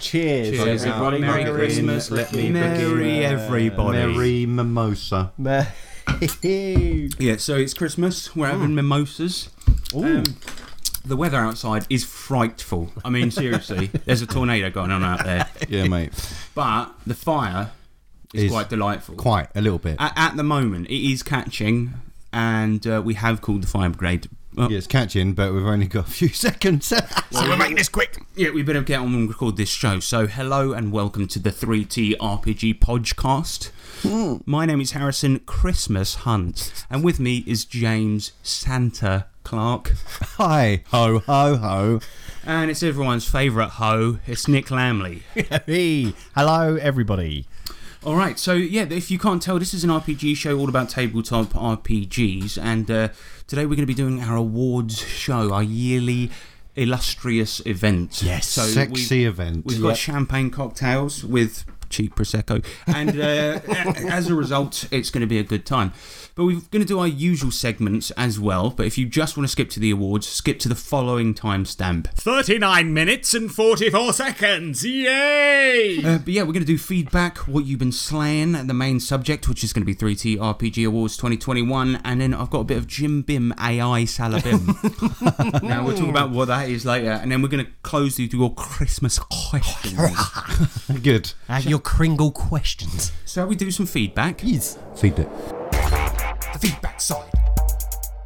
Cheers, Cheers, everybody. Merry Let me Christmas. in, Let me Merry begin. everybody. Merry mimosa. Yeah, so it's Christmas. We're having mimosas. Hmm. Um, Ooh. the weather outside is frightful. I mean, seriously, there's a tornado going on out there. yeah, mate. But the fire is, Is quite delightful. Quite a little bit. at, at the moment, it is catching, and uh, we have called the fire brigade. Oh, Well, yeah, it's catching, but we've only got a few seconds. So we're making this quick. Yeah, we better get on and record this show. So, hello and welcome to the 3T RPG podcast. My name is Harrison Christmas Hunt, and with me is James Santa Clark. Hi, ho, ho, ho. And it's everyone's favourite ho, it's Nick Lamley. Hey, hello everybody. All right, so yeah, if you can't tell, this is an RPG show all about tabletop RPGs, and uh, today we're going to be doing our awards show, our yearly illustrious event. Yes. so we've- Sexy event. We've got champagne cocktails with cheap prosecco, and uh, a- as a result, it's going to be a good time. But we're going to do our usual segments as well. But if you just want to skip to the awards, skip to the following timestamp. 39 minutes and 44 seconds. Yay! Uh, but yeah, we're going to do feedback, what you've been slaying, and the main subject, which is going to be 3T RPG Awards 2021. And then I've got a bit of Jim Bim AI Salabim. now we'll talk about what that is later. And then we're going to close with your Christmas questions. Good. And your Kringle questions. so we do some feedback. Please. Feed it. the feedback side.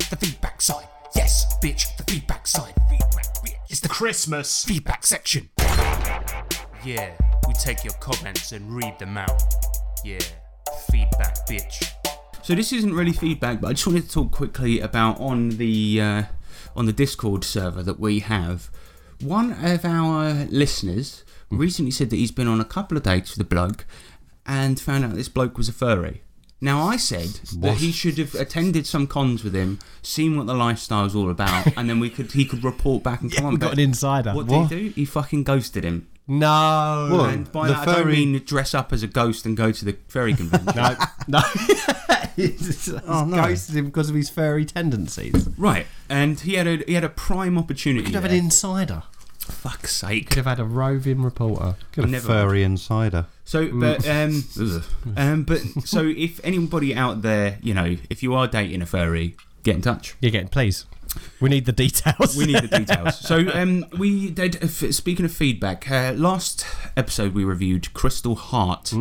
The feedback side. Yes, bitch, the feedback side. It's the Christmas feedback section. Yeah, we take your comments and read them out. Yeah, feedback, bitch. So this isn't really feedback, but I just wanted to talk quickly about on the uh, on the Discord server that we have. One of our listeners recently said that he's been on a couple of dates with a bloke and found out this bloke was a furry. Now I said that he should have attended some cons with him, seen what the lifestyle's all about, and then we could he could report back and come on. We got but an insider. What, What? did he do? He fucking ghosted him. No. What? And by The that I don't furry- mean dress up as a ghost and go to the furry convention. No. No. He's Oh, no. ghosted him because of his furry tendencies. Right, and he had a he had a prime opportunity. Could have an there. insider. Fuck's Could sake! have had a roving reporter. Got a Never. furry insider. So, but um, um, but so if anybody out there, you know, if you are dating a furry, get in touch. You're getting, please. We need the details. We need the details. so, um, we did. f- Speaking of feedback, uh, last episode we reviewed Crystal Heart,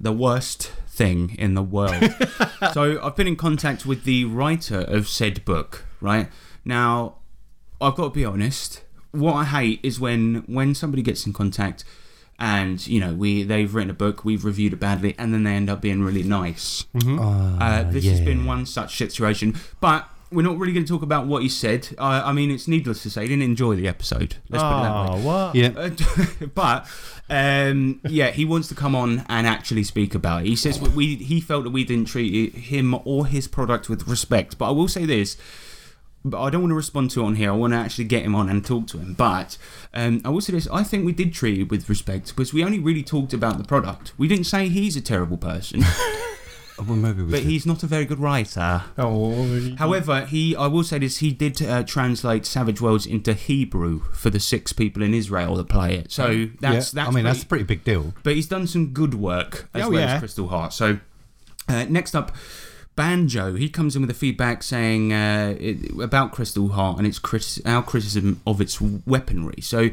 the worst thing in the world. so, I've been in contact with the writer of said book. Right now, I've got to be honest. What I hate is when when somebody gets in contact, and you know we they've written a book, we've reviewed it badly, and then they end up being really nice. Ah. Uh, this has been one such situation, but we're not really going to talk about what he said. I, I mean, it's needless to say, he didn't enjoy the episode. Let's put it that Ah, way. Oh, what? Yeah. Uh, but um, yeah, he wants to come on and actually speak about it. He says we, we he felt that we didn't treat him or his product with respect. But I will say this. But I don't want to respond to it on here. I want to actually get him on and talk to him. But um, I will say this: I think we did treat it with respect because we only really talked about the product. We didn't say he's a terrible person, Well, maybe we but should. he's not a very good writer. Oh. Mm-hmm. However, he I will say this: he did uh, translate Savage Worlds into Hebrew for the six people in Israel that play it. So that's that's. yeah. I mean, pretty- that's a pretty big deal. but he's done some good work as Oh, well yeah. as Crystal Heart. So uh, next up, Banjo. He comes in with a feedback saying uh, it, about Crystal Heart and its critis- our criticism of its weaponry. So.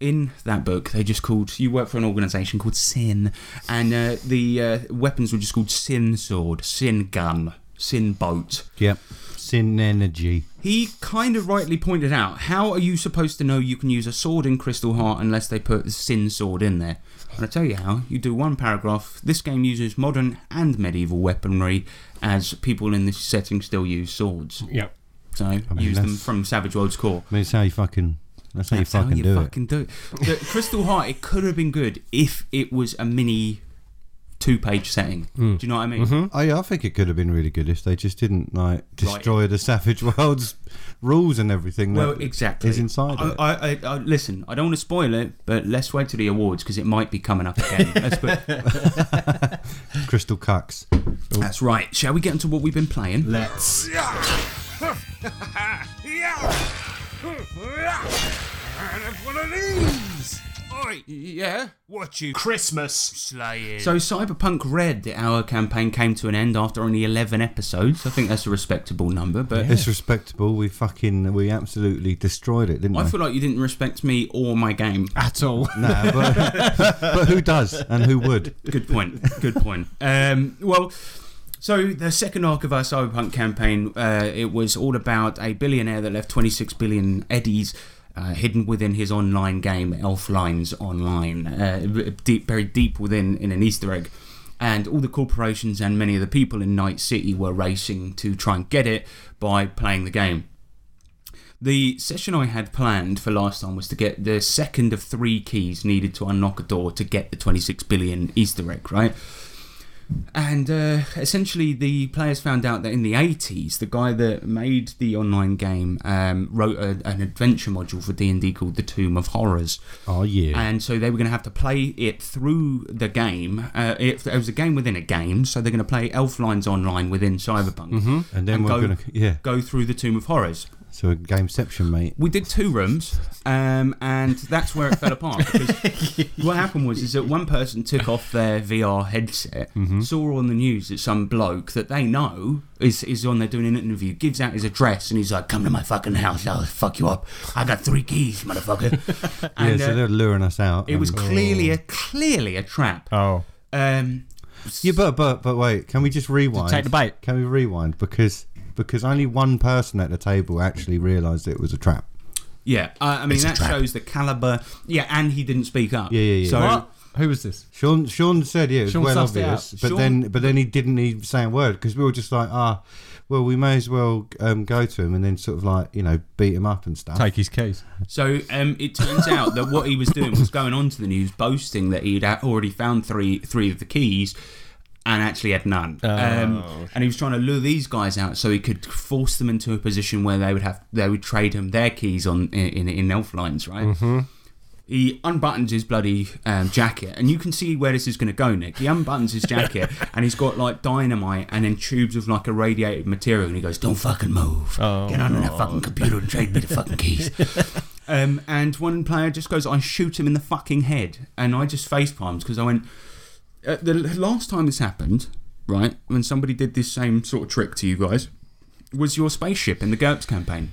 In that book, they just called you work for an organisation called Sin, and uh, the uh, weapons were just called Sin Sword, Sin Gun, Sin Boat. Yep. Sin energy. He kind of rightly pointed out, how are you supposed to know you can use a sword in Crystal Heart unless they put the Sin Sword in there? And I tell you how, you do one paragraph. This game uses modern and medieval weaponry, as people in this setting still use swords. Yeah. So use them that's- from Savage Worlds core. I mean, it's how you fucking. That's how That's you how fucking you do fucking do it. The Crystal Heart, it could have been good if it was a mini two-page setting. Mm. Do you know what I mean? it. I, I think it could have been really good if they just didn't like destroy the Savage Worlds rules and everything. Well, that exactly. Is inside I, it. I, I, I, listen, I don't want to spoil it, but let's wait to the awards because it might be coming up again. Let's put- Crystal Cucks. That's right. Shall we get into what we've been playing? Let's. And it's one of these. Oi! Yeah. What you Christmas. slaying? So Cyberpunk Red, our campaign came to an end after only 11 episodes. I think that's a respectable number, but It's respectable. We fucking we absolutely destroyed it, didn't I we? feel like you didn't respect me or my game. at all. no, but, but who does and who would? Good point. Good point. Um, well, so the second arc of our cyberpunk campaign, uh, it was all about a billionaire that left 26 billion eddies. Uh, hidden within his online game, Elf Lines Online, uh, deep, buried deep within in an Easter egg, and all the corporations and many of the people in Night City were racing to try and get it by playing the game. The session I had planned for last time was to get the second of three keys needed to unlock a door to get the 26 billion Easter egg, right? And uh, essentially, the players found out that in the 80s, the guy that made the online game um, wrote a, an adventure module for D&D called The Tomb of Horrors. Oh yeah. And so they were going to have to play it through the game. Uh, it, it was a game within a game, so they're going to play Elf Lines Online within Cyberpunk. And then and we're go- gonna yeah. Go through The Tomb of Horrors. So a gameception, mate. We did two rooms, um, and that's where it fell apart. Because what happened was is that one person took off their VR headset, Mm-hmm. saw on the news that some bloke that they know is, is on there doing an interview, gives out his address, and he's like, "Come to my fucking house, I'll fuck you up. I got three keys, motherfucker." Yeah, and so uh, they're luring us out. it was and- clearly a clearly a trap. Oh, Um, Yeah, but but but wait, can we just rewind? take the bait. Can we rewind because because only one person at the table actually realised it was a trap. yeah, I, I mean that shows the caliber. Yeah, and he didn't speak up. Yeah, yeah, yeah. So what? Who was this? Sean Sean said yeah, it was Sean well sussed it obvious, out. but Sean- then but then he didn't even say a word because we were just like ah, well we may as well um, go to him and then sort of like you know beat him up and stuff. Take his keys. So um, it turns out that what he was doing was going on to the news, boasting that he'd a- already found three three of the keys, and actually had none. Um, and he was trying to lure these guys out so he could force them into a position where they would have they would trade him their keys on in in, in elf lines, right? Mm-hmm. He unbuttons his bloody um, jacket, and you can see where this is going to go, Nick. He unbuttons his jacket, and he's got like dynamite and then tubes of like irradiated material, and he goes, "Don't fucking move! Get on that fucking computer and trade me the fucking keys." Um, and one player just goes, I shoot him in the fucking head. And I just face palms because I went, uh, the l- last time this happened, right, when somebody did this same sort of trick to you guys, was your spaceship in the GURPS campaign.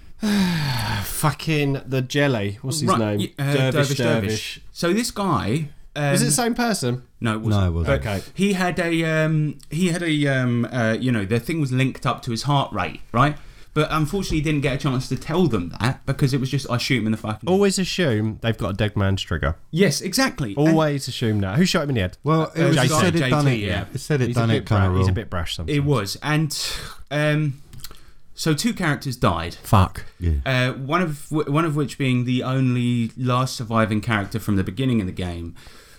Fucking the jelly. What's his Right, name? y- uh, Dervish, Dervish. So this guy. Um, Is it the same person? no, it wasn't. no, it wasn't. Okay. He had a um, he had a um, uh, you know the thing was linked up to his heart rate, right? But unfortunately, he didn't get a chance to tell them that because it was just I shoot him in the fucking. Always assume they've got a dead man's trigger. yes, exactly. And- Always assume that. Who shot him in the head? Well, it was JT, a said it done JT, it. yeah. It said it He's done a it bit kind bra- of He's a rule. bit brash sometimes. It was, and um, so two characters died. Fuck. Uh, one of wh- one of which being the only last surviving character from the beginning of the game.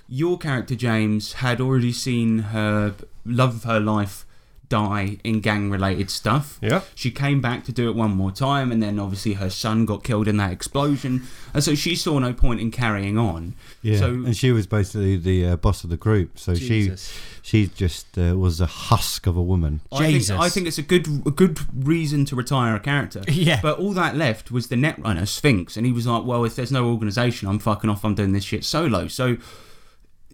Your character James had already seen her love of her life die in gang related stuff. Yeah. She came back to do it one more time, and then obviously her son got killed in that explosion, and so she saw no point in carrying on. Yeah, So and she was basically the uh, boss of the group, so Jesus. she she just uh, was a husk of a woman. I think, Jesus. I think it's a good a good reason to retire a character. Yeah. But all that left was the netrunner Sphinx, and he was like, "Well, if there's no organisation, I'm fucking off. I'm doing this shit solo." So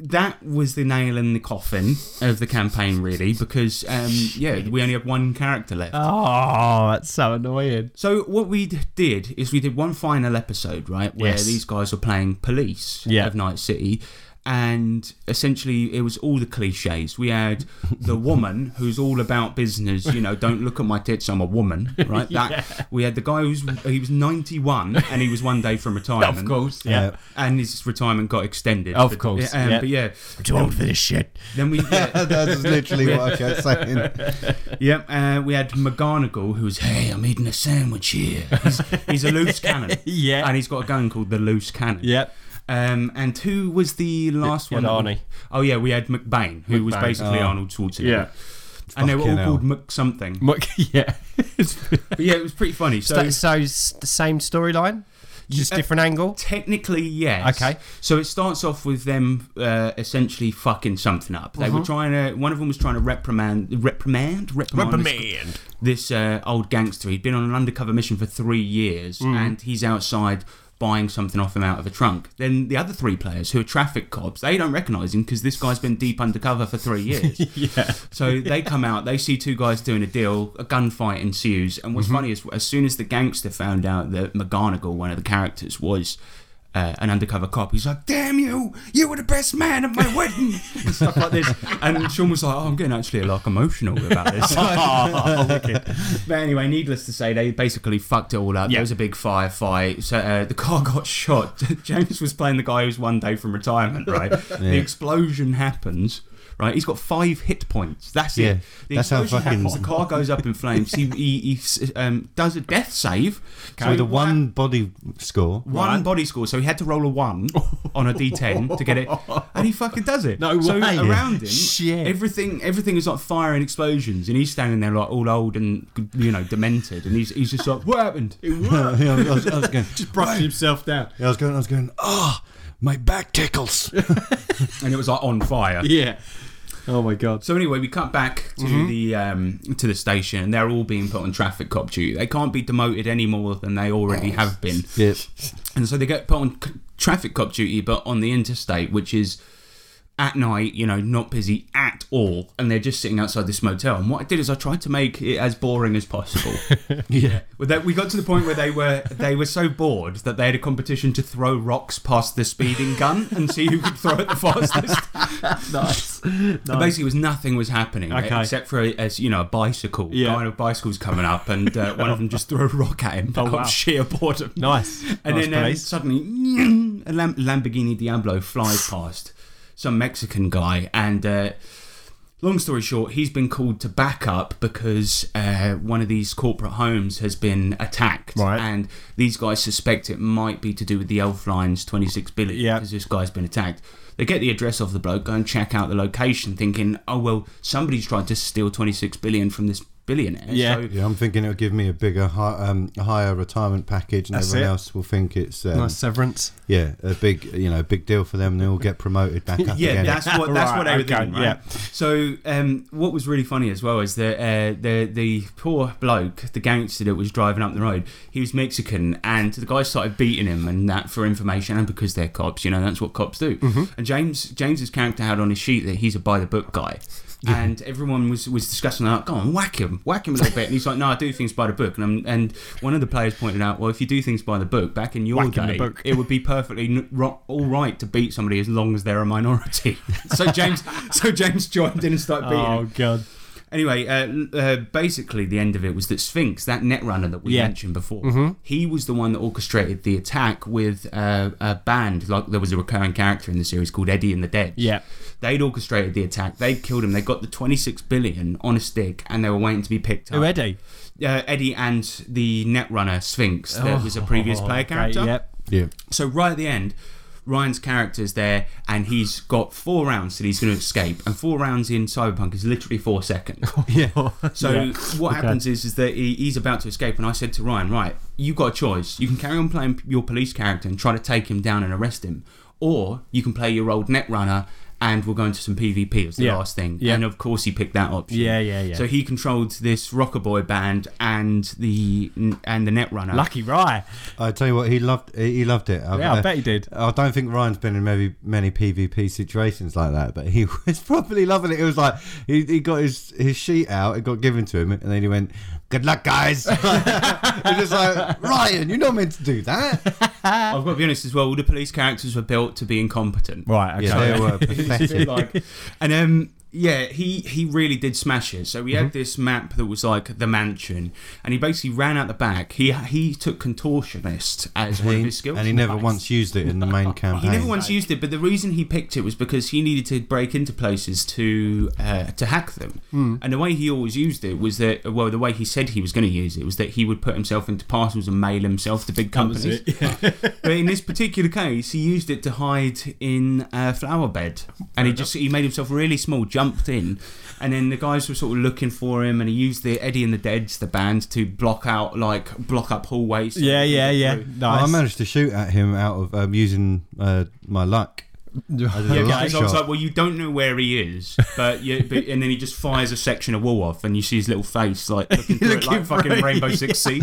that was the nail in the coffin of the campaign, really, because um, yeah, we only had one character left. Oh, that's so annoying. So what we d- did is we did one final episode, right, where Yes. these guys were playing police Yeah. of Night City, and essentially it was all the cliches. We had the woman who's all about business, you know, don't look at my tits, I'm a woman, right? That we had the guy who's he was 91 and he was one day from retirement, of course, Yeah. and his retirement got extended, Of But- course, um, yeah. But yeah, Too old for this shit. then we. yeah, That's literally what I kept saying. Yep, uh, we had McGonagall, who was, hey, I'm eating a sandwich here. He's, he's a loose cannon. Yeah. And he's got a gun called the Loose Cannon. Yep. Um, and who was the last Yeah, one? Arnie. Oh, yeah, we had McBain, who was McBain. basically Oh. Arnold Schwarzenegger. Yeah. And they were all Fucking called Mc something. yeah. But yeah, it was pretty funny. So, So, so it's the same storyline, just Uh, different angle. technically, yes. Okay. So it starts off with them uh, essentially fucking something up. They Uh-huh. were trying to, one of them was trying to reprimand, reprimand, reprimand, this- this uh, old gangster. He'd been on an undercover mission for three years, and he's outside buying something off him out of a trunk. Then the other three players, who are traffic cops, they don't recognise him because this guy's been deep undercover for three years. Yeah. So they come out, they see two guys doing a deal, a gunfight ensues. And what's funny is, as soon as the gangster found out that McGonagall, one of the characters, was uh, an undercover cop, he's like, Damn you, you were the best man at my wedding, and stuff like this. And Sean was like, Oh, I'm getting actually like emotional about this. Wicked. But anyway, needless to say, they basically fucked it all up. There was a big firefight. So uh, the car got shot. James was playing the guy who's one day from retirement, right? The explosion happens. Right, he's got five hit points. That's Yeah, it. The that's how explosion fucking- happens. The car goes up in flames. He, he, he s- um, does a death save. So with he a one body score. one body score, so he had to roll a one on a d10 to get it, and he fucking does it. No so way. around him, Shit. everything everything is like fire and explosions, and he's standing there like all old and you know demented, and he's he's just like, what happened? I was I was going. Brushed himself down. I was going. I was going. Ah, my back tickles. And it was like on fire. Yeah. Mm-hmm. Oh my god. So anyway, we cut back to the um, to the station, and they're all being put on traffic cop duty. They can't be demoted any more than they already have been. Yep. And so they get put on c- traffic cop duty, but on the interstate, which is at night, you know, not busy at all. And they're just sitting outside this motel. And what I did is I tried to make it as boring as possible. Yeah. Well, that- we got to the point where they were they were so bored that they had a competition to throw rocks past the speeding gun and see who could throw it the fastest. Nice. And basically, it was nothing was happening right, Okay. except for a, a, you know a bicycle. Yeah. Yeah, guy on a bicycle's coming up, and uh, one of them just threw a rock at him. out of Oh, wow. sheer boredom. Nice. And Nice then um, place. suddenly, a Lam- Lamborghini Diablo flies past some Mexican guy. And uh, long story short, he's been called to back up because uh, one of these corporate homes has been attacked. Right. And these guys suspect it might be to do with the Elf Lines 26 Billy Yeah. because this guy's been attacked. They get the address of the bloke, go and check out the location, thinking, oh, well, somebody's tried to steal 26 billion from this billionaire. Yeah. So Yeah, I'm thinking it'll give me a bigger, hi- um, higher retirement package, and That's everyone it. else will think it's um, nice severance. yeah a big you know big deal for them. and They all get promoted back up yeah, again. that's what that's what Right, I was okay, thinking, right? yeah. So, um, what was really funny as well is that uh, the the poor bloke, the gangster that was driving up the road, he was Mexican, and the guy started beating him and that for information and because they're cops, you know, that's what cops do. Mm-hmm. And James James's character had on his sheet that he's a by the book guy. And everyone was, was discussing that. Go on, whack him, whack him a little bit. And he's like, "No, I do things by the book." And i and one of the players pointed out, "Well, if you do things by the book, back in your Whack him day, the book. it would be perfectly n- ro- all right to beat somebody as long as they're a minority. so James, so James joined in and started beating. Oh him. god. Anyway, uh, l- uh, basically the end of it was that Sphinx, that netrunner that we Yeah. Mm-hmm. mentioned before, he was the one that orchestrated the attack with uh, a band. Like there was a recurring character in the series called Eddie and the Dead. Yeah. They'd orchestrated the attack. They'd killed him. They got the 26 billion on a stick, and they were waiting to be picked up. Who Eddie? Uh, Eddie and the netrunner Sphinx, Oh, that was a previous player character. yep. yeah. So right at the end, Ryan's character's there, and he's got four rounds that he's going to escape, and four rounds in Cyberpunk is literally four seconds. Yeah. So what happens is, is that he, he's about to escape, and I said to Ryan, right, you've got a choice. You can carry on playing your police character and try to take him down and arrest him, or you can play your old netrunner. And we'll go into some PvP as the Yeah. last thing. Yeah. And of course, he picked that option. Yeah, yeah, yeah. So he controlled this rocker boy band and the and the netrunner. Lucky Rye. I tell you what, he loved he loved it. uh, Yeah, I bet he did. I don't think Ryan's been in many many PvP situations like that, but he was probably loving it. It was like he, he got his, his sheet out, it got given to him, and then he went, "Good luck, guys." It's just like Ryan, you're not meant to do that. I've got to be honest as well. All the police characters were built to be incompetent. Right, okay. Yeah, they were It's a bit pathetic. like- and um, yeah, he he really did smash it. So we had Mm-hmm. this map that was like the mansion, and he basically ran out the back. He he took contortionist as one of his skills, and he never once used it in the main He campaign. never once used it, but the reason he picked it was because he needed to break into places to uh, to hack them. And the way he always used it was that, well, the way he said he was going to use it was that he would put himself into parcels and mail himself to big companies. but in this particular case, he used it to hide in a flower bed, and he just he made himself really small, jumped in, and then the guys were sort of looking for him, and he used the Eddie and the Dead's the band to block out like block up hallways. Oh, Yeah, yeah, yeah. I Nice. managed to shoot at him out of um, using uh, my luck. I did a Yeah, light because I was shot. like, well, you don't know where he is, but, you, but and then he just fires a section of wall off, and you see his little face like looking through it, Looking like for fucking it, Rainbow Six Siege.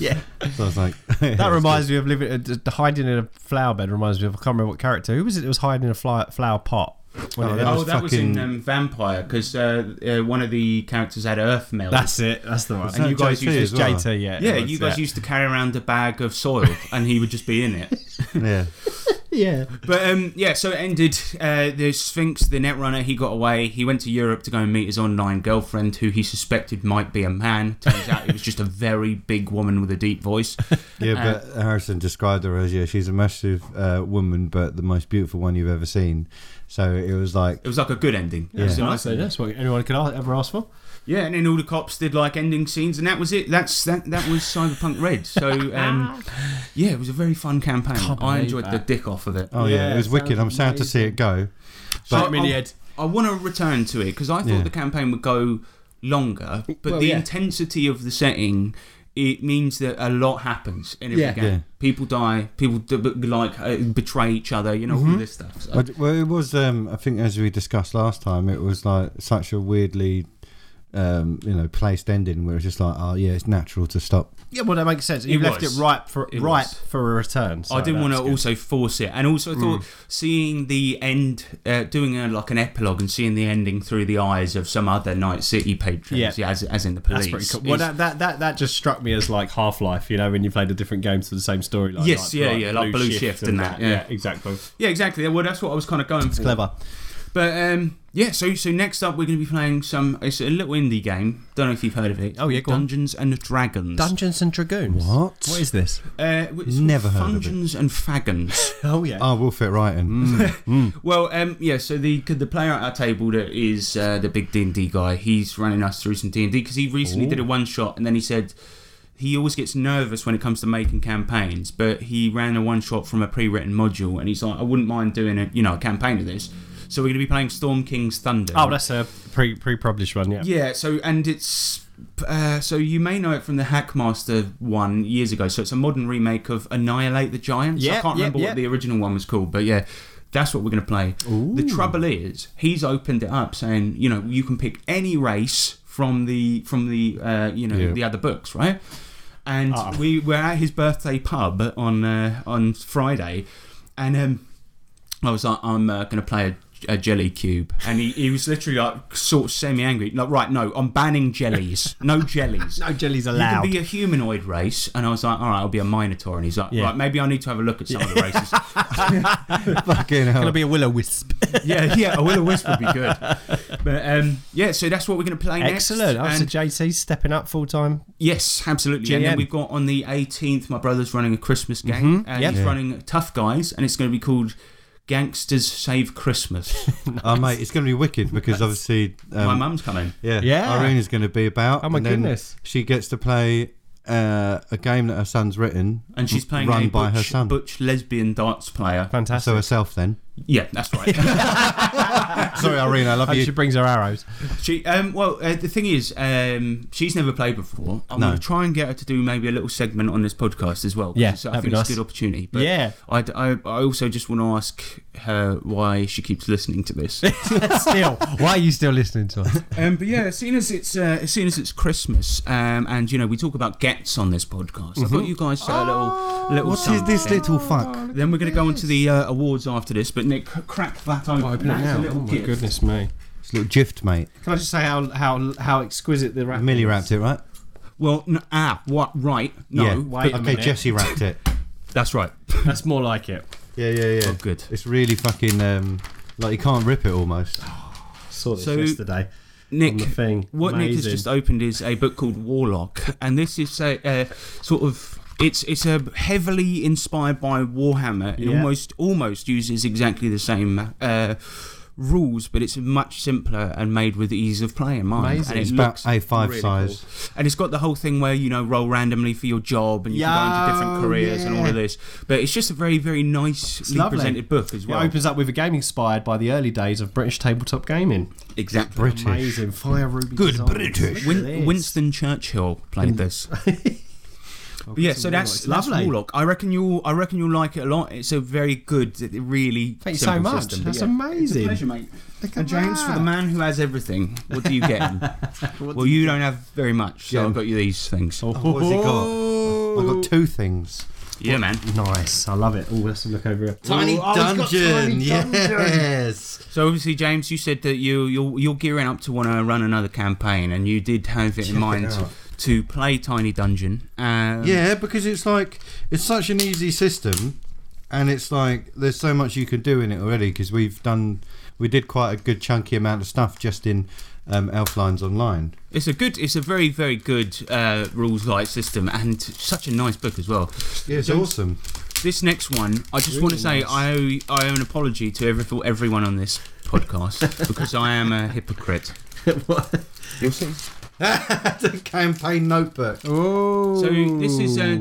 yeah. So I was like, That reminds me of living, uh, d- hiding in a flower bed. Reminds me of I can't remember what character. Who was it? that was hiding in a flower, flower pot. When it- that oh, was that was in fucking- um, Vampire because uh, uh, one of the characters had Earth melt. that's it. That's the one. And that you guys JT used- as well? JT, yeah. yeah, it was, you guys used to carry around a bag of soil, and he would just be in it. yeah. Yeah. But um, yeah, so it ended. Uh, the Sphinx, the Netrunner, he got away. He went to Europe to go and meet his online girlfriend, who he suspected might be a man. Turns out it was just a very big woman with a deep voice. Yeah, but Harrison described her as yeah, she's a massive uh, woman, but the most beautiful one you've ever seen. So it was like, It was like a good ending. It Yeah. was a nice Honestly, ending. that's what anyone could a- ever ask for. Yeah, and then all the cops did like ending scenes, and that was it. That's that. That was Cyberpunk Red. So um, yeah, it was a very fun campaign. I believe enjoyed the that. dick off of it. oh yeah, Yeah, it was it wicked. sounds I'm sad to see it go. But- Shot me in the head. I want to return to it because I thought Yeah. the campaign would go longer, but Well, the yeah. intensity of the setting it means that a lot happens in every Yeah. game. Yeah. People die, people d- b- like uh, betray each other, you know, all this stuff. So. Mm-hmm. But- Well, it was. Um, I think as we discussed last time, it was like such a weirdly, um, you know, placed ending where it's just like, oh yeah, it's natural to stop. Yeah, well, that makes sense. You It left was. it ripe for It ripe was. for a return. so I didn't want to that's good. also force it, and also I thought seeing the end, uh, doing a, like an epilogue, and seeing the ending through the eyes of some other Night City patrons, Yeah. yeah, as, as in the police. That's pretty cool. Well, is- that, that, that, that just struck me as like Half Life, you know, when you played the different games for the same storyline. Yes, yeah, yeah, like Blue Shift and that, yeah. exactly. yeah, exactly. Well, that's what I was kind of going for. Clever. But um, yeah, so so next up we're going to be playing some. It's a little indie game. Don't know if you've heard of it. Oh, yeah, go on. Dungeons and Dragons. Dungeons and Dragoons. What? What is this? uh, it's Never heard of it. Dungeons and Fagons. Oh yeah. Oh, we'll fit right in. Well, um, yeah. So the the player at our table that is uh, the big D and D guy, he's running us through some D and D because he recently did a one shot, and then he said he always gets nervous when it comes to making campaigns, but he ran a one shot from a pre written module, and he's like, I wouldn't mind doing a you know a campaign of this. So we're going to be playing Storm King's Thunder. Oh, that's a pre pre published one. Yeah. Yeah, so and it's uh, so you may know it from the Hackmaster one years ago. So it's a modern remake of Annihilate the Giants. I Yeah, can't yeah, remember yeah. what the original one was called, but yeah, that's what we're gonna play. The trouble is, he's opened it up saying, you know, you can pick any race from the from the uh, you know Yeah. the other books, right? And Ah. we were at his birthday pub on uh, on Friday, and um, I was like, I'm uh, going to play a, a jelly cube. And he, he was literally like, sort of semi angry. Like, right, no, I'm banning jellies. No jellies. No jellies You allowed. can be a humanoid race, and I was like, "All right, I'll be a minotaur." And he's like, Yeah. "Right, maybe I need to have a look at some of the races." Fucking hell. a willow wisp. yeah, yeah, a will o wisp would be good. But um, yeah, so that's what we're going to play next. Excellent. Oh, so And- JT's stepping up full time. Yes, absolutely. And then GM. we've got on the 18th, my brother's running a Christmas game. And Mm-hmm. Yep. he's Yeah. running Tough Guys, and it's going to be called Gangsters Save Christmas. Oh mate, it's going to be wicked because obviously, um, my mum's coming. yeah, Yeah. Irene is going to be about. Oh, my and then goodness. she gets to play uh, a game that her son's written, And she's playing run a by butch, her son. butch lesbian darts player. so Fantastic. herself then. Yeah, that's right. Sorry, Irene, I love and you. she brings her arrows. she, um, well, uh, the thing is, um, she's never played before. I'm No. going to try and get her to do maybe a little segment on this podcast as well. 'cause Yeah, it's- I that'd think be it's a nice. good opportunity. But Yeah. I, d- I- I also just want to ask her why she keeps listening to this. still, why are you still listening to us? Um, but yeah, seeing as it's uh, seeing as it's Christmas, um, and you know we talk about gets on this podcast, I thought you guys said a little little. Mm-hmm. Oh, what is this something. little fuck? Then we're going to go on to the uh, awards after this. But Nick, c- crack that open. That's a Oh little gift. Oh me. It's a little gift, mate. Can I just say how how how exquisite the wrap? Millie is? wrapped it, right? Well, n- ah, what? Right? No, yeah. wait a okay, minute. Jesse wrapped it. that's right. That's more like it. Yeah, yeah, yeah. Oh, good. It's really fucking um, like you can't rip it almost. Saw this So- yesterday. Nick, the thing. what Nick has Amazing. just opened is a book called Warlock, and this is a uh, sort of it's it's a heavily inspired by Warhammer. It Yeah. almost almost uses exactly the same uh, rules, but it's much simpler and made with ease of play in mind. Amazing. And it It's about looks A5 really size. cool. and it's got the whole thing where you know roll randomly for your job, and you can go into different Yeah, careers and all yeah. of this. But it's just a very very nicely lovely. presented book as It well. opens up with a game inspired by the early days of British tabletop gaming. exactly. British. Amazing. Fire Ruby. Good designs. British. Look at Win- this. Oh, Winston Churchill played this. But yeah, so that's that's lovely. Warlock. I reckon you'll I reckon you'll like it a lot. It's a very good, it- it really Thank you so simple much. system. but That's yeah. amazing. It's a pleasure, mate. Look And at James, for the that. man who has everything, what do you get? well, you don't have very much, so Yeah. I've got you these things. Oh. What's it got? I've got two things. Yeah, man. Nice. I love it. Oh, let's look over here. oh, Tiny dungeon, yes. So obviously, James, you said that you you're, you're gearing up to want to run another campaign, and you did have it in mind out. to play Tiny Dungeon. Um, Yeah, because it's like it's such an easy system, and it's like there's so much you can do in it already. Because we've done, we did quite a good chunky amount of stuff just in um, Elf Lines Online. It's a good, it's a very, very good uh, rules light system, and such a nice book as well. Yeah, it's awesome. This next one, I just want to say I owe, I owe an apology to every, for everyone on this podcast because I am a hypocrite. the campaign notebook. Oh. So this is uh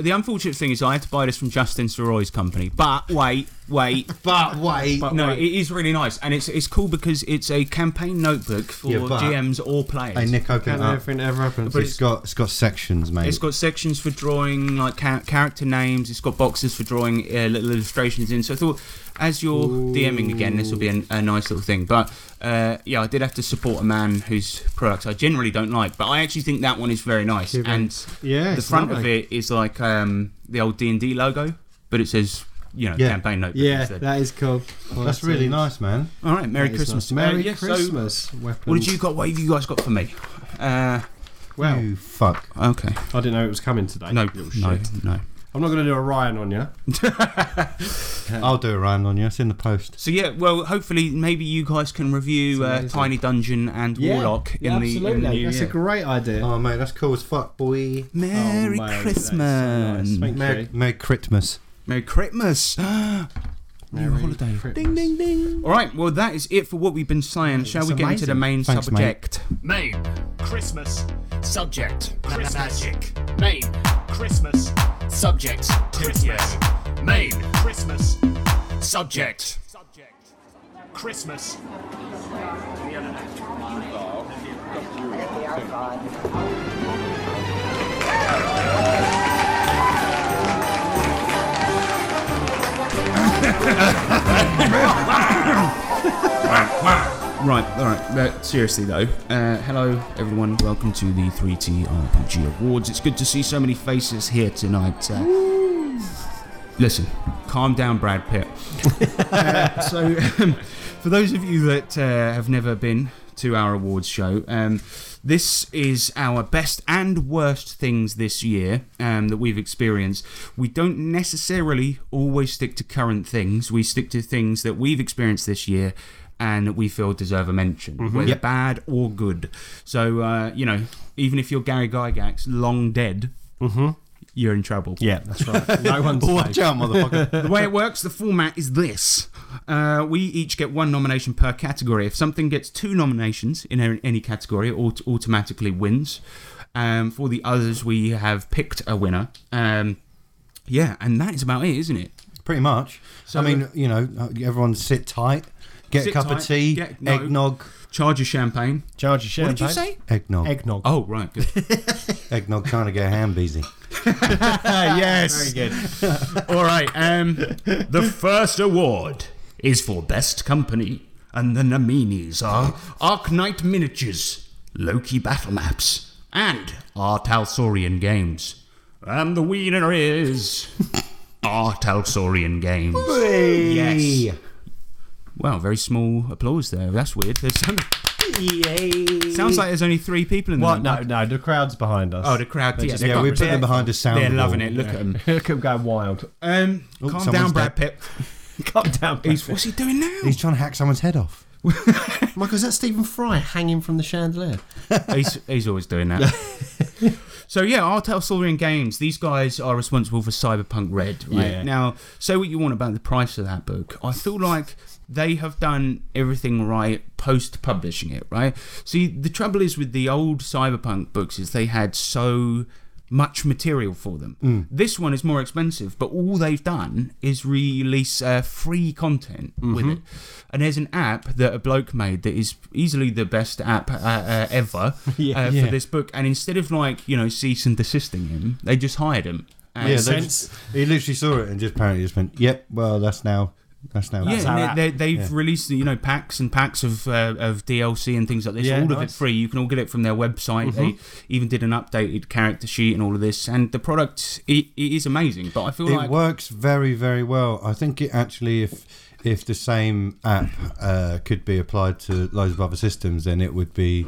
the unfortunate thing is I had to buy this from Justin Soroy's company. But wait, wait, But wait, no, it is really nice, and it's it's cool because it's a campaign notebook for Yeah, but- GMs or players. hey Nick, open it uh, Can't up. everything ever happens. It's got it's got sections, mate. It's got sections for drawing like ca- character names. It's got boxes for drawing uh, little illustrations in. So I thought, as you're DMing again, this will be an, a nice little thing. But uh, yeah, I did have to support a man whose products I generally don't like, but I actually think that one is very nice. And Yeah, the it's front of lovely. it is like um, the old D and D logo, but it says you know Yeah. campaign notebook. Yeah, instead. that is cool. That's really nice, man. All right, Merry Christmas. Merry Uh, yeah, so Christmas. Weapons. what did you got? What have you guys got for me? Uh, Well, You fuck. okay. I didn't know it was coming today. No, Little no, shit. no. I'm not going to do a Ryan on you. I'll do a round on you. It's in the post. So yeah, well, hopefully, maybe you guys can review uh, amazing. Tiny Dungeon and Warlock in the, in the new That's year. a great idea. Oh mate, that's cool as fuck, boy. Oh, mate, Merry that's Christmas! so nice. Thank you. Merry, Merry Christmas. Merry Christmas! New Merry holiday. Christmas. ding. All right, well, that is it for what we've been saying. Shall we That's get into the amazing. main Thanks, mate. subject? Main. Christmas. Subject. Christmas. Magic. Main. Christmas. Subject. Christmas. Main. Christmas. Subject. Christmas. Right, all right. Uh, seriously though, uh, hello everyone. Welcome to the 3T RPG Awards. It's good to see so many faces here tonight. Uh, listen, calm down, Brad Pitt. Uh, so, um, for those of you that uh, have never been to our awards show, um, this is our best and worst things this year um, that we've experienced. We don't necessarily always stick to current things. We stick to things that we've experienced this year and that we feel deserve a mention, whether bad or good. So, uh, you know, even if you're Gary Gygax, long dead, you're in trouble. Yeah, that's right. No one's Watch out, motherfucker. The way it works, the format is this. Uh, we each get one nomination per category. If something gets two nominations in a- any category, it aut- automatically wins. Um, for the others, we have picked a winner. Um, yeah, and that is about it, isn't it? Pretty much. I mean, you know, everyone sit tight, get Sit a cup tight, of tea, get- no. eggnog, Charge your champagne. Charge your What did you say? eggnog, Eggnog. Oh, right. Good. eggnog, trying to get ham busy. yes. Very good. All right. Um, The first award Is for best company. And the nominees are Arknight Miniatures, Loki Battle Maps, and our Talsorian Games. And the winner is our Talsorian Games. yes. Wow, very small applause there. That's weird. There's some- Sounds like there's only three people in the What? room. No, no. The crowd's behind us. Oh, the crowd. Yeah, they yeah, can't we put resist. them behind a sound. They're wall. loving it. Look at them. Look at 'em going wild. Um, calm someone's down, Brad Pitt. Calm down. He's, what's he doing now? He's trying to hack someone's head off. Michael, is that Stephen Fry hanging from the chandelier? he's, he's always doing that. so yeah, Artel Saurian Games. These guys are responsible for Cyberpunk Red. Right Yeah. now, say what you want about the price of that book. I feel like they have done everything right post publishing it. Right. See, the trouble is with the old Cyberpunk books is they had so much material for them. This one is more expensive, but all they've done is release uh, free content with it. And there's an app that a bloke made that is easily the best app uh, uh, ever uh, for this book. And instead of like you know cease and desisting him, they just hired him. And yeah, they just- he literally saw it and just apparently just went, "Yep, well, that's now, that's now." Yeah, and they, they, they've released you know packs and packs of uh, of DLC and things like this. Yeah, all of it nice. free. You can all get it from their website. Mm-hmm. They even did an updated character sheet and all of this. And the product it, it is amazing. But I feel it like works very very well i think it actually if if the same app uh, could be applied to loads of other systems then it would be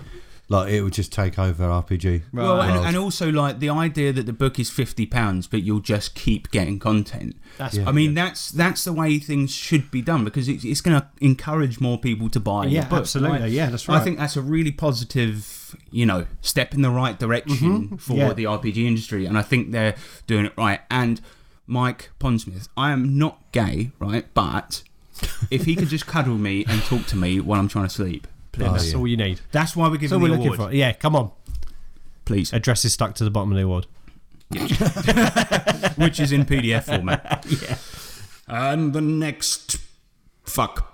like it would just take over rpg well, and, world. and also like the idea that the book is fifty pounds, but you'll just keep getting content. That's I mean that's that's the way things should be done because it's, it's going to encourage more people to buy. Yeah, the book, absolutely. right? Yeah, that's I right. think that's a really positive, you know, step in the right direction for Yeah. the RPG industry, and I think they're doing it right. And Mike Pondsmith, I am not gay, right? But if he could just cuddle me and talk to me while I'm trying to sleep, please. That's all you need. That's why we're That's all giving we're the looking award, for. Yeah, come on. please, Address is stuck to the bottom of the award. which is in PDF format. And the next. Fuck.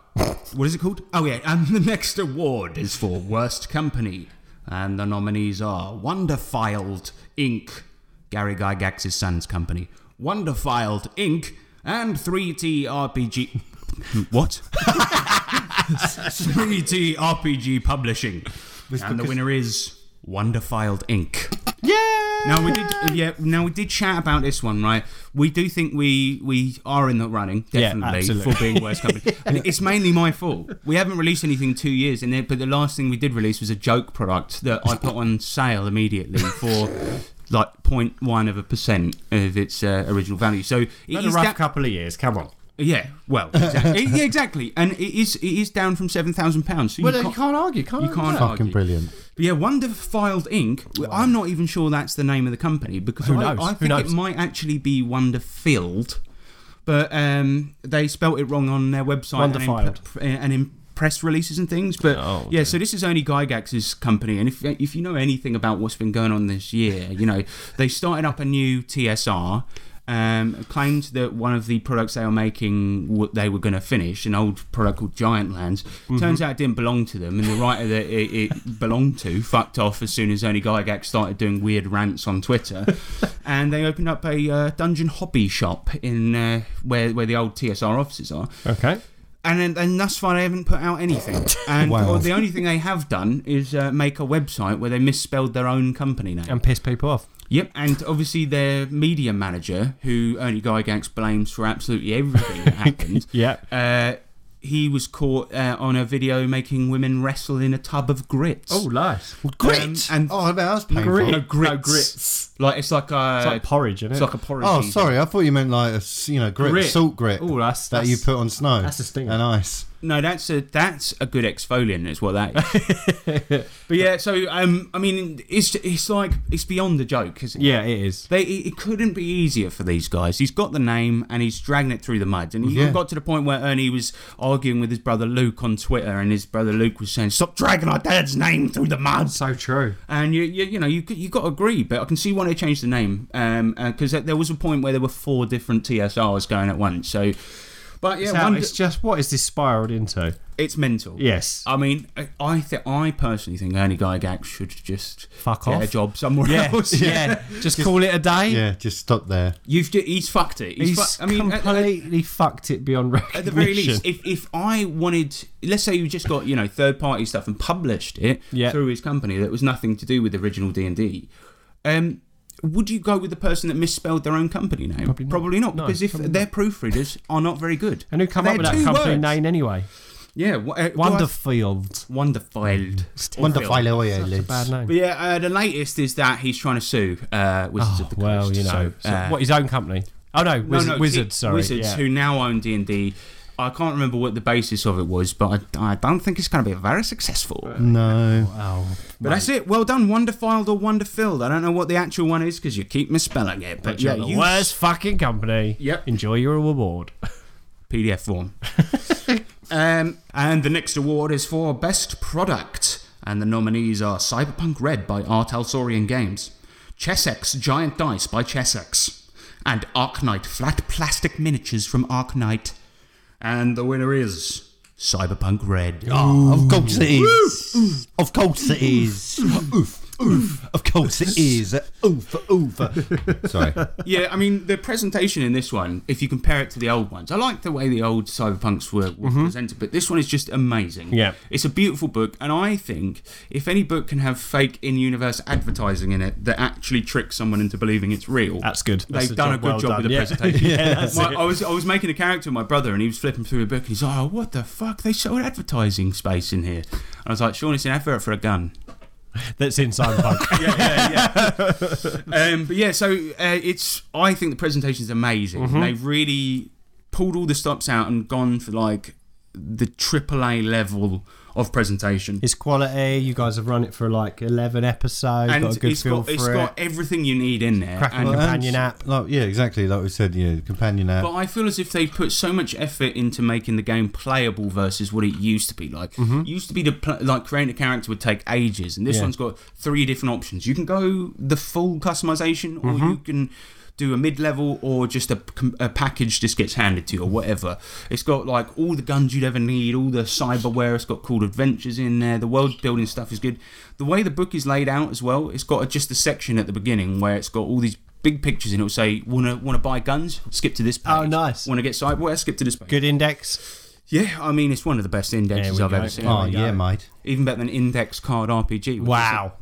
What is it called? Oh, yeah. And the next award is for Worst Company. And the nominees are Wonderfiled Inc., Gary Gygax's son's company, Wonderfiled Inc., and 3T RPG. What? 3T RPG Publishing. And the winner is Wonderfiled Inc. Now we did, uh, yeah. Now we did chat about this one, right? We do think we we are in the running, Yeah, definitely, absolutely. for being worst company. and it's mainly my fault. We haven't released anything in two years, and then, but the last thing we did release was a joke product that I put on sale immediately for like 0.1 of a percent of its uh, original value. So it Been is a rough that- couple of years. Come on. yeah, well, exactly. yeah, exactly. And it is it is down from seven thousand pounds. So Well, you you can't, can't argue. Can't you can't fucking argue. brilliant But yeah, Wonderfiled Inc. I'm not even sure that's the name of the company because Who I, knows? I Who think it knows? might actually be Wonderfilled, but um, they spelt it wrong on their website and in Wonderfiled. pr- and in press releases and things. But yeah, so this is only Gygax's company, and if if you know anything about what's been going on this year, you know they started up a new TSR. Um, claimed that one of the products they were making w- they were going to finish an old product called Giant Lands. Turns out it didn't belong to them, and the writer that it, it belonged to fucked off as soon as Only Gygax started doing weird rants on Twitter. and they opened up a uh, dungeon hobby shop in uh, where where the old TSR offices are Okay. and then and thus far they haven't put out anything. And Wow. well, the only thing they have done is uh, make a website where they misspelled their own company name. And piss people off. yep, and obviously their media manager, who only Gygax blames for absolutely everything that happened. Yeah. Uh, he was caught uh, on a video making women wrestle in a tub of grits. Oh, nice. Grit! and oh that was painful Grit. Oh, No, grits. Uh, No, grits. Like it's like a It's like porridge, isn't it? It's like a porridge. oh sorry i thought you meant like a s- you know grit, Grit. salt grit Ooh, that's- that that's- you put on snow that's a stinger. and ice No, that's a that's a good exfoliant. Is what that is. but yeah, so um, I mean, it's it's like it's beyond a joke, isn't it? yeah, it is. They, it it couldn't be easier for these guys. He's got the name and he's dragging it through the mud. And he even Yeah. got to the point where Ernie was arguing with his brother Luke on Twitter, and his brother Luke was saying, "Stop dragging our dad's name through the mud." So true. And you, you, you know, you you got to agree, but I can see why they changed the name because there was a point where there were four different TSRs going at once. So, but yeah, It's, how- wonder- it's just what is this spiraled into? it's mental. Yes. I mean, I- I th- I personally think Ernie Gygax should just Fuck get off. a job somewhere yeah, else. yeah. Just call it a day. yeah just stop there You've ju- he's fucked it. He's, He's fu- I mean, at, at- completely fucked it beyond recognition. at the very least, if, if I wanted, let's say you just got you know third party stuff and published it Yeah. through his company that was nothing to do with the original D and D, um, would you go with the person that misspelled their own company name? Probably not, No, because if probably their proofreaders are not very good, and who come up They're with that two company words. name anyway? Yeah, wha- uh, well, I- Wonderfield. Wonderfiled. wonderful That's a bad name. But yeah, uh, the latest is that he's trying to sue uh, Wizards of the Oh, well, Coast. you know, so, uh, what his own company? Oh no, no, Wiz- no, Wizards. T- Sorry, Wizards, yeah. who now own D and D. I can't remember what the basis of it was, but I, I don't think it's going to be very successful. no Oh, But that's it. Well done, Wonderfiled or Wonderfilled. I don't know what the actual one is because you keep misspelling it. But yeah, the you worst fucking company. Yep. Enjoy your reward. PDF form. um, And the next award is for Best Product. And the nominees are Cyberpunk Red by Art Alsorian Games, Chessex Giant Dice by Chessex, and Arknight Flat Plastic Miniatures from Arknight. And the winner is Cyberpunk Red. Of course it is. Of course it is. Oof, oof. Of course it is. Oof, oof. Sorry. Yeah, I mean the presentation in this one, if you compare it to the old ones, I like the way the old cyberpunks were, were presented, but this one is just amazing. Mm-hmm. Yeah. it's a beautiful book, and I think if any book can have fake in-universe advertising in it that actually tricks someone into believing it's real, That's good. That's They've done a job good well job done. with the Yeah. presentation. yeah, that's My- it. I was I was making a character with my brother, and he was flipping through a book, and he's like, "Oh, what the fuck? They sold advertising space in here." And I was like, "Sean, it's an advert for a gun." That's in Cyberpunk. Um, but yeah, so uh, it's. I think the presentation's amazing. Mm-hmm. They've really pulled all the stops out and gone for like the AAA level of presentation. it's quality. You guys have run it for like 11 episodes. and got a good it's feel got, for it's it. got everything you need in there. Cracking And- companion app. Like, yeah, exactly. Like we said, yeah, companion app. but I feel as if they put so much effort into making the game playable versus what it used to be like. It used to be to pl- like creating a character would take ages, and this one's got three different options. You can go the full customization, or you can do a mid-level, or just a, com- a package just gets handed to you, or whatever. It's got like all the guns you'd ever need, all the cyberware. It's got called adventures in there. The world building stuff is good. The way the book is laid out as well, it's got a, just a section at the beginning where it's got all these. Big pictures and it'll say, "Wanna wanna buy guns? Skip to this page." Oh, nice. Want to get cyberware? Skip to this page. Good index. Yeah, I mean it's one of the best indexes There we I've go. ever seen. oh, yeah, mate. Even better than Index Card RPG. which is- Wow.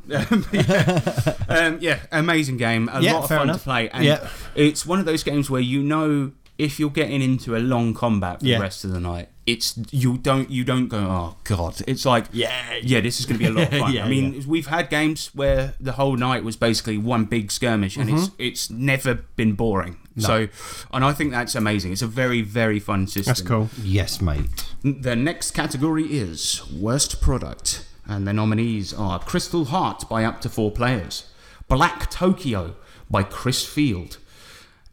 um, yeah, amazing game. A Yeah, lot of fair fun enough. to play. And Yeah. it's one of those games where you know if you're getting into a long combat for Yeah. the rest of the night, it's you don't you don't go oh god. It's like Yeah. yeah, this is going to be a lot of fun. Yeah, I mean, we've had games where the whole night was basically one big skirmish, and Mm-hmm. it's it's never been boring. So, and I think that's amazing. It's a very very fun system. That's cool. Yes, mate. The next category is Worst Product, and the nominees are Crystal Heart by up to four players, Black Tokyo by Chris Field,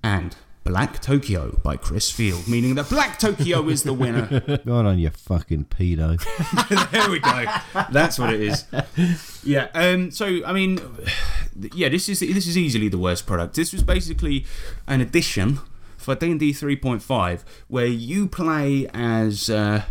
and Black Tokyo by Chris Field, meaning that Black Tokyo is the winner. Going on, you fucking pedo. there we go. That's what it is. Yeah. Um. So I mean, yeah. This is this is easily the worst product. This was basically an addition for D and D three point five, where you play as uh,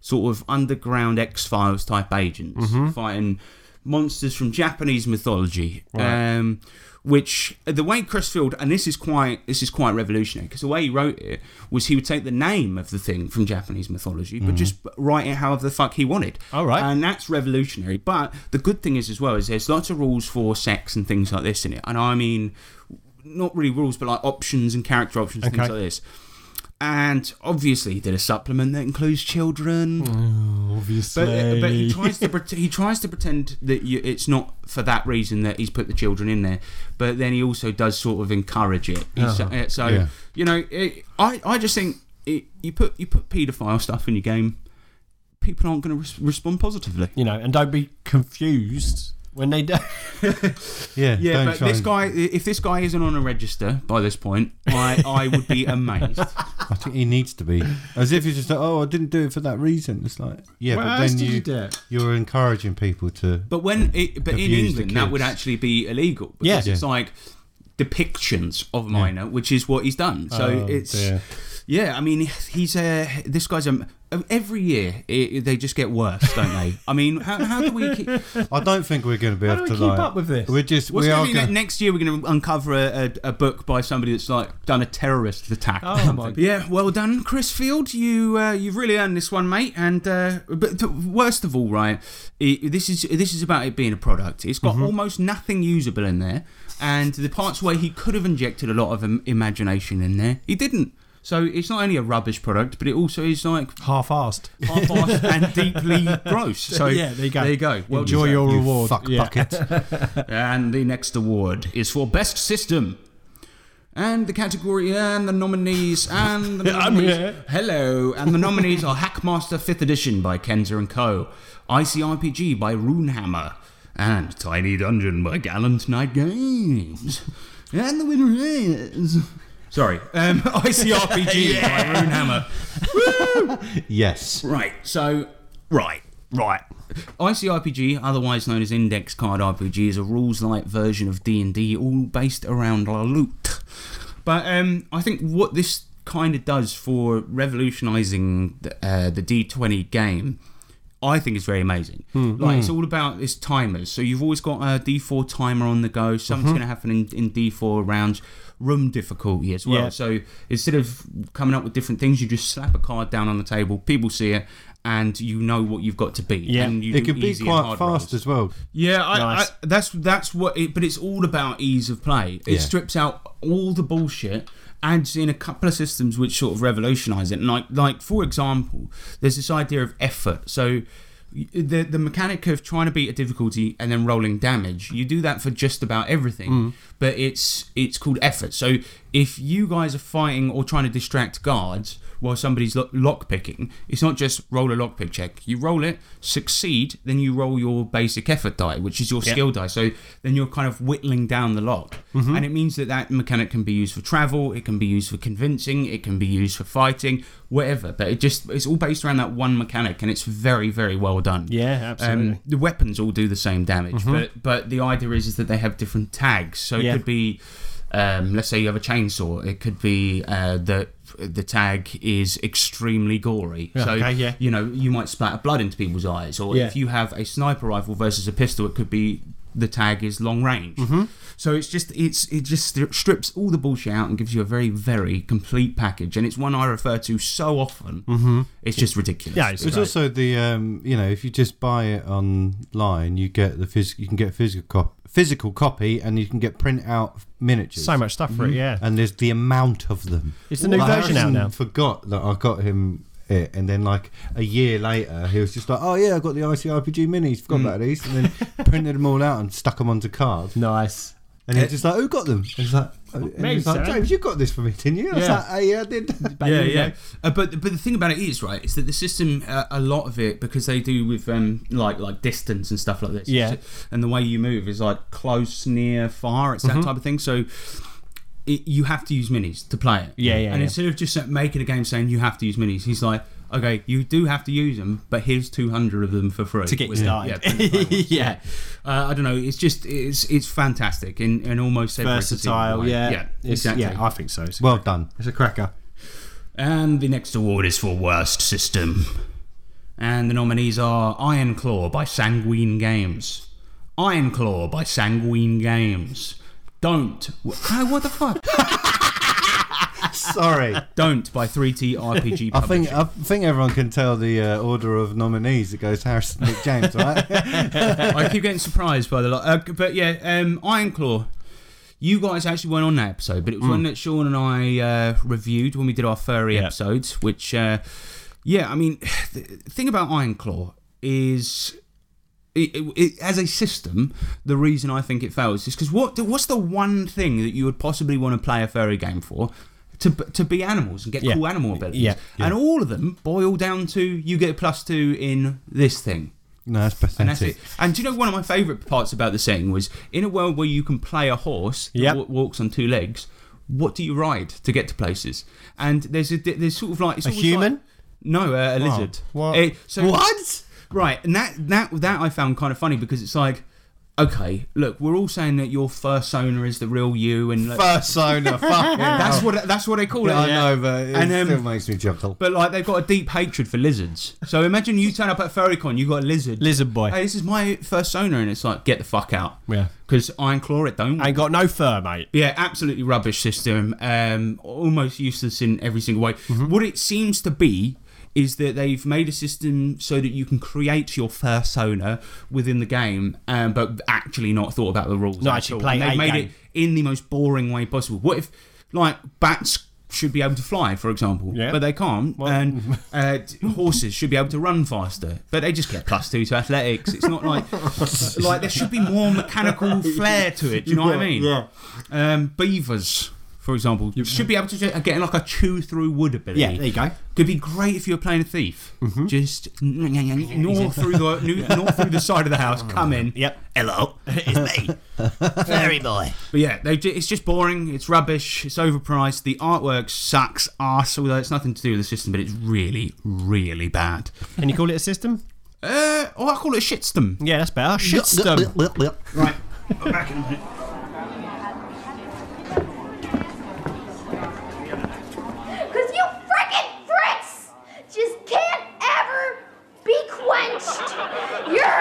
sort of underground X Files type agents Mm-hmm. fighting monsters from Japanese mythology. Um. Which uh, the way Chris Field and this is quite this is quite revolutionary because the way he wrote it was he would take the name of the thing from Japanese mythology but just write it however the fuck he wanted. Mm-hmm. All right. And that's revolutionary. But the good thing is as well is there's lots of rules for sex and things like this in it. And I mean, not really rules, but like options and character options, things Okay. like this. And obviously, he did a supplement that includes Mm-hmm. children. Oh, Obviously. But, but he tries to pret he tries to pretend that you, it's not for that reason that he's put the children in there. But then he also does sort of encourage it. He's- uh, So Uh-huh. Yeah. you know, it, I I just think it, you put you put paedophile stuff in your game, people aren't going to res- respond positively. you know, and don't be confused when they do. Yeah, Yeah, don't but try this and- guy, if this guy isn't on a register by this point, I, I would be amazed. I think he needs to be. As if he's just like, oh, I didn't do it for that reason. It's like, yeah, Where but else then did you, you do it? you're encouraging people to. But when, it, but in Abuse the England, that kids. would actually be illegal Yeah. because it's Yeah. like depictions of a minor, which is what he's done. So Oh, it's yeah. I mean, he's uh, this guy's um, every year it, they just get worse, don't they? I mean, how, how do we? Keep, I don't think we're going to be How able do we to keep like, up with this? We're just What's we gonna are be gonna- ne- next year? We're going to uncover a, a, a book by somebody that's like done a terrorist attack. or Oh, something. my- Yeah, well done, Chris Field. You uh, you've really earned this one, mate. And uh, but th- worst of all, right, it, this is this is about it being a product. It's got Mm-hmm. almost nothing usable in there, and the parts where he could have injected a lot of im- imagination in there, he didn't. So it's not only a rubbish product, but it also is like half-assed. half-assed and deeply gross. So Yeah, there you go. There you go. Well Enjoy deserved. your you reward. fuck yeah. bucket. and the next award is for Best System. And the category and the nominees and the I'm nominees. here. Hello, and the nominees are Hackmaster 5th Edition by Kenzer and Co, ICRPG by Runehammer, and Tiny Dungeon by Gallant Knight Games. And the winner is Sorry, um, ICRPG by Runehammer. yes. Right, so right, Right. ICRPG, otherwise known as Index Card RPG, is a rules-light version of D&D, all based around la loot. But um, I think what this kind of does for revolutionising the, uh, the D20 game, I think is very amazing. Hmm. Like it's all about this timers. So you've always got a D4 timer on the go. Something's Mm-hmm. going to happen in, in D4 rounds. Room difficulty as well. Yeah. So instead of coming up with different things, you just slap a card down on the table. People see it. And you know what you've got to beat. Yeah. and you It do can be easy and quite hard fast rolls. as well. Yeah, I, Nice. I, that's that's what. It, but it's all about ease of play. It Yeah. strips out all the bullshit, adds in a couple of systems which sort of revolutionise it. Like like for example, there's this idea of effort. So y- the the mechanic of trying to beat a difficulty and then rolling damage. You do that for just about everything, but it's it's called effort. So if you guys are fighting or trying to distract guards while somebody's lo- lock picking, it's not just roll a lock pick check. You roll it, succeed, then you roll your basic effort die, which is your skill die. So then you're kind of whittling down the lock, and it means that that mechanic can be used for travel, it can be used for convincing, it can be used for fighting, whatever. But it just it's all based around that one mechanic, and it's very very well done. Yeah, absolutely. Mm-hmm. Um, the weapons all do the same damage, but but the idea is is that they have different tags. So it Yeah. could be, um, let's say you have a chainsaw. It could be uh, the the tag is extremely gory. so okay, yeah. you know you might splatter blood into people's eyes, or Yeah. if you have a sniper rifle versus a pistol, it could be the tag is long range. Mm-hmm. So it's just it's it just stri- strips all the bullshit out and gives you a very very complete package. And it's one I refer to so often. Mm-hmm. It's just ridiculous. Yeah, it's There's also the um, you know, if you just buy it online, you get the phys- you can get physical cop- physical copy, and you can get print out miniatures. so much stuff for it, yeah. and there's the amount of them. It's the new Like, version out Harrison now. Forgot that I got him it, and then like a year later, he was just like, "Oh yeah, I got the ICRPG minis. Mm. Forgot about these," and then printed them all out and stuck them onto cards. Nice. And he's just like, "Who got them?" And he's like, and Me, he's like sir. "James, you got this for me, didn't you?" And Yeah. I was like, "Oh, yeah, I did." Back yeah, in the yeah. day. Uh, but but the thing about it is right is that the system uh, a lot of it because they do with um like like distance and stuff like this. Yeah. And the way you move is like close, near, far. It's Mm-hmm. that type of thing. So. It, you have to use minis to play it. Yeah, yeah, And yeah. instead of just uh, making a game saying you have to use minis, he's like, okay, you do have to use them, but here's 200 of them for free To get you With- started. Yeah, pretty much. yeah. Uh, I don't know. It's just it's it's fantastic and, and almost separates the team Versatile, away. yeah. yeah, It's- exactly. Yeah, I think so. It's a well done. It's a cracker. And the next award is for Worst System. And the nominees are Iron Claw by Sanguine Games. Iron Claw by Sanguine Games. Don't. Wh- No, what the fuck? Sorry. Don't by 3T RPG I think Publishing. I think everyone can tell the uh, order of nominees. It goes Harrison, Nick James, right? I keep getting surprised by the lot. Uh, but yeah, um, Iron Claw. You guys actually weren't on that episode, but it was one that Sean and I uh, reviewed when we did our furry Hmm. Yeah. episodes. Which, uh, yeah, I mean, the thing about Iron Claw is it, it, it- as a system, the reason I think it fails is because what what's the one thing that you would possibly want to play a furry game for? To, b- to be animals and get Yeah. cool animal abilities. Yeah. And all of them boil down to you get a plus two in this thing. no, that's pathetic. And that's it. And do you know one of my favourite parts about the setting was in a world where you can play a horse that Yep. wa- walks on two legs. What do you ride to get to places? And there's a di- there's sort of like it's A always human? like- no, uh, a lizard. What? Eh, so, what? Right, and that that that I found kind of funny because it's like. Okay, look, we're all saying that your fursona is the real you, and look, Persona, fucking that's hell. what that's what they call it. I know, but it And, um, still makes me chuckle. But like they've got a deep hatred for lizards. So imagine you turn up at Furrycon, you got a lizard. Lizard boy. Hey, this is my fursona, and it's like get the fuck out. Yeah. Because Iron Claw it don't. Ain't got no fur, mate. yeah, absolutely rubbish system. Um, almost useless in every single way. Mm-hmm. What it seems to be is that they've made a system so that you can create your fursona within the game, um, but actually not thought about the rules. No, at actually all. play And They a made game. it in the most boring way possible. What if like bats? Should be able to fly, for example, Yeah. but they can't. and uh, t- horses should be able to run faster, but they just get plus two to athletics. It's not like like there should be more mechanical flair to it. Do you know what I mean? Yeah. Um, beavers, for example, should be able to ju- get like a chew through wood ability. Yeah, there you go. Could be great if you were playing a thief. Just gnaw through the gnaw through the side of the house. Come in. Yep. Hello, it's me, fairy boy. But yeah, they, ju- it's just boring. It's rubbish. It's overpriced. The artwork sucks ass. Although it's nothing to do with the system, but it's really, really bad. Can you call it a system? Uh, or I call it a shitstorm. Yeah, that's better. Shitstorm. Right, I'm back in a minute. Because you frickin' Fritz just can't ever be quenched. Your,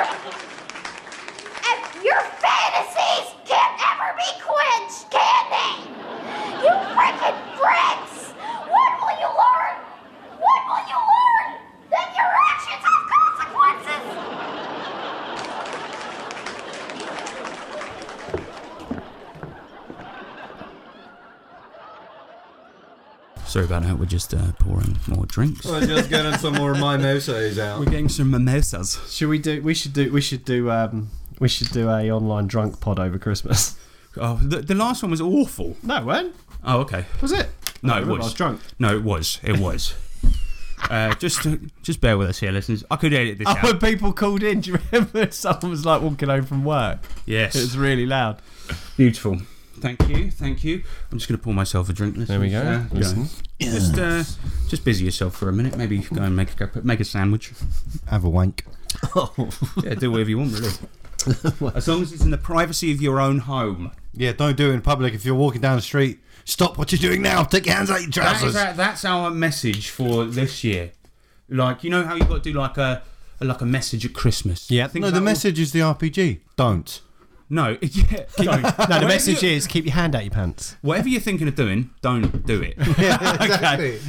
and your fantasies can't ever be quenched, can they? You frickin' Fritz! When will you learn? When will you learn that your actions have consequences? Sorry about that. We're just uh, pouring more drinks. I'm just getting some more of my mimosas out. We're getting some mimosas. Should we do? We should do. We should do. Um, we should do a online drunk pod over Christmas. Oh, the, the last one was awful. No, when Oh, okay. was it? No, I it remember I was. was drunk. No, it was. It was. uh, just, just bear with us here, listeners. I could edit this Oh, out. when people called in, do you remember? Someone was like walking home from work. Yes. It was really loud. Beautiful. Thank you, thank you. I'm just going to pour myself a drink. There we go. Listen. Just, uh, just busy yourself for a minute. Maybe go and make a cup- make a sandwich. Have a wank. Oh. Yeah, do whatever you want, really. as long as it's in the privacy of your own home. Yeah, don't do it in public. If you're walking down the street, stop what you're doing now. Take your hands out your That is trousers. our, that's our message for this year. Like you know how you got to do like a, a like a message at Christmas. Yeah. Things No, the like- message is the RPG. Don't. No, yeah. don't. No, Whatever the message you- is keep your hand out your pants. whatever you're thinking of doing, don't do it. Exactly.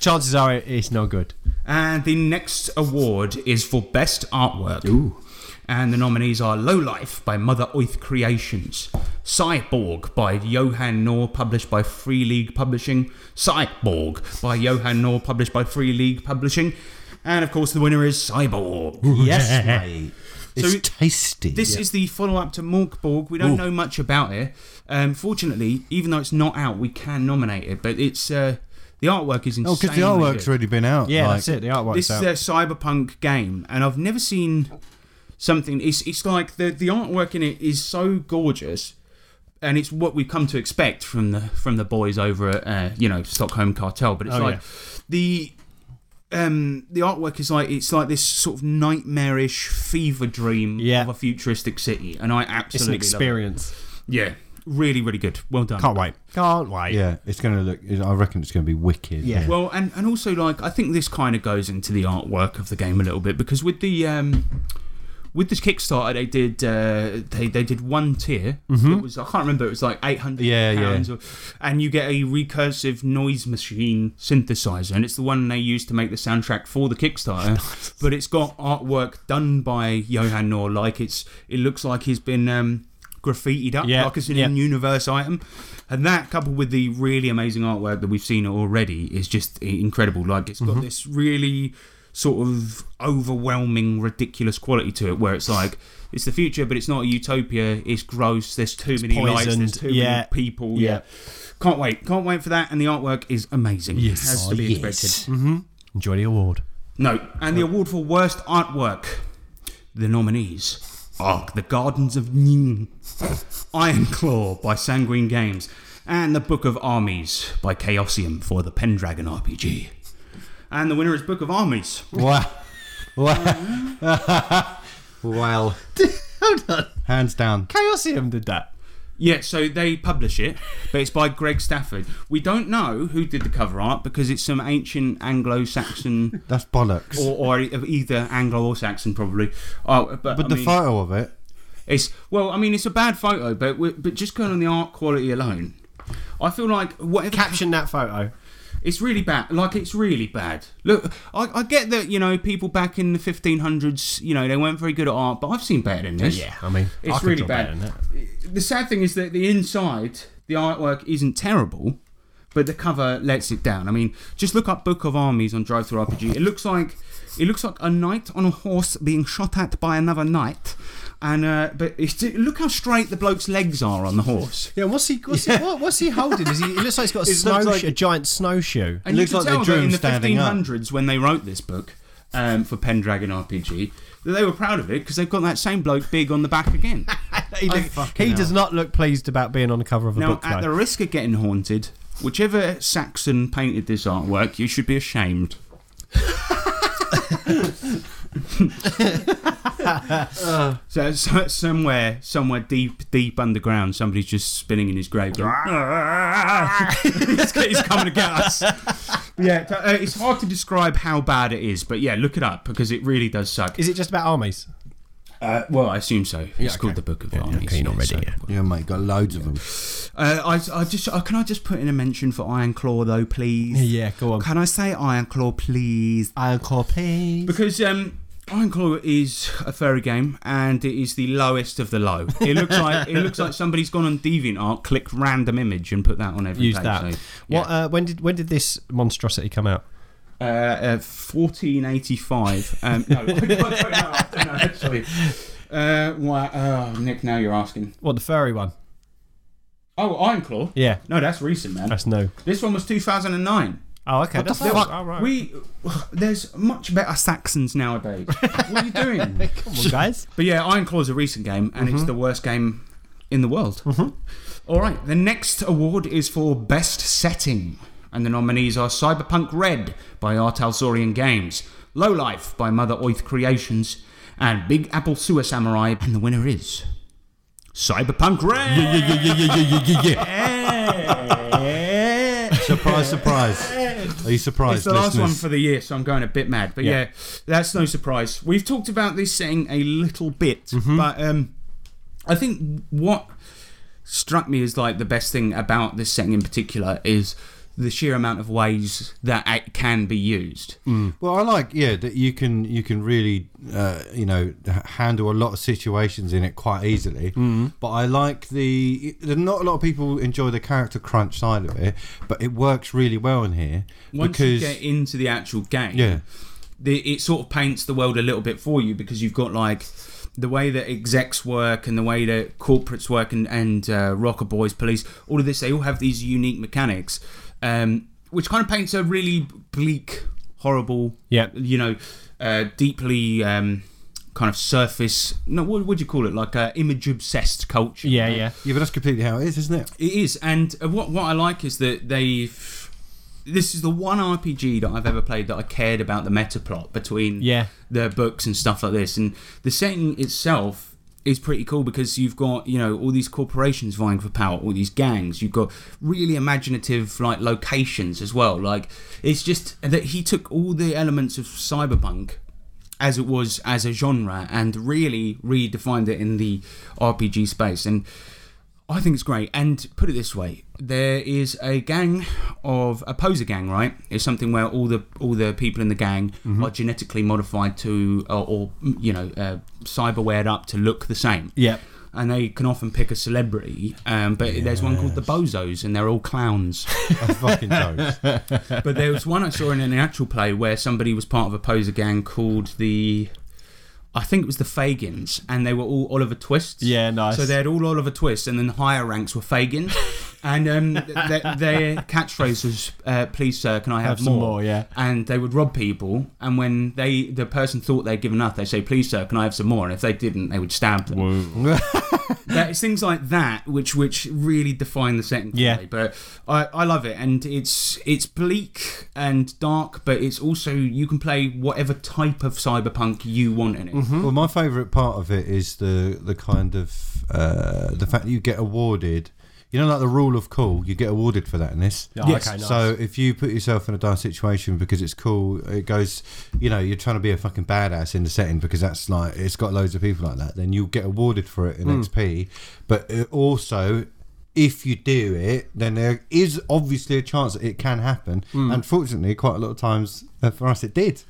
Chances are it- it's no good. And the next award is for Best Artwork. And the nominees are Low Life by Mother Earth Creations, Cyborg by Johan Knorr, published by Free League Publishing, Cyborg by Johan Knorr, published by Free League Publishing, and of course the winner is Cyborg. Yes, mate. It's So- tasty. This is the follow up to Morkborg. We don't know much about it. Um, fortunately, even though it's not out, we can nominate it. But it's uh, the artwork is insane. oh, because the artwork's already been out. Yeah, like- that's it. The artwork's this is out. their cyberpunk game, and I've never seen something. It's it's like the the artwork in it is so gorgeous, and it's what we've come to expect from the from the boys over at uh, you know Stockholm Cartel. But it's Oh, like yeah. the um the artwork is like it's like this sort of nightmarish fever dream Yeah. of a futuristic city, and I it's an absolutely love experience. it. Yeah, really, really good. Well done. Can't wait. Can't wait. Yeah, it's going to look. I reckon it's going to be wicked. Yeah. Well, and, and also like I think this kind of goes into the artwork of the game a little bit because with the um, with this Kickstarter they did uh, they they did one tier. It was I can't remember. It was like eight hundred Mm-hmm. Yeah, yeah. pounds, or, and you get a recursive noise machine synthesizer, and it's the one they used to make the soundtrack for the Kickstarter. but it's got artwork done by Johan Nor. Like it's it looks like he's been. Um, graffitied up Yeah, like it's an yeah. universe item. And that, coupled with the really amazing artwork that we've seen already, is just i- incredible. Like, it's Mm-hmm. got this really sort of overwhelming, ridiculous quality to it where it's like, it's the future, but it's not a utopia. It's gross. There's too many lights. There's poisoned. too Yeah. many people. Yeah. Yeah. Can't wait. Can't wait for that. And the artwork is amazing. Yes. As Oh, to be expected. Enjoy the award. No. And the award for worst artwork, the nominees are The Gardens of Nin, Iron Claw by Sanguine Games, and The Book of Armies by Chaosium for the Pendragon RPG. And the winner is Book of Armies. Wow. Wow. well. Hands down. Chaosium did that. Yeah, so they publish it, but it's by Greg Stafford. We don't know who did the cover art because it's some ancient Anglo-Saxon That's bollocks. or, or either Anglo or Saxon probably. Oh, but, but I the mean- photo of it. It's well, I mean, it's a bad photo, but we- but just going on the art quality alone, I feel like whatever Caption that photo. it's really bad. Like it's really bad. Look, I, I get that you know people back in the 1500s, you know, they weren't very good at art, but I've seen better than this. Yeah, I mean, It's I could really draw bad. better than that. The sad thing is that the inside, the artwork isn't terrible, but the cover lets it down. I mean, just look up Book of Armies on Drive Through RPG. It looks like it looks like a knight on a horse being shot at by another knight. And uh, but it's, look how straight the bloke's legs are on the horse. Yeah, what's he? What's he? What, what's he holding? Is he? It looks like he's got a, It looks snow, like- a giant snowshoe. And looks you like can they tell drew that him in the standing up. 1500s when they wrote this book um, for Pendragon RPG that they were proud of it because they've got that same bloke big on the back again. He, look- he does not look pleased about being on the cover of a now, book. at the though. risk of getting haunted, whichever Saxon painted this artwork, you should be ashamed. So, so somewhere, somewhere deep, deep underground, somebody's just spinning in his grave. Going, "Ah." he's, he's coming to get us. Yeah, t- uh, it's hard to describe how bad it is, but yeah, look it up because it really does suck. Is it just about armies? Uh, well, I assume so. It's called the Book of Armies. okay, not ready yet. Yeah, mate, got loads of them. Uh, I, I just uh, can I just put in a mention for Iron Claw though, please. Yeah, go on. Can I say Iron Claw, please? I'll call please. Because um, Iron Claw is a furry game, and it is the lowest of the low. It looks like it looks like somebody's gone on DeviantArt, clicked random image, and put that on every Use page, that. so, What? Uh, when did when did this monstrosity come out? Uh, uh, 1485. Um, no, I don't know, I don't know, actually. Uh, wow, oh, Nick, now you're asking. What the furry one? Oh, Iron Claw. Yeah, No, that's recent, man. that's no. This one was 2009. Oh, okay. that's fuck? All right. We there's much better Saxons nowadays. what are you doing? Come on, Mm-hmm. guys. But yeah, Iron Claw's a recent game, and it's the worst game in the world. Mm-hmm. All right, the next award is for best setting, and the nominees are Cyberpunk Red by Artalsorian Games, Lowlife by Mother Oath Creations, and Big Apple Sewer Samurai. And the winner is Cyberpunk Red. Surprise, surprise. Are you surprised, It's the last listeners? one for the year, so I'm going a bit mad. But yeah, that's no surprise. We've talked about this setting a little bit, Mm-hmm. but um, I think what struck me as like the best thing about this setting in particular is the sheer amount of ways that it can be used. Well, I like yeah that you can you can really uh, you know h- handle a lot of situations in it quite easily. Mm-hmm. Mm. But I like the there- not a lot of people enjoy the character crunch side of it, but it works really well in here Once because you get into the actual game, yeah the, it sort of paints the world a little bit for you because you've got like the way that execs work and the way that corporates work and, and uh, rocker boys, police, all of this, they all have these unique mechanics, um, which kind of paints a really bleak, horrible, Yeah. you know, uh, deeply um, kind of surface, no, what would you call it? Like uh, image obsessed culture. Yeah, yeah. yeah, but that's completely how it is, isn't it? It is, and uh, what what I like is that they've. This is the one RPG that I've ever played that I cared about the meta plot between Yeah. the books and stuff like this, and the setting itself is pretty cool because you've got you know all these corporations vying for power, all these gangs. You've got really imaginative like locations as well. Like it's just that he took all the elements of cyberpunk as it was as a genre and really redefined it in the RPG space and. I think it's great. And put it this way, there is a gang of a poser gang, right? It's something where all the all the people in the gang are genetically modified to, or, or you know, uh, cyberwared up to look the same. Yeah. And they can often pick a celebrity, um, but there's one called the Bozos, and they're all clowns. I fucking don't. but there was one I saw in an actual play where somebody was part of a poser gang called the, I think it was the Fagins, and they were all Oliver Twists. Yeah, nice. So they had all Oliver Twist, and then the higher ranks were Fagin. and um, th- their catchphrase was, uh, "Please, sir, can I have, Have some more, yeah. And they would rob people, and when they the person thought they'd given up, they'd say, "Please, sir, can I have some more?" And if they didn't, they would stab them. That- it's things like that which which really define the setting. for Yeah. me. but I, I love it, and it's it's bleak and dark, but it's also you can play whatever type of cyberpunk you want in it. Mm-hmm. Well, my favourite part of it is the the kind of uh, the fact that you get awarded. You know, like the rule of cool, you get awarded for that in this. Oh, Yes. okay, nice. So if you put yourself in a dire situation because it's cool, it goes. You know, you're trying to be a fucking badass in the setting because that's like it's got loads of people like that. Then you'll get awarded for it in XP. But it also, if you do it, then there is obviously a chance that it can happen. And fortunately, quite a lot of times uh, for us, it did.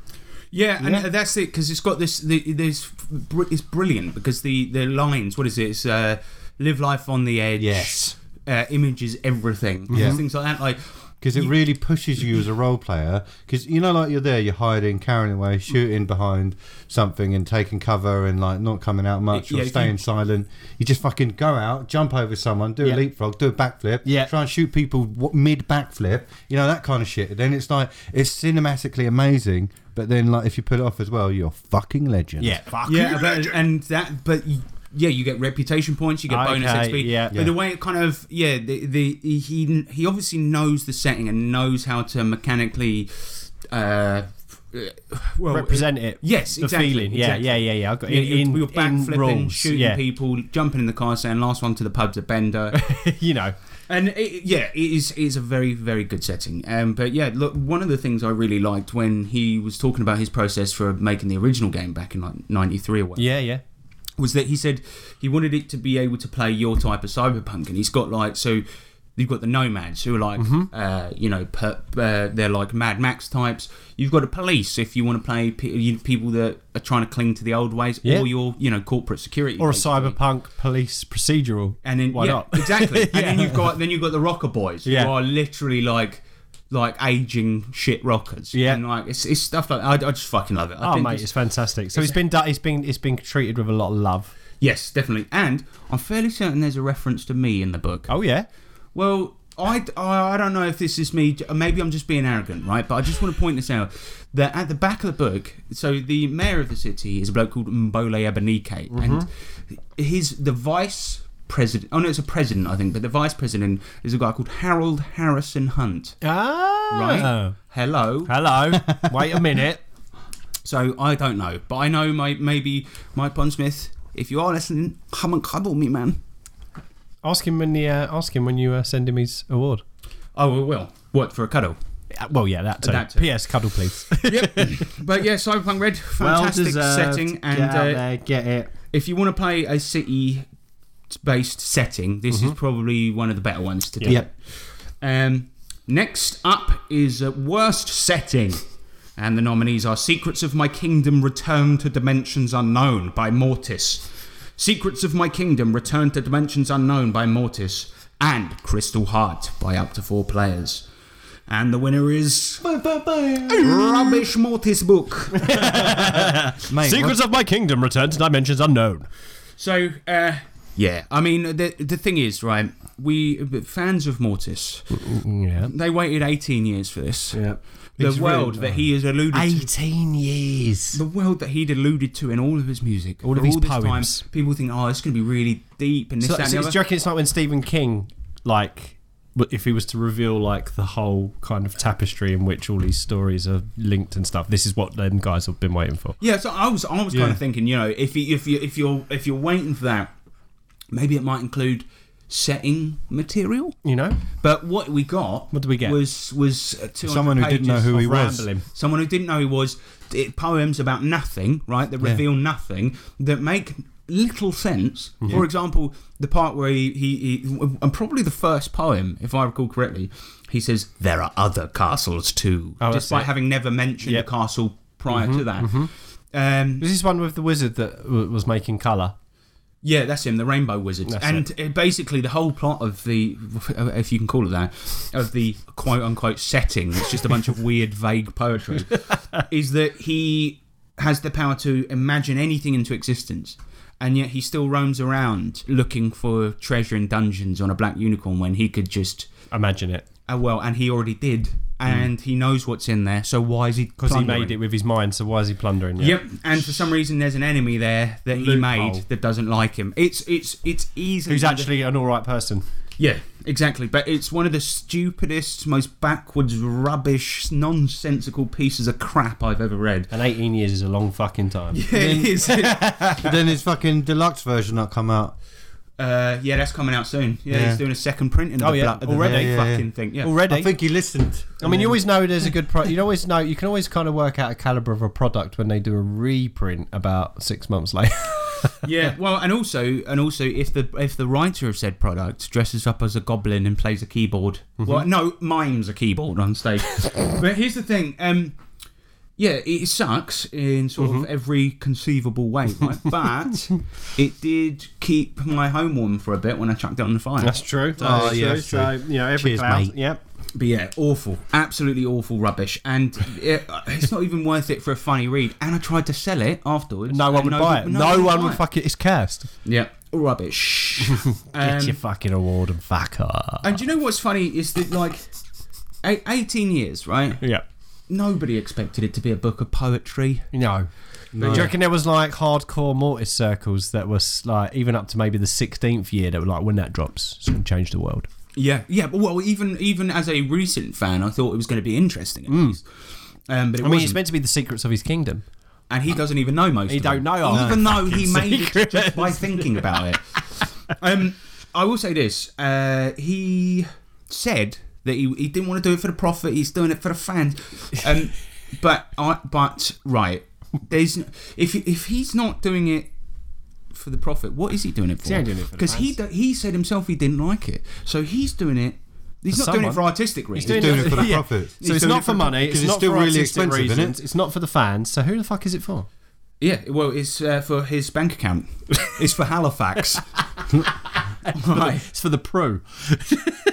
Yeah, and that's it because it's got this. The, this br- it's brilliant because the the lines. What is it? It's uh, live life on the edge. Yes. Uh, images everything. Yeah. Things like that. Like because it really pushes you as a role player. Because you know, like you're there, you're hiding, carrying away, shooting behind something, and taking cover, and like not coming out much Yeah, or if staying you- silent. You just fucking go out, jump over someone, do Yeah. a leapfrog, do a backflip, Yeah. try and shoot people w- mid backflip. You know that kind of shit. And then it's like it's cinematically amazing, but then like if you put it off as well, you're a fucking legend. Yeah. Fuck. yeah, but, and that. But y- yeah, you get reputation points. You get bonus Okay, XP. yeah. But Yeah. the way it kind of yeah, the the he he obviously knows the setting and knows how to mechanically. Uh, uh, well, represent it. yes, the exactly, feeling. Yeah, exactly. yeah, yeah, yeah. I've got Yeah, in, in, we were in backflipping, rules. shooting yeah, people, jumping in the car, saying "last one to the pub's a bender," you know. and it, yeah, it is it is a very very good setting. Um, but yeah, look, one of the things I really liked when he was talking about his process for making the original game back in like '93 or whatever Yeah, yeah. was that he said he wanted it to be able to play your type of cyberpunk, and he's got like so. You've got the nomads who are like, Mm-hmm. uh, you know, per, uh, they're like Mad Max types. You've got the police if you want to play pe- you- people that are trying to cling to the old ways, Yeah. or your, you know, corporate security, Or a basically. cyberpunk police procedural. And then why yeah, not? exactly. And then Yeah. you've got then you've got the rocker boys Yeah. who are literally like, like aging shit rockers. Yeah. and like it's, it's stuff like I, I just fucking love it. Oh I think mate, it's- it's fantastic. So it's been done. It's been it's been treated with a lot of love. yes, definitely. And I'm fairly certain there's a reference to me in the book. Oh yeah. Well, I, I, I don't know if this is me. Maybe I'm just being arrogant, right? But I just want to point this out that at the back of the book, so the mayor of the city is a bloke called Mbole Ebenike, and his the vice president. Oh no, it's a president, I think, but the vice president is a guy called Harold Harrison Hunt. Ah. Right. Hello. Hello. Wait a minute. So I don't know, but I know my maybe Mike Pondsmith. If you are listening, come and cuddle me, man. Ask him when the uh, ask him when you uh, send him his award. Oh, we will. What for a cuddle? Uh, well, yeah, that too. That too. P.S. Cuddle, please. But yeah, Cyberpunk Red, fantastic setting, and uh, get it. if you want to play a city based setting, this is probably one of the better ones to do. Yep. Um, next up is uh, worst setting. And the nominees are Secrets of My Kingdom Return to Dimensions Unknown by Mortis, Secrets of My Kingdom Return to Dimensions Unknown by Mortis, and Crystal Heart by up to four players. And the winner is. Rubbish Mortis book. Mate, Secrets of my kingdom return to dimensions unknown. So, uh, yeah, I mean, the the thing is, right? We fans of Mortis, Yeah. they waited 18 years for this. Yeah. The It's really- world that he has alluded to, 18 years. the world that he'd alluded to in all of his music, All of for his all this poems. Time, people think, oh, it's going to be really deep and this, So, so that, and do the you other. reckon it's like when Stephen King, like, w- if he was to reveal like the whole kind of tapestry in which all these stories are linked and stuff, this is what them guys have been waiting for. Yeah, so I was, I was kind Yeah. of thinking, you know, if you, if you, if you're, if you're waiting for that, maybe it might include setting material. You know, But what we got, What did we get? Was was uh, 200 Someone who didn't know pages who he of was. rambling. Someone who didn't know he was. It, poems about nothing, right? That reveal nothing. That make little sense. For example, the part where he, he, he and probably the first poem, if I recall correctly, he says there are other castles too, Oh, that's despite it. having never mentioned Yep. a castle prior to that. Um, this is one with the wizard that w- was making color. yeah, that's him, the Rainbow Wizard. and it. basically, the whole plot of the, if you can call it that, of the quote unquote setting, it's just a bunch of weird, vague poetry, is that he has the power to imagine anything into existence. And yet he still roams around looking for treasure in dungeons on a black unicorn when he could just, Imagine it, oh well, and he already did. And he knows what's in there, so why is he? because Mm. he plundering? made it with his mind. So why is he plundering? it? Yep, and for some reason there's an enemy there that he Loophole. made that doesn't like him. It's it's it's easily Who's actually an all right person? yeah exactly, but it's one of the stupidest, most backwards, rubbish, nonsensical pieces of crap I've ever read. And 18 years is a long fucking time. It is. uh, then his fucking deluxe version not come out. uh, yeah, that's coming out soon. Yeah, Yeah. he's doing a second printing. Oh, of the yeah, bla- of the already? big Yeah, yeah, fucking yeah. thing. Yeah, Already, I think he listened. I mean, you always know there's a good pro. You always know you can always kind of work out a caliber of a product when they do a reprint about six months later. yeah. Well, and also, and also, if the if the writer of said product dresses up as a goblin and plays a keyboard, Mm-hmm. well, no, mimes a keyboard on stage. but here's the thing. Um, yeah, it sucks in sort Mm-hmm. of every conceivable way, right? but it did keep my home warm for a bit when I chucked it on the fire. true. Oh, yeah, that's true. you know, every Cheers, mate. Yep. But yeah, awful, absolutely awful rubbish, and it, uh, it's not even worth it for a funny read. And I tried to sell it afterwards. No one and would buy it. No, would one buy would it. fuck it. It's cursed. Yeah, rubbish. Get Um, your fucking award and fuck off. And do you know what's funny is that like eight- 18 years, right? Yeah. Nobody expected it to be a book of poetry. No. Do you reckon there was like hardcore mortis circles that was like even up to maybe the 16th year that were like when that drops, it's gonna change the world. Yeah. Yeah, but well even even as a recent fan, I thought it was going to be interesting at least. Um, but it Mm. I mean, it's wasn't. meant to be the secrets of his kingdom. and he doesn't even know most. He of don't them. know half even the though he fucking made it just by thinking about it. Um, I will say this: uh, he said that he, he didn't want to do it for the profit. He's doing it for the fans. Um, but I, but right, there's n- if if he's not doing it for the profit, what is he doing it for? only doing it for the because he do- he said himself he didn't like it, so he's doing it. He's not doing someone. it for artistic reasons. doing it for the profits. So it's doing not it for for- money. It's, it's not still for really artistic expensive, isn't it? reasons. It's not for the fans. So who the fuck is it for? Yeah, well, it's uh, for his bank account. It's for Halifax. right. It's for the pro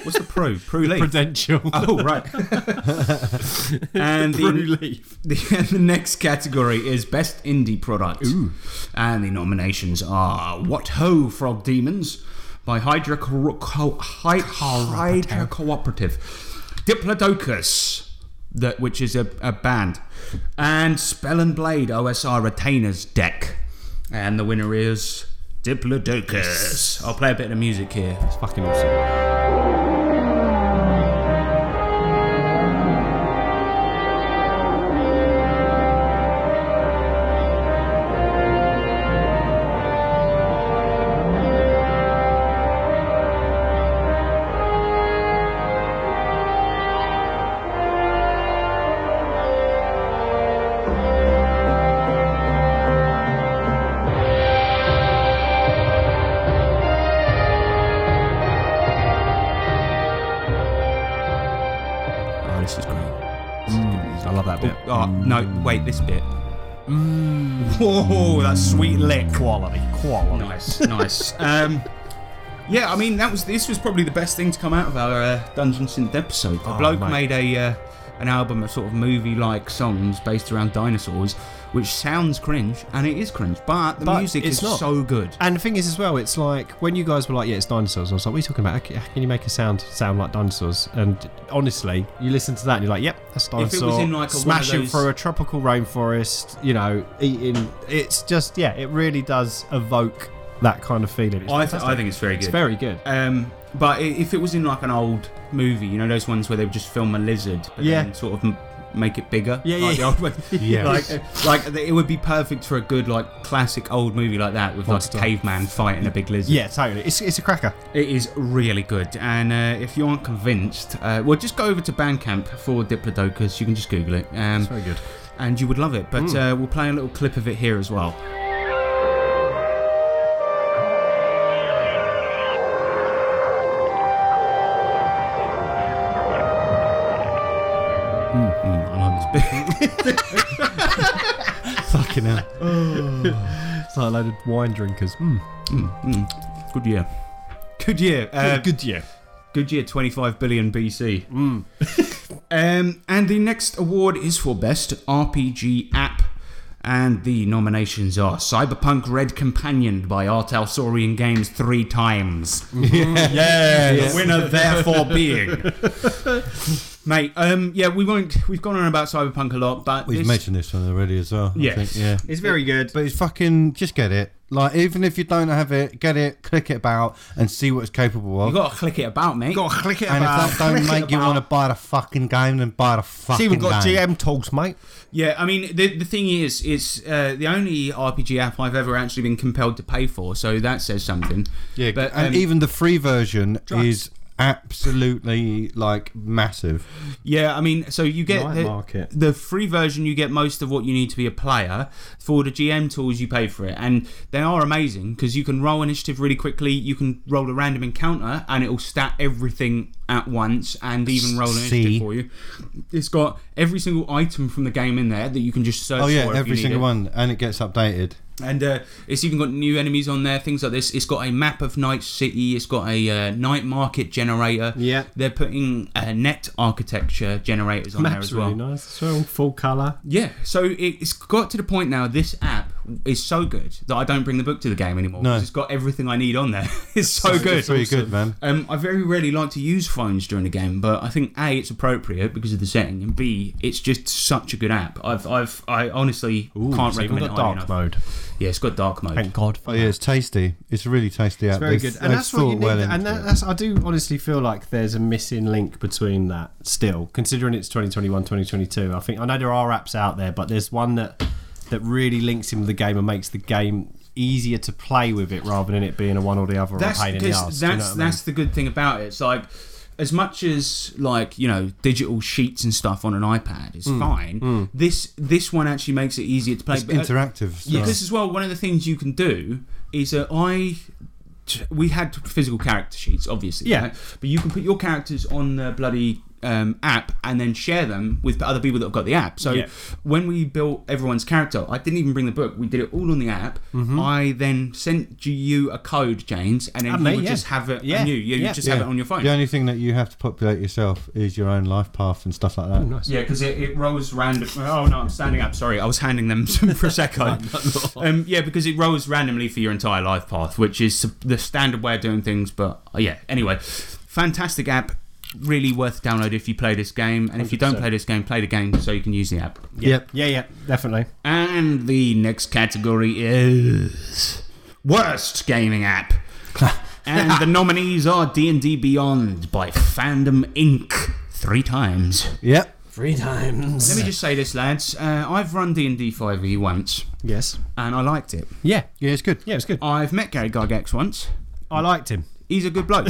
What's the pro? Pro leaf. prudential. Oh, right. and the, leaf. the, the next category is best indie product. And the nominations are What Ho Frog Demons by Hydra, Co- Co- Hy- Hydra Cooperative, Diplodocus, that, which is a, a band, and Spell and Blade OSR Retainers deck. And the winner is Diplodocus. I'll play a bit of music here. It's fucking awesome. Oh, this is great. I love that bit. Mm. Mm. Oh, no, wait, this bit. Mm. Whoa, that sweet lick. Quality, quality. Nice, nice. um, yeah, I mean, that was this was probably the best thing to come out of our uh, Dungeon Synth episode. The bloke Oh, mate. made a uh, an album of sort of movie-like songs based around dinosaurs, which sounds cringe, and it is cringe, but the But music it's is not. so good. And the thing is, as well, it's like when you guys were like, "Yeah, it's dinosaurs." I was like, "What are you talking about? How can- How can you make a sound sound like dinosaurs?" And honestly, you listen to that and you're like, "Yep, that's was dinosaur." in, like, a- one of smashing those- through a tropical rainforest, you know, eating. It's just yeah, it really does evoke that kind of feeling. It's, I, th- I think it's very good. it's very good. Um, but i- if it was in like an old movie, you know, those ones where they would just film a lizard, but Yeah. then sort of m- make it bigger. Yeah, like yeah. The old one. Yes. like, uh, like th- it would be perfect for a good like classic old movie like that with like a Monster. caveman fighting a big lizard. Yeah, totally. It's, it's a cracker. It is really good, and uh, if you aren't convinced, uh, well, just go over to Bandcamp for Diplodocus. You can just Google it, um, Very good. Hmm. and you would love it. But uh, we'll play a little clip of it here as well. Mm, I like this bit. Fucking hell. It's like a load of wine drinkers. Mm. Good year. Good year. Uh, good year. Good year, 25 billion BC. Mm. um, and the next award is for Best RPG App. And the nominations are Cyberpunk Red Companion by Artalsorian Games three times. Yeah, the winner therefore being. Mate, um, yeah, we won't. We've gone on about Cyberpunk a lot, but We've this- mentioned this one already as well. I Yes. think, yeah. it's very good. But it's fucking just get it. Like even if you don't have it, get it, click it about, and see what it's capable of. You gotta click it about, mate. click it and if that don't make you want to buy the fucking game, then buy the fucking See, we've got game. GM talks, mate. Yeah, I mean, the, the thing is, it's uh, the only RPG app I've ever actually been compelled to pay for, so that says something. Yeah, but and um, even the free version is absolutely like massive. yeah, I mean, so you get Night the, market. the free version, you get most of what you need to be a player. For the GM tools, you pay for it, and they are amazing because you can roll initiative really quickly. You can roll a random encounter, and it'll stat everything at once, and even roll initiative See? for you. It's got every single item from the game in there that you can just search. Oh yeah, for if you every need single it. one, and it gets updated. And uh, it's even got new enemies on there, things like this. It's got a map of Night City. It's got a uh, night market generator. Yeah. they're putting uh, net architecture generators on there as well. nice as well. Full colour. Yeah, so it- it's got to the point now. This app is so good that I don't bring the book to the game anymore. No. 'cause It's got everything I need on there. it's so, good. It's really good, man. Um, I very rarely like to use phones during a game, but I think A, it's appropriate because of the setting, and B, it's just such a good app. I've, I've, I honestly can't so we've recommend it. got highly dark enough. mode. Yeah, it's got dark mode. Thank God. For Oh yeah, it's tasty. It's a really tasty app. It's very They've- good, and they've that's what you thought need. well and into that, it. that's I do honestly feel like there's a missing link between that still, considering it's 2021, 2022. I think I know there are apps out there, but there's one that that really links in with the game and makes the game easier to play with it rather than it being a one or the other or a that's pain in the 'cause ass. do you know that's what I mean? that's the good thing about it. It's like as much as like you know digital sheets and stuff on an iPad is Mm. fine. This this one actually makes it easier to play. It's But, uh, interactive. So. Yeah, because as well, one of the things you can do is that I. We had physical character sheets, obviously. Yeah. right? But you can put your characters on the bloody um, app and then share them with other people that have got the app. So Yeah. when we built everyone's character, I didn't even bring the book. We did it all on the app. Mm-hmm. I then sent you a code, James, and then And you me, Ah, would yeah. just have it. Yeah, And you, you yeah. just have it on your phone. The only thing that you have to populate yourself is your own life path and stuff Oh, like that. Yeah, because it, it rolls random. Oh no, I'm standing up. Sorry, I was handing them some prosecco. um, yeah, because it rolls randomly for your entire life path, which is the standard way of doing things. But uh, yeah, anyway, fantastic app. Really worth download if you play this game, and if you don't play this game, play the game so you can use the app. Yep. yeah, yeah, definitely. And the next category is worst gaming app. and the nominees are D&D Beyond by Fandom Inc. three times. Yep. Three times. Let me just say this, lads. Uh, I've run D and D five e once, Yes. and I liked it. Yeah. Yeah, it's good. Yeah, it's good. I've met Gary Gygax once. I liked him. He's a good bloke.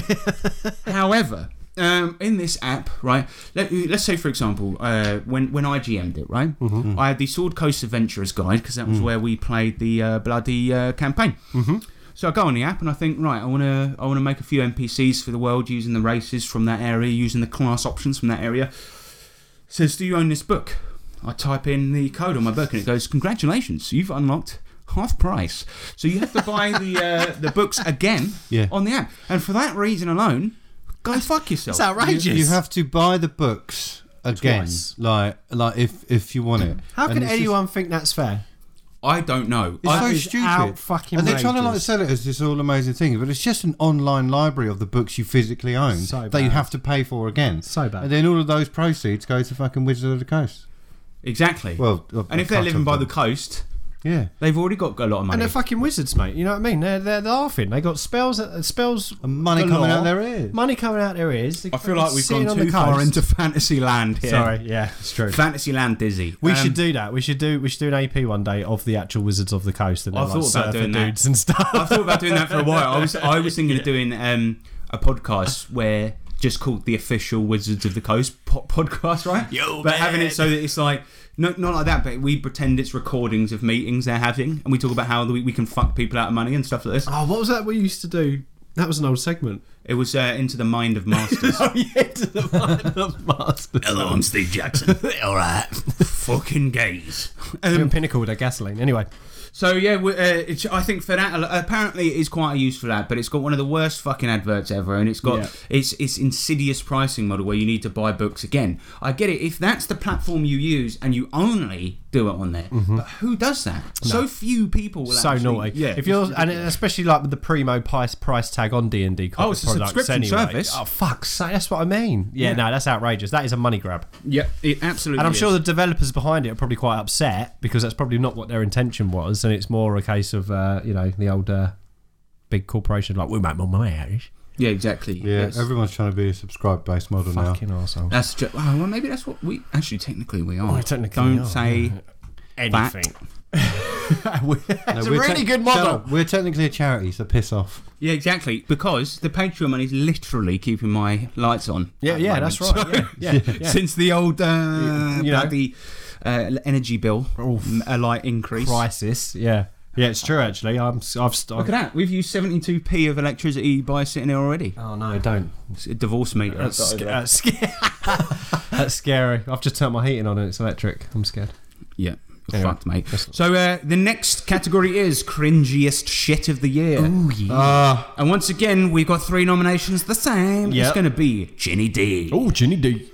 However, um, in this app, right? Let, let's say, for example, uh, when when I GM'd it, right? I had the Sword Coast Adventurers guide because that was where we played the uh, bloody uh, campaign. Mm-hmm. So I go on the app and I think, right, I want to I want to make a few NPCs for the world using the races from that area, using the class options from that area. says, "Do you own this book?" I type in the code on my book, and it goes, "Congratulations, you've unlocked half price." So you have to buy the uh, the books again Yeah. on the app, and for that reason alone, go fuck yourself. outrageous. You have to buy the books again, Twice. like like if if you want it. How And can it's just- anyone think that's fair? I don't know. It's I- so is stupid. out fucking and they're trying to like rages. sell it as this all amazing thing, but it's just an online library of the books you physically own So that you bad. have to pay for again. So bad. And then all of those proceeds go to fucking Wizard of the Coast. exactly. Well, a- and a if they're cut living of by the them. coast, yeah, they've already got a lot of And money. they're fucking wizards, mate. You know what I mean? They're they're laughing. They got spells, uh, spells, And money coming out galore. their ears. Money coming out their ears. They're I feel like we've sitting gone on too the coast. far into fantasy land here. Sorry, yeah, it's true. fantasy land dizzy. We Um, should do that. We should do we should do an AP one day of the actual Wizards of the Coast and I they're like thought about surfer doing that. dudes and stuff. I've thought about doing that for a while. I was I was thinking of doing um, a podcast where just called the official Wizards of the Coast po- podcast, right? Yo, but man. having it so that it's like no, not like that, but we pretend it's recordings of meetings they're having, and we talk about how we, we can fuck people out of money and stuff like this. oh, what was that we used to do? That was an old segment. It was uh, into the mind of masters. Hello, I'm Steve Jackson. All right. Fucking gays. Um, Doing pinnacle with their gasoline. Anyway, so yeah, we, uh, it's, I think for that al- apparently it is quite a useful app, but it's got one of the worst fucking adverts ever, and it's got Yeah. it's it's insidious pricing model where you need to buy books again. I get it if that's the platform you use and you only do it on there, but who does that? So few people. Will Mm-hmm. so actually, naughty. Yeah, if you're it's and uh, ridiculous. especially like with the primo price price tag on D and D. Oh, it's a subscription service. Oh fuck, so that's what I mean. Yeah, no, that's outrageous. That is a money grab, yeah, it absolutely. and I'm is. sure the developers behind it are probably quite upset because that's probably not what their intention was, and it's more a case of uh, you know the old uh, big corporation like we make more money out of this. yeah, exactly. yeah. That's- Everyone's trying to be a subscribe based model now. Fucking arsehole. That's just, oh, well, maybe that's what we actually technically we are. Well, technically Don't we are, say anything. No, it's we're a te- really good Shut model. up. We're technically a charity, so piss off. yeah, exactly because the Patreon money is literally keeping my lights on. Yeah, at the yeah, moment. that's right. Yeah, yeah, yeah. Since the old uh, You know. bloody uh, energy bill, m- a light increase. Crisis. Yeah, yeah, it's true. Actually, I'm. s- I've. st- Look at that. We've used 72p of electricity by sitting here already. Oh no, don't. It's a divorce meter. That's, I've got sc- over. that's, sc- that's scary. I've just turned my heating on and it's electric. I'm scared. yeah. Anyway, Fucked, mate. that's- So uh, the next category is cringiest shit of the year, Uh, Oh yeah. and once again we've got three nominations. The same. It's Yep. going to be Ginny D. oh, Ginny D.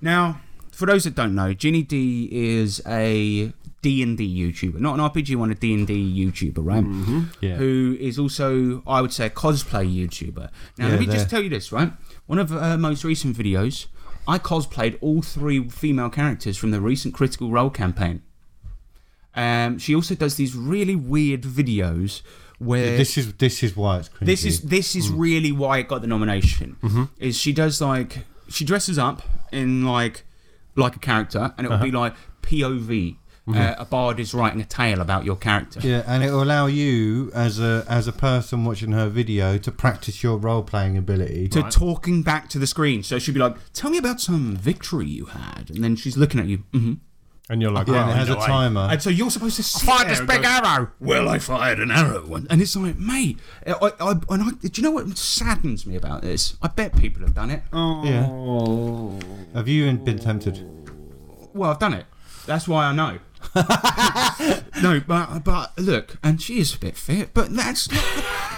Now, for those that don't know, Ginny D is a D and D YouTuber, not an RPG one, a D and D YouTuber, right? Mm-hmm. Yeah. Who is also, I would say, a cosplay YouTuber. Now, Yeah, let me they're- just tell you this, right? One of her most recent videos, I cosplayed all three female characters from the recent Critical Role campaign. Um, she also does these really weird videos where This is this is why it's cringy. this is this is really why it got the nomination. Is she does like she dresses up in like like a character, and it will be like POV. Uh, a bard is writing a tale about your character. yeah, and it will allow you as a as a person watching her video to practice your role playing ability. To talking back to the screen, so she'd be like, "Tell me about some victory you had,and then she's looking at you. hmm And you're like, yeah, and "Oh, it has a no way." timer. And so you're supposed to sit fired this big arrow. Well, I fired an arrow, and, and it's like, mate, I, I, and I, do you know what saddens me about this? I bet people have done it. yeah. Have you even been tempted? Well, I've done it. That's why I know. no, but but look, and she is a bit fit, but that's not,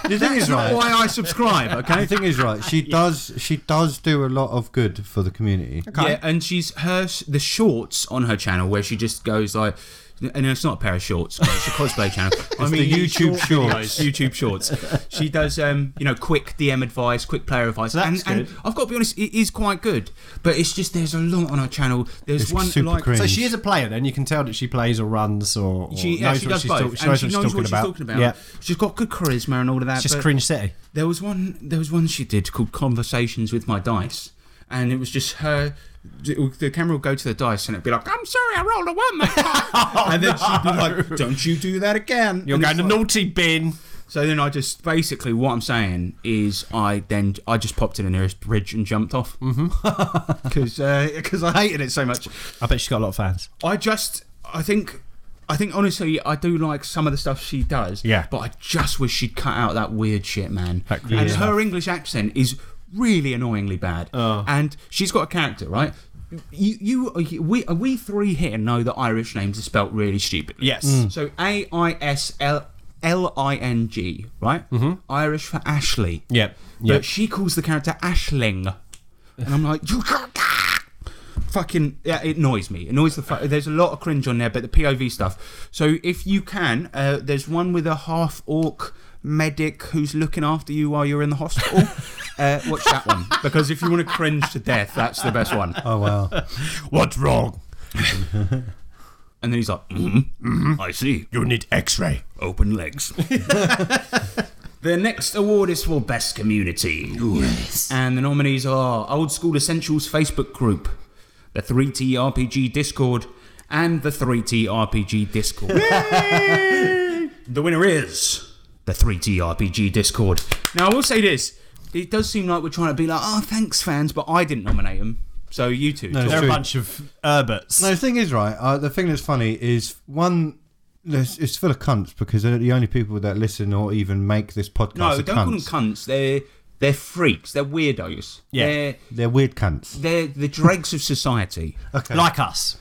The thing that's is, not right. why I subscribe. Okay. The thing is, right? She does she does do a lot of good for the community. Yeah, and she's her s- the shorts on her channel where she just goes like, and it's not a pair of shorts, but it's a cosplay channel. I the YouTube short shorts. videos, YouTube shorts. She does um, you know, quick DM advice, quick player advice, that's and, good. and I've got to be honest, it is quite good. But it's just there's a lot on her channel. There's It's one super like cringe. So she is a player, then you can tell that she plays or runs or, or She, yeah, knows she what does she's both, talk- she knows and what she knows she's what talking she's about. talking about. Yeah, She's got good charisma and all of that. it's just but cringe city. There was one. There was one she did called "Conversations with My Dice," and it was just her. The camera would go to the dice and it'd be like, "I'm sorry, I rolled a one." mate." and then she'd be like, "Don't you do that again?" Oh, You're And going it's to like- naughty bin. So then I just basically what I'm saying is I then I just popped in the nearest bridge and jumped off Mm-hmm. because because I hated it so much. I bet she's got a lot of fans. I just, I think, I think honestly, I do like some of the stuff she does. Yeah. But I just wish she'd cut out that weird shit, man. That cringe and stuff. Oh. her English accent is really annoyingly bad. And she's got a character, right? You, you, we, we three here know that Irish names are spelt really stupidly. Yes. So A I S L L I N G, right? Mm-hmm. Irish for Ashley. Yep. But she calls the character Ashling, and I'm like, you can't. Fucking, yeah, it annoys me. It annoys the. Fu- there's a lot of cringe on there, but the POV stuff. So if you can, uh, there's one with a half orc medic who's looking after you while you're in the hospital. uh, watch that one because if you want to cringe to death, that's the best one. Oh wow! What's wrong? And then he's like, mm I see. You need X-ray. Open legs. the next award is for best community, and the nominees are Old School Essentials Facebook group, the 3T RPG Discord, and the 3T RPG Discord. the winner is. the 3T RPG Discord. Now, I will say this: it does seem like we're trying to be like, "Oh, thanks, fans," but I didn't nominate them, so you two. No, George. They're a True. bunch of Herberts. No, the thing is, right? Uh, the thing that's funny is one. It's, it's full of cunts because they're the only people that listen or even make this podcast. No, are don't cunts. call them cunts. They're they're freaks. They're weirdos. Yeah. They're, They're weird cunts. they're the dregs of society. Okay. Like us.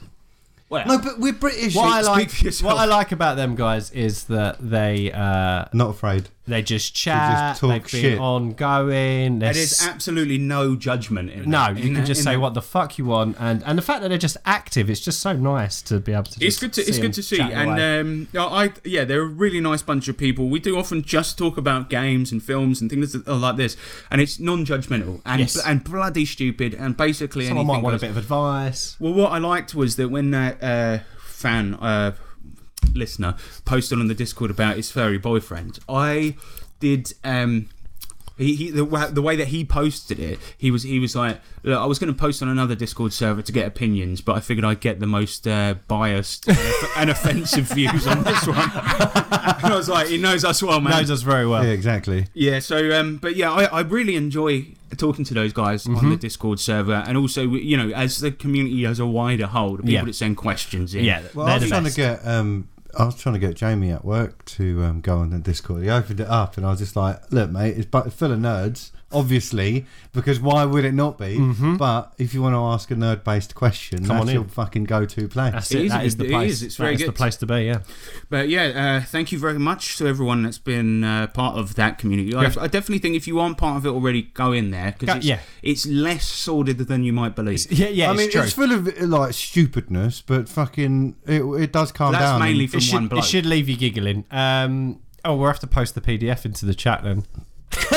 Well, no, but we're British. What I It's- like, for yourself. what I like about them guys is that they uh, Not afraid. they just chat, talk they've been shit. ongoing. They're there's s- absolutely no judgment in no, that. you In can that- just in say that- what the fuck you want, and and the fact that they're just active, it's just so nice to be able to. It's just good to see it's them good to see, chatting and away. um, no, I yeah, they're a really nice bunch of people. We do often just talk about games and films and things that are like this, and it's non-judgmental and Yes. and bloody stupid and basically someone might anything want a goes. bit of advice. Well, what I liked was that when that uh, fan uh, listener posted on the Discord about his furry boyfriend, I did. Um, he, he the, wa- the way that he posted it, he was he was like, Look, I was going to post on another Discord server to get opinions, but I figured I'd get the most uh, biased and, off- and offensive views on this one. and I was like, he knows us well, man. Knows us very well. Yeah, exactly. Yeah, so um, but yeah, I, I really enjoy talking to those guys on the Mm-hmm. Discord server, and also you know as the community as a wider whole, the people Yeah. that send questions in. Yeah, Well, they're I was the trying best. to get um, I was trying to get Jamie at work to um, go on the Discord. He opened it up, and I was just like, "Look, mate, it's bu- full of nerds. obviously, because why would it not be? But if you want to ask a nerd based question, Mm-hmm. Come that's on in. your fucking go to place. That's It it. is- that is the it place. is, it's That very the good. place to be. Yeah. But yeah, uh, thank you very much to everyone that's been uh, part of that community. I, I definitely think if you aren't part of it already, go in there Go- because it's, yeah. it's less sordid than you might believe. Yeah. Yeah. I mean, it's, full of uh, like stupidness, but fucking it, it does calm That's down. mainly and- from it should, one bloke. It should leave you giggling. Um, oh, we'll have to post the PDF into the chat then.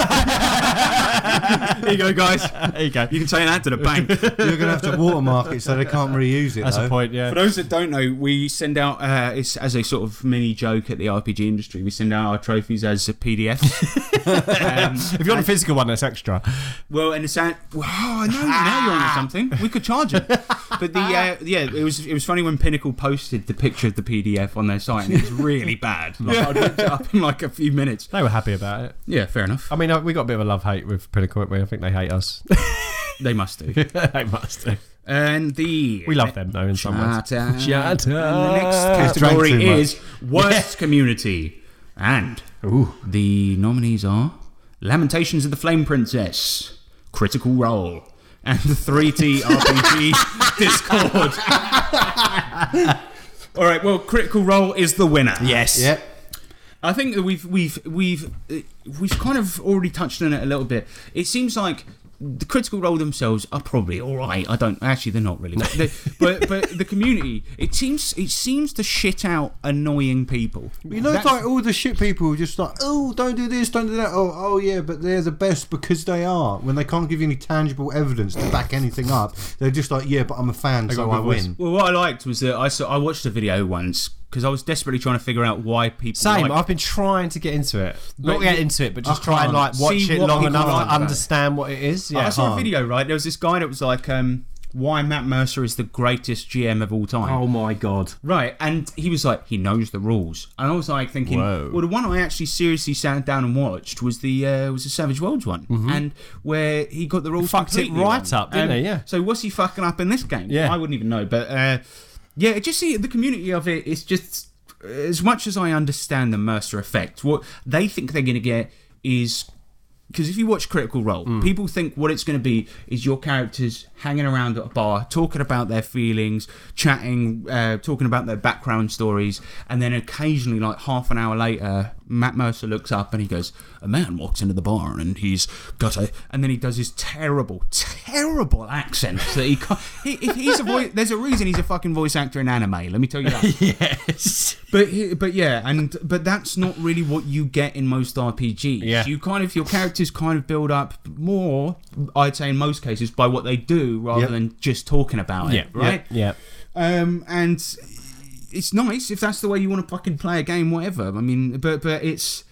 there you go, guys. There you go. You can take that to the bank. you're gonna have to watermark it so they can't reuse it. That's though. a point. Yeah. For those that don't know, we send out uh, it's as a sort of mini joke at the RPG industry. We send out our trophies as a PDF. um, If you want a physical one, that's extra. well, and it's at wow, no, now you're onto something. We could charge it. But the uh, yeah, it was it was funny when Pinnacle posted the picture of the PDF on their site, and it was really bad. Like, I ripped it up in like a few minutes. They were happy about it. Yeah, fair enough. I mean, uh, we got a bit of a love hate with Pinnacle, didn't we? I think they hate us. They must do. they must. do. And the We love them though, in some ways. Shut up. Shut And the up. next He's drank category too much. is worst community, and the nominees are Lamentations of the Flame Princess, Critical Role, and the 3T RPG Discord. All right, well, Critical Role is the winner. Yes. Yep. I think that we've we've we've uh, we've kind of already touched on it a little bit. It seems like the critical role themselves are probably all right. I don't actually they're not really, They- but but the community it seems it seems to shit out annoying people. You know, it's like all the shit people who are just like, oh, don't do this, don't do that. Oh, oh yeah, but they're the best because they are. When they can't give you any tangible evidence to back anything up, they're just like, yeah, but I'm a fan, so got I good voice. win. Well, what I liked was that I saw I watched a video once because I was desperately trying to figure out why people Same. like- I've been trying to get into it. Not But get you- into it, but just I try and like can't watch see it what long people enough like to about it. understand what it is. I Yeah. saw a video right. There was this guy that was like, um, "Why Matt Mercer is the greatest GM of all time." Oh my god. Right, and he was like, he knows the rules, and I was like thinking, well, the one I actually seriously sat down and watched was the uh, was the Savage Worlds one, Mm-hmm. and where he got the rules fucked it completely right wrong. Um, up, didn't he? Yeah. So what's he fucking up in this game? Yeah. I wouldn't even know, but uh, yeah, it just see the community of it. It's just as much as I understand the Mercer effect, what they think they're going to get is because if you watch Critical Role, Mm. people think what it's going to be is your characters hanging around at a bar, talking about their feelings, chatting, uh, talking about their background stories, and then occasionally, like half an hour later, Matt Mercer looks up and he goes, "A man walks into the bar and he's got a," and then he does his terrible, terrible accent that he, ca- he if he's a voice. There's a reason he's a fucking voice actor in anime. Let me tell you that. But he- but yeah, and but that's not really what you get in most RPGs. Yeah. You kind of your characters kind of build up more, I'd say in most cases, by what they do rather Yep. than just talking about Yeah. it, right? Yeah. Um, and it's nice if that's the way you want to fucking play a game, whatever. I mean, but but it's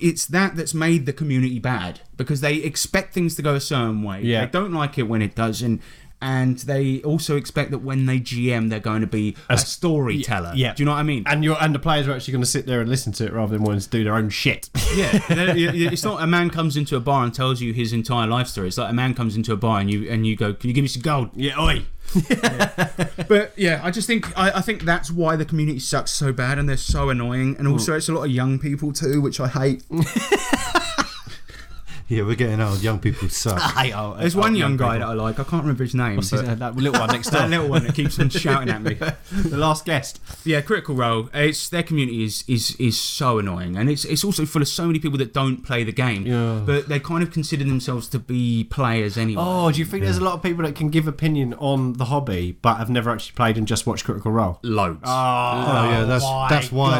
it's that that's made the community bad because they expect things to go a certain way. Yeah. They don't like it when it doesn't. And they also expect that when they GM, they're going to be a, storyteller. yeah. Do you know what I mean? And you and the players are actually going to sit there and listen to it rather than wanting to do their own shit. Yeah, it- it- it's not a man comes into a bar and tells you his entire life story. It's like a man comes into a bar and you and you go, "Can you give me some gold?" Yeah, oi. but yeah, I just think I, I think that's why the community sucks so bad and they're so annoying. And Mm. also, it's a lot of young people too, which I hate. Yeah, we're getting old. Young people suck. hey, oh, There's one young guy that I like. I can't remember his name. but- uh, that little one next that door. little one that keeps on shouting at me. the last guest. Yeah, Critical Role. It's their community is is is so annoying, and it's it's also full of so many people that don't play the game, Yeah. but they kind of consider themselves to be players anyway. Oh, do you think there's a lot of people that can give opinion on the hobby but have never actually played and just watched Critical Role? Loads. Oh, yeah, that's that's why it's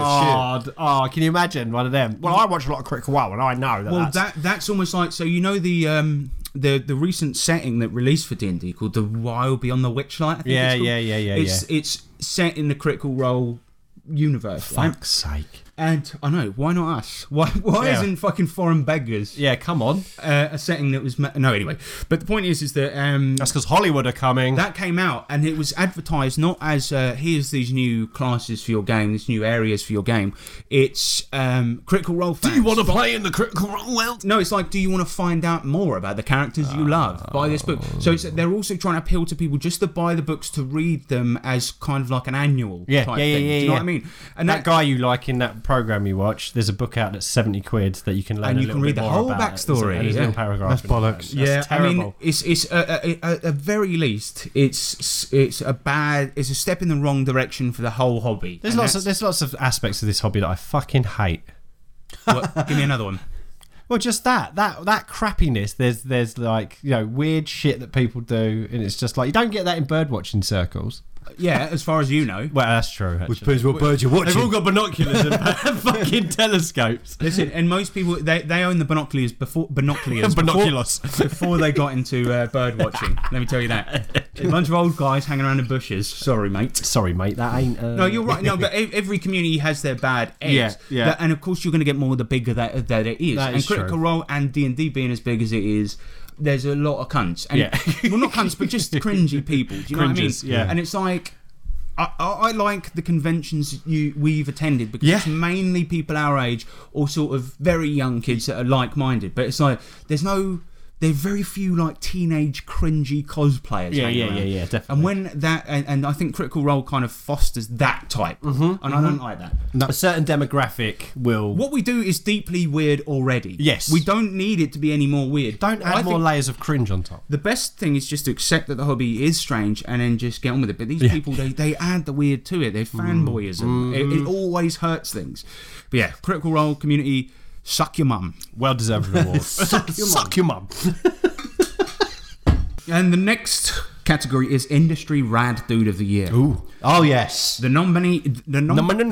God. shit. Oh, can you imagine one of them? Well, I watch a lot of Critical Role and I know that. Well, that's, that that's almost like so you know the um the the recent setting that released for D and D called the Wild Beyond the Witchlight. I think Yeah, it's called. yeah, yeah, yeah, It's it's set in the Critical Role universe. right? fuck's sake. And I know why not us? Why why Yeah. isn't fucking Foreign Beggars Yeah, come on. uh, a setting that was ma- no anyway? But the point is is that um That's because Hollywood are coming. that came out and it was advertised not as uh, here's these new classes for your game, these new areas for your game. It's um, Critical Role. Fans. Do you want to play in the Critical Role world? No, it's like, do you want to find out more about the characters you love? Buy this book. So it's, they're also trying to appeal to people just to buy the books to read them as kind of like an annual Yeah, type yeah, yeah, thing. yeah, Do you know yeah. what I mean? And That that, guy you like in that program you watch, there's a book out that's seventy quid that you can learn And a you little can read bit the more whole about it. It's a- backstory, and There's a little yeah. paragraph. That's in it. bollocks. That's yeah, I mean, terrible. it's it's uh, uh, uh, at very least, it's it's a bad, it's a step in the wrong direction for the whole hobby. there's And lots of that's- there's lots of aspects of this hobby that I fucking hate. What, give me another one. Well, just that that that crappiness. There's there's like you know weird shit that people do, and it's just like you don't get that in bird watching circles. Yeah, as far as you know. Well, that's true. Actually. Which depends what bird you're watching. got binoculars and fucking telescopes. Listen, and most people they, they own the binoculars before binoculars Binoculars. before, before they got into uh, bird watching. Let me tell you that. A bunch of old guys hanging around in bushes. Sorry, mate. Sorry, mate, that ain't. Uh, No, you're right. No, but ev- every community has their bad eggs. Yeah, yeah. That- and of course, you're going to get more the bigger that that it is. That and is true. Critical Role and D and D being as big as it is, there's a lot of cunts. And, Yeah. well, not cunts, but just cringy people. Do you know Cringes, what I mean? yeah. And it's like. I, I I like the conventions you we've attended because Yeah. it's mainly people our age or sort of very young kids that are like-minded. But it's like there's no, there are very few like teenage cringy cosplayers. Yeah, hanging yeah, around. yeah, yeah, definitely. And when that, and, and I think Critical Role kind of fosters that type, mm-hmm, and I don't like that. a certain demographic will. What we do is deeply weird already. Yes. we don't need it to be any more weird. Don't add I more think layers of cringe on top. The best thing is just to accept that the hobby is strange and then just get on with it. But these people, they, they add the weird to it. They're Mm-hmm. fanboyism. It, it always hurts things. But yeah, Critical Role community, suck your mum. Well deserved reward. Suck your mum. And the next category is industry rad dude of the year. Ooh. oh yes. The nominee, the nom- The the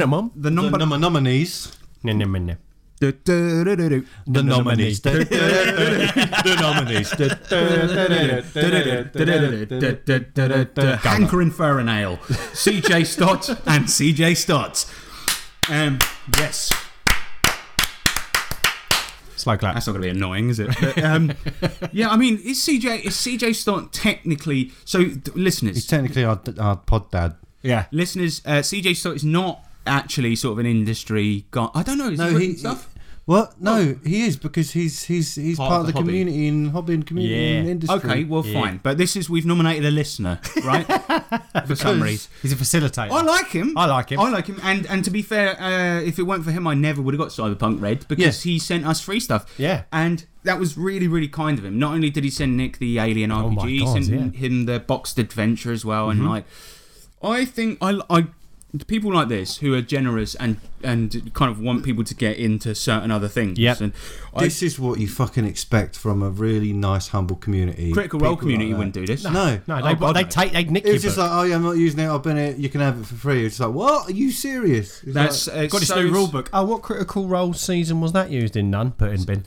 number. The nom- nominees. Du- du- du- du- du. The nominees. The nominees. Hanker and Fernale, CJ Stott and CJ Stott. Um, yes, Slow clap. that's not going to be annoying, is it? But, um, yeah, I mean, is CJ is CJ Stott technically? So, th- He's listeners, technically our, our pod dad. Yeah. listeners, uh, CJ Stott is not actually sort of an industry guy. I don't know. Is he, written stuff? What? No, he is because he's he's he's Oh. part, of the, hobby. community and hobby and community Yeah. and industry. okay, well, fine. But this is we've nominated a listener, right? For some reason. He's a facilitator. I like him. I like him. I like him. And and to be fair, uh, if it weren't for him, I never would have got Cyberpunk Red because he sent us free stuff. Yeah. And that was really really kind of him. Not only did he send Nick the Alien RPG, Oh my he God, sent yeah. Mm-hmm. him the boxed adventure as well. And like, I think I I people like this who are generous and and kind of want people to get into certain other things. Yep. And I, This is what you fucking expect from a really nice, humble community. critical role People community like that. wouldn't do this. No, No, they, God, they no. take. They nick It you. was just like, oh yeah, I'm not using it. I've been it. You can have it for free. It's like, what? Are you serious? It's That's like, uh, Got his so new it's- rule book. Oh, what critical role season was that used in? None. Put in bin.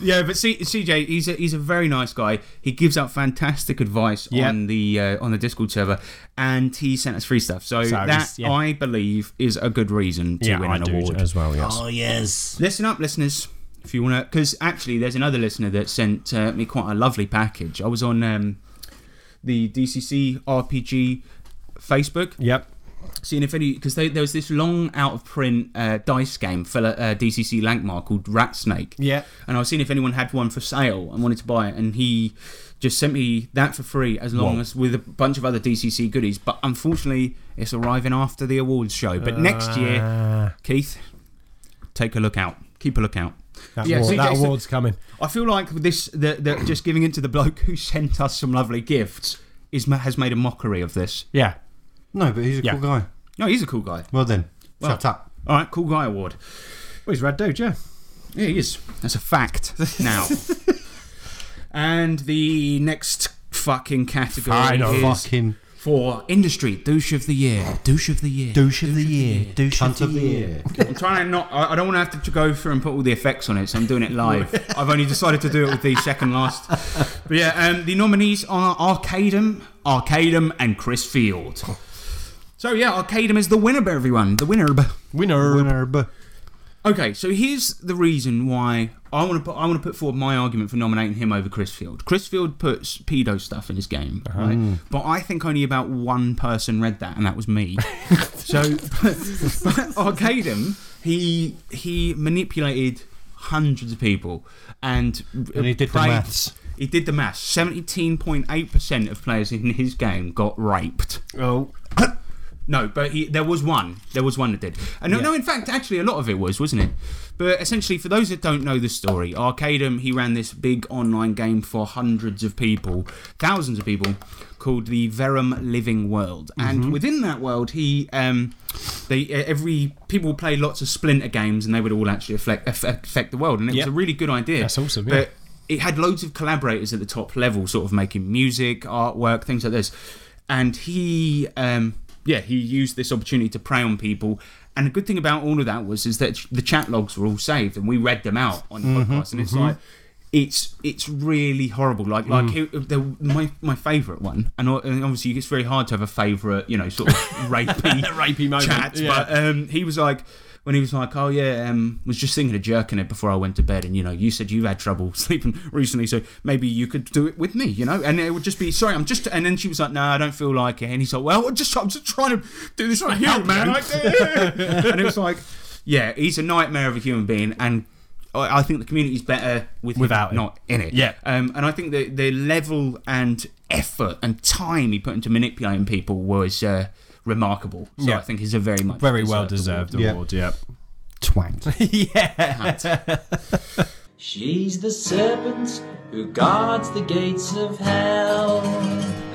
Yeah, but C- CJ, he's a, he's a very nice guy. He gives out fantastic advice Yeah. on the uh, on the Discord server, and he sent us free stuff. So, that he's- yeah. I believe is a good reason to win an award. as well. Yes. Listen up, listeners. If you want to, because actually, there's another listener that sent uh, me quite a lovely package. I was on um, the DCC RPG Facebook, Yep. seeing if any because there was this long out of print uh, dice game for uh, DCC Lankmar called Rat Snake. Yeah. And I was seeing if anyone had one for sale and wanted to buy it, and he just sent me that for free as long as with a bunch of other DCC goodies. But unfortunately, it's arriving after the awards show. But Uh. next year, Keith, take a look out. Keep a lookout. That, Yeah, award- so that Jason- award's coming. I feel like this, the, the, just giving it to the bloke who sent us some lovely gifts is ma- has made a mockery of this. Yeah. no, but he's a Yeah. cool guy. No, he's a cool guy. Well then, shut up. All right, cool guy award. Well, he's a rad dude. Yeah. Yeah, he is. That's a fact now. and the next fucking category Final is Fucking for industry douche of the year. Douche of the year. douche of the year, douche cunt of the year. I'm trying to not. I I don't want to have to go through and put all the effects on it, so I'm doing it live. I've only decided to do it with the second last. But yeah, um, the nominees are Arcadum, Arcadum, and Chris Field. So yeah, Arcadum is the winner, by everyone. The winner. Winner. Winner, but Okay, so here's the reason why I want to put I want to put forward my argument for nominating him over Chris Field. Chris Field puts pedo stuff in his game, Ah. right? But I think only about one person read that, and that was me. so, but, but Arcadum, he he manipulated hundreds of people, and uh, And he did the maths. He did the maths. Seventeen point eight percent of players in his game got raped. Oh. No, but he, there was one. There was one that did. And no, no, in fact, actually, a lot of it was, wasn't it? But essentially, for those that don't know the story, Arcadum he ran this big online game for hundreds of people, thousands of people, called the Verum Living World. Mm-hmm. And within that world, he um, they every people played lots of splinter games, and they would all actually affect affect, affect the world. And it Yeah. was a really good idea. That's awesome, yeah. But it had loads of collaborators at the top level, sort of making music, artwork, things like this. And he, um, yeah, he used this opportunity to prey on people. And the good thing about all of that was is that the chat logs were all saved, and we read them out on the Mm-hmm. podcast. And it's like. It's it's really horrible. Like like Mm. it, the, my my favorite one, and o- and obviously it's very hard to have a favorite, you know, sort of rapey Rapey moment, chat. yeah. But um, he was like, when he was like, oh yeah, um, was just thinking of jerking it before I went to bed, and you know, you said you had trouble sleeping recently, so maybe you could do it with me, you know, and it would just be sorry, I'm just, and then she was like, no, I don't feel like it, and he's like, well, I'm just, I'm just trying to do this for you, man, Like, and it was like, yeah, he's a nightmare of a human being, and. I I think the community's better with him Without him. not in it. Yeah. Um, and I think the the level and effort and time he put into manipulating people was uh, remarkable. So Yeah. I think he's a very much Very well deserved Yeah. award, yeah. Twanked. She's the serpent who guards the gates of hell.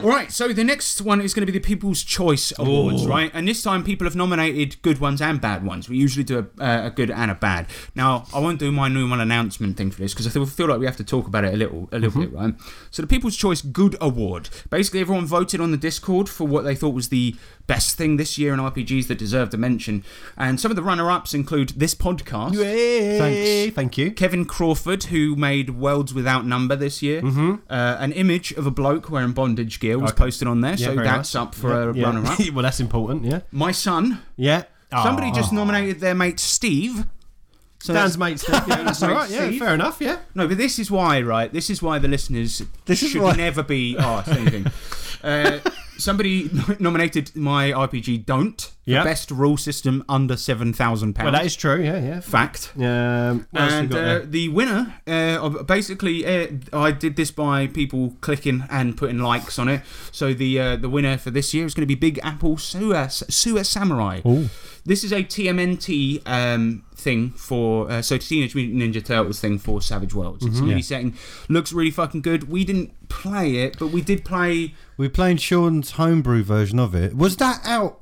All right. So the next one is going to be the People's Choice Awards, right? And this time people have nominated good ones and bad ones. We usually do a, uh, a good and a bad. Now I won't do my new one announcement thing for this because I feel- feel like we have to talk about it a little, a little bit, right? So the People's Choice Good Award. Basically, everyone voted on the Discord for what they thought was the best thing this year in RPGs that deserved a mention. And some of the runner-ups include this podcast. Thanks. Thank you. Kevin Crawford, who made Worlds Without Number this year, mm-hmm. uh, an image of a bloke wearing bondage gear was posted on there, so very that's up for a Yeah. runner-up. well, that's important, yeah. My son, Yeah. somebody Aw. just nominated their mate Steve. So Ah. Dan's mates. Steve, yeah, that's all right, yeah, Steve. fair enough, yeah. No, but this is why, right? This is why the listeners This is should why- never be asked anything. uh, somebody no- nominated my RPG Don't, Yeah. the best rule system under seven thousand Well, that pounds. is true, yeah, yeah. Fact. Um, what else we and got uh, there? the winner, uh, of- basically, uh, I did this by people clicking and putting likes on it. So the uh, the winner for this year is going to be Big Apple Sua, Sua Samurai. This is a TMNT um, thing for uh, so Teenage Mutant Ninja Turtles thing for Savage Worlds. Mm-hmm. It's really setting looks really fucking good. We didn't play it, but we did play. We played Sean's homebrew version of it. Was that out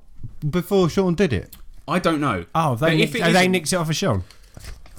before Sean did it? I don't know. Oh, But they, if nicked, it oh, they isn't- nicked it off of Sean.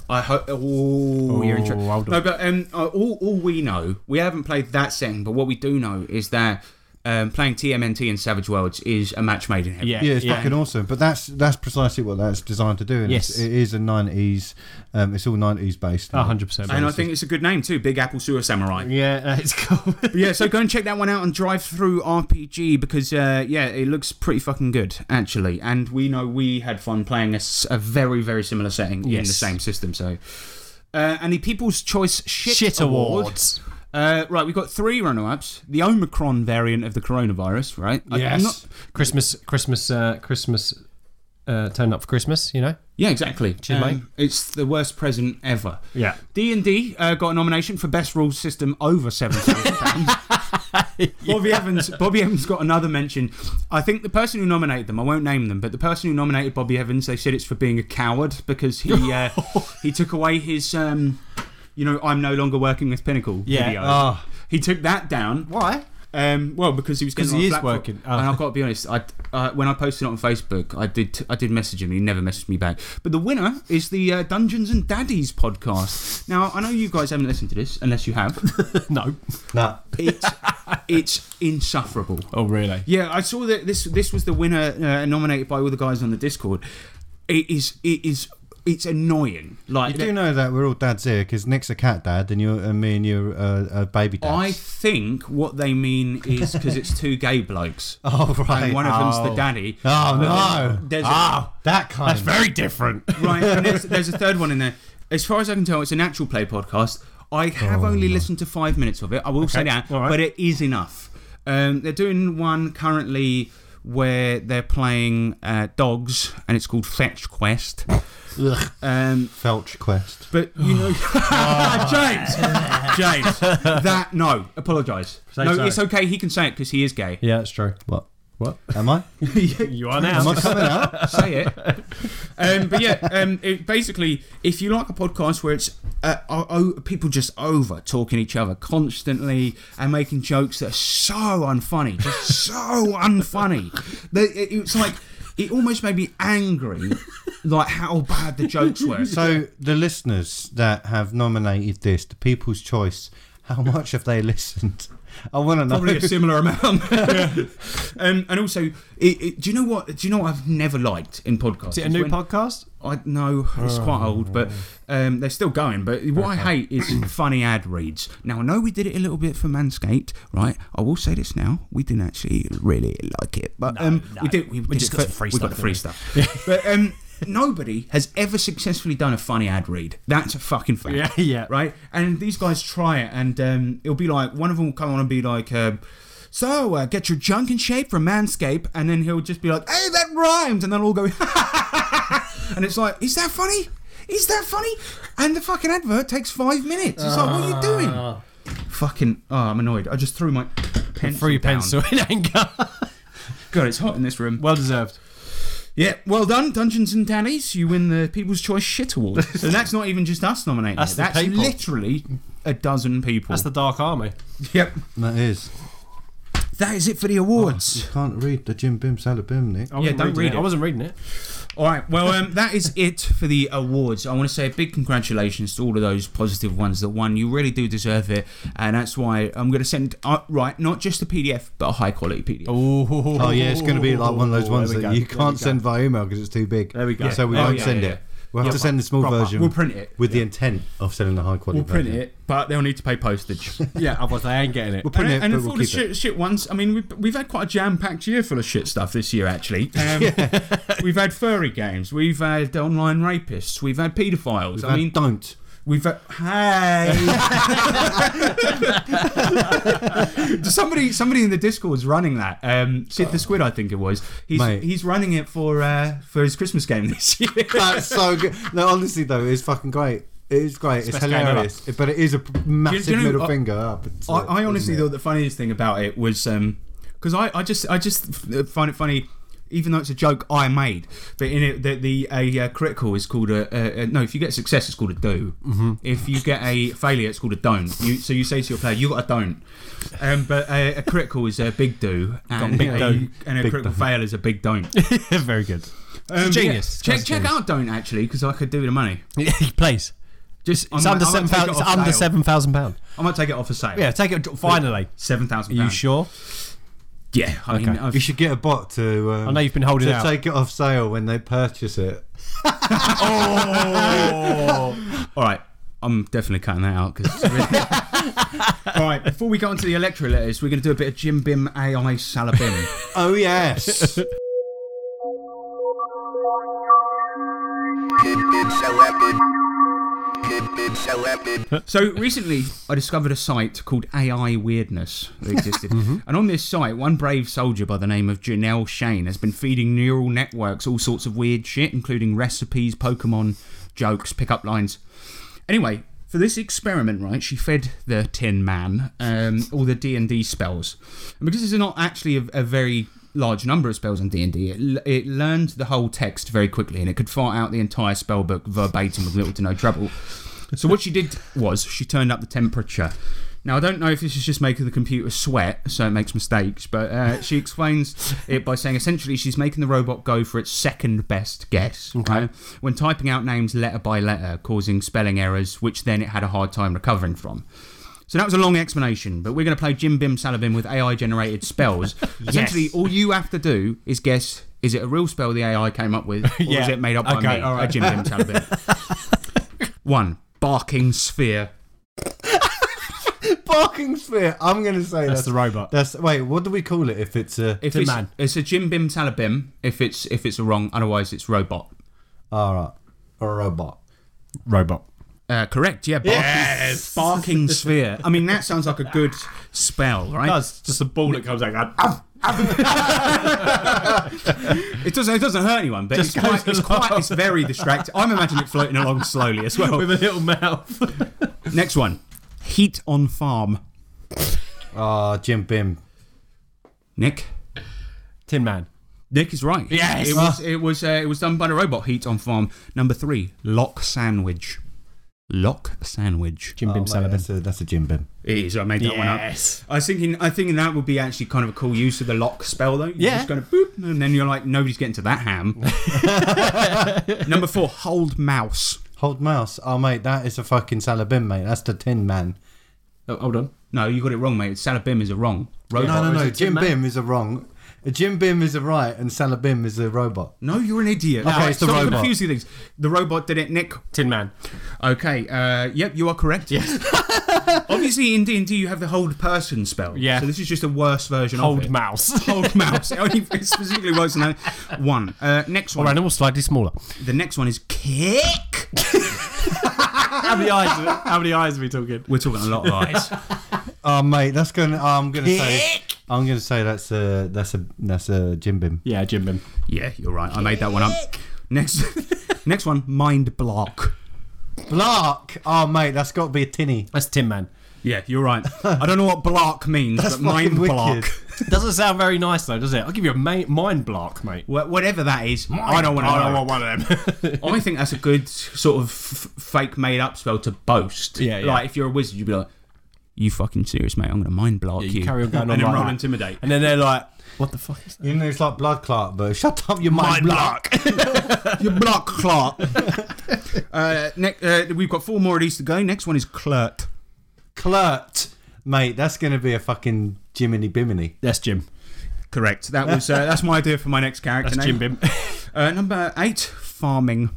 I hope. Oh, you're interested. well No, but um, uh, all, all we know, we haven't played that setting, but what we do know is that um, playing TMNT in Savage Worlds is a match made in heaven. Yeah, it's fucking awesome. But that's that's precisely what that's designed to do. And Yes. it's, it is a nineties. Um, it's all nineties based. A hundred percent. And I think it's a good name too, Big Apple Sewer Samurai. yeah, that's cool. But yeah, so go and check that one out on Drive Through RPG because uh, yeah, it looks pretty fucking good actually. And we know we had fun playing a, s- a very very similar setting in Yes. the same system. So uh, and the People's Choice Shit, Shit awards. Uh, right, we've got three runner-ups. The Omicron variant of the coronavirus, right? I- I'm not- Christmas, Christmas, uh, Christmas. Uh, turn up for Christmas, you know. yeah, exactly. Um, Cheers, mate. It's the worst present ever. Yeah. D and D uh, got a nomination for best rule system over seven thousand pounds. Bobby Evans, Bobby Evans got another mention. I think the person who nominated them, I won't name them, but the person who nominated Bobby Evans, they said it's for being a coward because he uh, he took away his, um, you know, I'm no longer working with Pinnacle Yeah. video. Ah. He took that down. Why? Um, well, because he was getting 'Cause on he a is platform. working. Oh. And I've got to be honest, I uh, when I posted it on Facebook, I did I did message him. He never messaged me back. But the winner is the uh, Dungeons and Daddies podcast. Now I know you guys haven't listened to this, unless you have. No. No. It's it's insufferable. Oh, really? Yeah, I saw that this this was the winner uh, nominated by all the guys on the Discord. It is it is it's annoying. Like You do know that we're all dads here because Nick's a cat dad, and you and me and you are uh, a baby dad. I think what they mean is because it's two gay blokes. oh right. And one of them's Oh. the daddy. Oh no! There's a- that kind. That's very different. Right, and there's, there's a third one in there. As far as I can tell, it's an actual play podcast. I have only listened to five minutes of it. I will say that, Oh. all right. but it is enough. Um, they're doing one currently where they're playing uh, dogs, and it's called Fetch Quest. Um, Felch quest. but you know, James, James, that no, apologise. No, sorry. it's okay. He can say it because he is gay. Yeah, that's true. What? What? Am I? You are Am now. I coming out? say it. Um, but yeah, um, it, basically, if you like a podcast where it's uh, o- o- people just over talking each other constantly and making jokes that are so unfunny, just so unfunny, that it, it's like it almost made me angry, like how bad the jokes were. So So the listeners that have nominated this, the People's Choice, how much have they listened? I want to know. probably a similar amount. um, and also, it, it, do you know what? Do you know what I've never liked in podcasts? Is it a new When- podcast? I no, it's quite old, but um, they're still going. But what I hate is funny ad reads. Now I know we did it a little bit for Manscaped, right? I will say this now: we didn't actually really like it, but um, we did. We, did just it got for- some free We got stuff, the free stuff. but um, nobody has ever successfully done a funny ad read. That's a fucking fact. Yeah, yeah. Right? And these guys try it, and um, it'll be like one of them will come on and be like. Uh, so, uh, get your junk in shape from Manscaped, and then he'll just be like, hey, that rhymes! And they'll all go, and it's like, is that funny? Is that funny? And the fucking advert takes five minutes. It's like, what are you Ah. doing? Fucking, oh, I'm annoyed. I just threw my pencil. Free down. pencil in anger. God, it's hot in this room. well deserved. Yeah, well done, Dungeons and Daddies. You win the People's Choice Shit Award. and that's not even just us nominating. That's it. the that's people. literally a dozen people. That's the Dark Army. yep. That is. That is it for the awards. Can't read the Jim Bim Salabim, Nick. Oh. I Yeah, wasn't don't reading read it. I wasn't reading it. All right. Well, um, that is it for the awards. I want to say a big congratulations to all of those positive ones that won. You really do deserve it, and that's why I'm going to send uh, right not just a PDF but a high quality PDF. Oh yeah, it's going to be like one of oh, those ones There we that go, you there we can't go. send via email because it's too big. There we go. So we Yeah. Oh, won't yeah, send yeah, it. We'll have to send the small Proper. version. We'll print it. with the intent of sending the high quality. We'll print version. it, but they'll need to pay postage. Yeah, otherwise they ain't getting it. We'll print and it, and but for we'll the keep it. shit, shit ones, I mean, we've, we've had quite a jam-packed year full of shit stuff this year, actually. Um, We've had furry games, we've had online rapists, we've had paedophiles. I And mean, Uh, don't. We've uh, hey. somebody, somebody in the Discord's running that. Um, Sid the Squid, I think it was. He's Mate. he's running it for uh, for his Christmas game this year. That's so good. No, honestly though, it's fucking great. It is great. It's, game hilarious. But it is a p- massive know, middle I- finger up. It's, I, uh, I honestly isn't thought it? the funniest thing about it was because I, I just I just f- uh, find it funny. Even though it's a joke I made, but in it, the, the a uh, critical is called a, a, a no. If you get success, it's called a do. Mm-hmm. If you get a failure, it's called a don't. You, so you say to your player, "You got a don't," um, but a, a critical is a big do, and big a, do. and a Big critical fail is a big don't. Very good. Um, genius. yeah. It's Check check genius. out don't actually because I could do with the money. Please. Just It's under seven thousand. It's under seven thousand pound. I might take it off for sale. Yeah, take it. Finally. seven thousand. Are you sure? Yeah, I mean, I've- you should get a bot to. Um, I know you've been holding to out. take it off sale when they purchase it. All right. I'm definitely cutting that out because. All right. Before we go on to the electro letters, we're going to do a bit of Jim Bim AI Salabim. Oh yes. so recently, I discovered a site called AI Weirdness that existed, and on this site, one brave soldier by the name of Janelle Shane has been feeding neural networks all sorts of weird shit, including recipes, Pokemon, jokes, pickup lines. Anyway, for this experiment, right, she fed the Tin Man um, all the D and D spells, and because it's not actually a, a very large number of spells in D and D, it, l- it learned the whole text very quickly, and it could fart out the entire spell book verbatim with little to no trouble. So what she did was she turned up the temperature. Now I don't know if this is just making the computer sweat, so it makes mistakes, but uh, she explains it by saying essentially she's making the robot go for its second best guess. Right? When typing out names letter by letter, causing spelling errors, which then it had a hard time recovering from. So that was a long explanation, but we're going to play Jim Bim Salabim with AI generated spells. Essentially, all you have to do is guess is it a real spell the AI came up with, or Yeah. is it made up by Okay, me? all right. A Jim Bim Salabim. One, barking sphere. Barking sphere. I'm gonna say that's, That's the robot. That's wait. What do we call it if it's a? If Tin it's, Man. it's a Jim Bim Salabim, if it's if it's a wrong, otherwise it's robot. All ah, right, a robot. Robot. Uh, correct, yeah. Barking, yes. barking sphere. I mean, that sounds like a good spell, right? That's just a ball that comes out. It doesn't. It doesn't hurt anyone, but Just it's quite. goes It's quite. It's very distracting. I'm imagining it floating along slowly as well. with a little mouth. Next one, heat on farm. Ah, Jim Bim. Nick, Tin Man. Nick is right. Yes. it was it was uh, it was done by the robot heat on farm number three. Lock sandwich, lock sandwich. Jim Bim Oh, mate, Salabim. that's, a, that's a Jim Bim. It is. I made that one up. Oh, Yes. I was thinking. I thinking that would be actually kind of a cool use of the lock spell, though. You're Yeah. Just going to boop, and then you're like, nobody's getting to that ham. Number four, hold mouse. Hold mouse. Oh, mate, that is a fucking Salabim, mate. That's the Tin Man. Oh, hold on. No, you got it wrong, mate. Salabim is a wrong. Robot. No, no, is no. it Tin Jim Man? Bim is a wrong. A Jim Bim is a right, and Salabim is a robot. No, you're an idiot. Okay, Alright, it's the stop robot. confusing things. The robot did it, Nick. Tin Man. Okay. Uh, yep, you are correct. Yes. Obviously, in D and D, you have the hold person spell. Yeah. So this is just a worse version of Old it. mouse. Hold mouse. It only specifically works in that one. Uh, next one. or animal slightly smaller. The next one is kick. How many eyes? How many eyes are we talking? We're talking a lot of eyes. Oh, mate, that's going. to I'm going to say. I'm going to say that's a that's a that's a Jim Bim. Yeah, Jim Bim. yeah, you're right. I made that one up. Next, next one, mind block. Blark. Oh, mate, that's got to be a tinny. That's Tin Man. Yeah, you're right. I don't know what block means, That's but mind fucking block. wicked. Doesn't sound very nice though, does it? I'll give you a ma- mind block, mate. Wh- Whatever that is, I don't want to know. one of them. I think that's a good sort of f- fake made up spell to boast. Yeah, yeah. Like if you're a wizard, you'd be like, "You fucking serious, mate? I'm gonna mind block Yeah, you." you carry on going and on then like roll that. intimidate. and then they're like, "What the fuck is that?" You know, it's like blood clot, but shut up, you mind, block. you block clerk. uh, ne- uh, we've got four more of these to go. Next one is clert. Clert, mate, that's going to be a fucking Jiminy Bimini. That's Jim. Correct. That was uh, that's my idea for my next character That's Jim name. Bim. Uh, number eight, farming.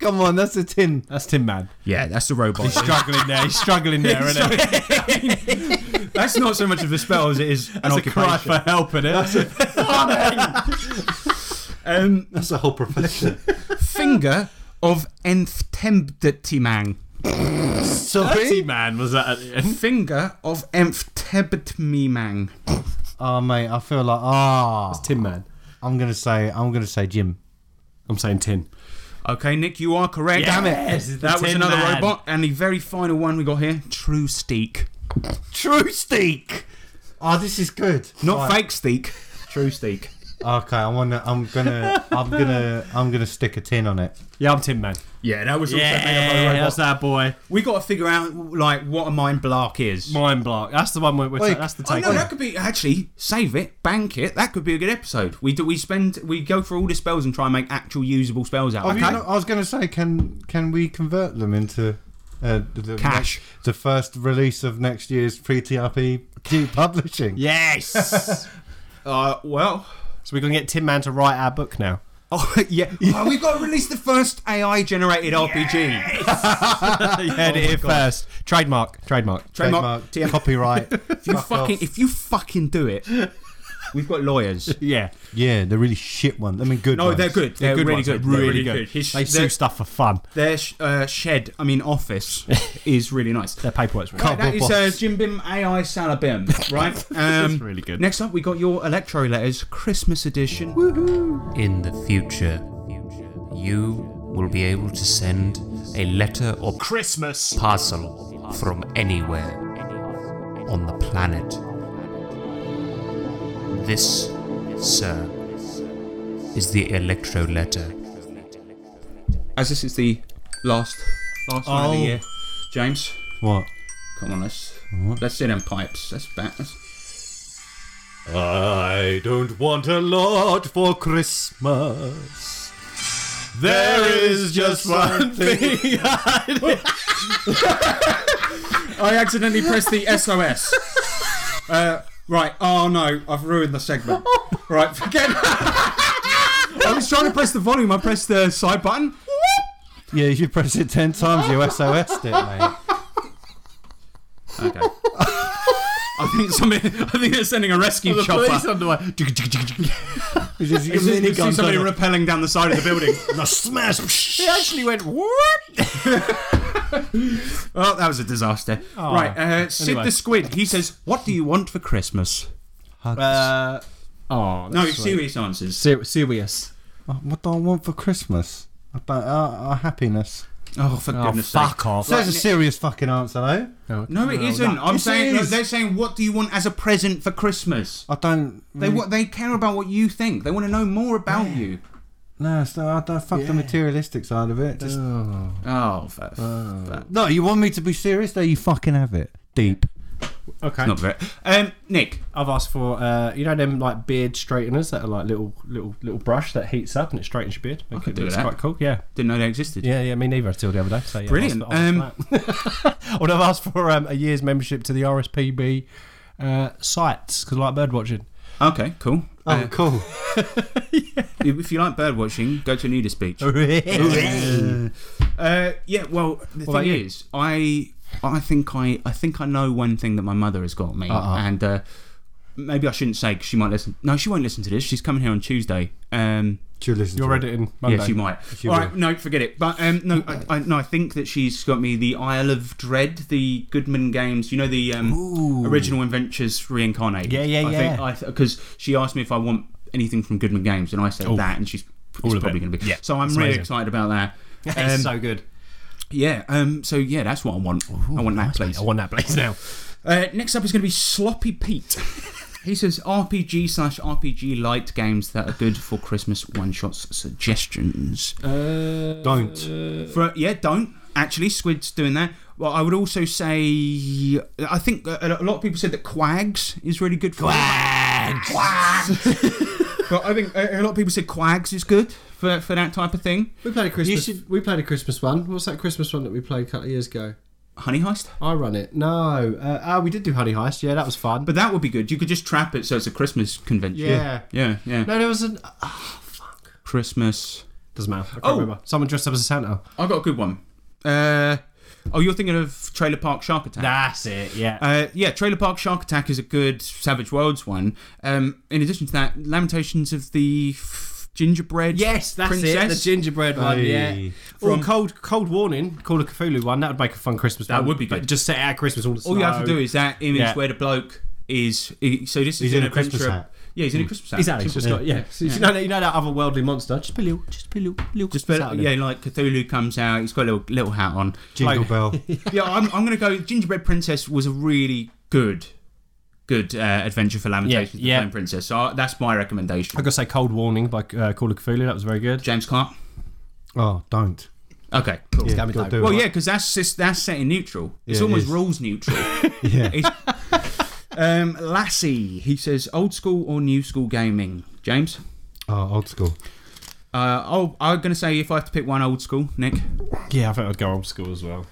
Come on, that's a tin. That's Tin Man. Yeah, that's the robot. Struggling there. He's struggling there, isn't he? that's not so much of a spell as it is an That's a cry occupation. for help, isn't it? Um, That's a whole profession. finger of Enftembdetimang. Sorry. Tin Man was that? At the end? Finger of Enftebtmimang. Oh, mate, I feel like ah. Tin Man. I'm gonna say I'm gonna say Jim. I'm saying Tin. Okay, Nick, you are correct. Damn Yes, it's it. the That was Tin another Man. robot. And the very final one we got here, True Steak. True Steak. Oh, this is good. Not Right. fake Steak, True Steak. Okay, I wanna. I'm gonna. I'm gonna. I'm gonna stick a tin on it. Yeah, I'm Tin Man. Yeah, that was also Yeah, that's that boy. We got to figure out like what a mind block is. Mind block. That's the one where we're. Wait. ta- that's the I take. know Oh, that could be actually save it, bank it. That could be a good episode. We do we spend we go through all the spells and try and make actual usable spells out. Oh, okay, you know, I was gonna say, can can we convert them into uh, the Cash. next- the first release of next year's PTRP due publishing? Yes. uh, well, so we're gonna get Tin Man to write our book now. oh yeah, Oh, we've got to release the first AI generated RPG. you heard Oh it here first. Trademark. Trademark. Trademark, Trademark, TM. copyright. If you Fuck fucking off. if you fucking do it, we've got lawyers. yeah. yeah, they're really shit ones. I mean, good. No, ones. they're good. They're, good really ones. good. They're They're really good. His, They their, sue stuff for fun. their sh- uh, shed, I mean office, is really nice. Their paperwork's really Can't- That is uh, Boss. Jim Bim AI Salabim, right? Um, really good. Next up, we got your Electro Letters Christmas edition. In the future, you will be able to send a letter or Christmas. parcel from anywhere on the planet. This, sir, is the electro letter. As this is the last last one of the year, James, What? come on, let's let's do them pipes. Let's back. Let's, I don't want a lot for Christmas. There is just one thing. I accidentally pressed the SOS. Uh, right. Oh no, I've ruined the segment. Right, forget. I was trying to press the volume. I pressed the side button. Yeah, you should press it ten times. You SOS'd it, mate. Okay. I think somebody. I think they're sending a rescue chopper. It's just It's just- you see somebody on it. rappelling down the side of the building. It actually went what? well, that was a disaster. Right, uh, Sid Anyway. the Squid. He says, "What do you want for Christmas?" Uh, oh, No, serious answers. serious. What do I want for Christmas? About uh, uh, happiness. Oh, for goodness sake. off. So that's a serious fucking answer, though. No, it isn't. I'm Yes, it saying is. they're saying, what do you want as a present for Christmas? I don't. They what they care about what you think. They want to know more about you. No, it's not, I don't fuck the materialistic side of it. Just, Oh, for, for- no, you want me to be serious? There, you fucking have it. Deep. Okay. not very. Um, Nick, I've asked for uh, you know them like beard straighteners that are like little little little brush that heats up and it straightens your beard. I could do that. quite cool. Yeah. didn't know they existed. Yeah, yeah, me neither until the other day. So, yeah, Brilliant. Um, I'll ask for- I'll ask for that. Or I've asked for um, a year's membership to the RSPB uh, sites because I like bird watching. Okay, cool. Oh, cool. If you like bird watching, go to Nudist Beach. Oh, Uh, yeah, well, the about thing you? is, I I think I I think I know one thing that my mother has got me, Uh-huh. and uh, maybe I shouldn't say 'cause she might listen. No, she won't listen to this. She's coming here on Tuesday. Um, Do you listen You're to it? editing Monday. yes, you might. She All right, will. no, forget it. But um, no, I, I, no, I think that she's got me the Isle of Dread, the Goodman games. You know the um, original Adventures reincarnated. Yeah, yeah, I yeah. Think, I because she asked me if I want anything from Goodman Games, and I said that, and she's it's Oh. of probably it. going to be. Yeah, so I'm it's really amazing. excited about that. It's Um, so good. yeah. Um. So yeah, that's what I want. I want that place. I want that place now. Uh, next up is going to be Sloppy Pete. he says RPG slash RPG light games that are good for Christmas one shots suggestions. Don't. For, yeah, don't actually. Squid's doing that. Well, I would also say I think a, a lot of people said that Quags is really good for Quags. but I think a, a lot of people said Quags is good for for that type of thing. We played a Christmas. We played a Christmas one. What's that Christmas one that we played a couple of years ago? Honey Heist. I run it. No, uh, ah, we did do Honey Heist. Yeah, that was fun. But that would be good. You could just trap it so it's a Christmas convention. Yeah. Yeah. Yeah. no, there was an. Christmas. Doesn't matter. I can't Oh. remember. Someone dressed up as a Santa. I got a good one. Uh, oh, you're thinking of Trailer Park Shark Attack. That's it. Yeah. Uh, yeah, Trailer Park Shark Attack is a good Savage Worlds one. Um, in addition to that, Lamentations of the F- Gingerbread. yes, that's it. The Princess. gingerbread one. Yeah. From cold cold warning, call a Cthulhu one. That would make a fun Christmas. That one. would be But good. just set it at Christmas. All, the All you have snow. to do is that image Yeah. where the bloke is. he- so this is He's an in a Christmas adventure- hat. Hmm. Yeah, he's in a Christmas hat. Exactly. Simple Just stuff. got, yeah. So You, know, that- you know that otherworldly monster. Just put a little, just put a little, little Just Christmas put- out on him. yeah, like Cthulhu comes out. He's got a little little hat on. Jingle Like- bell. yeah, I'm, I'm going to go. Gingerbread Princess was a really good, good uh, adventure for Lamentations yeah. of the Flame Princess. So I, that's my recommendation. I gotta say, Cold Warning by uh, Call of Cthulhu. That was very good. James Clark. Oh, don't. Okay, cool. Yeah, gotta do Well, it. yeah, because that's just, that's set in neutral. It's Yeah, it almost is. rules neutral. Yeah. It's- um, Lassie, he says, old school or new school gaming, James. Oh, old school. Uh, oh, I'm gonna say if I have to pick one, old school, Nick. Yeah, I think I'd go old school as well.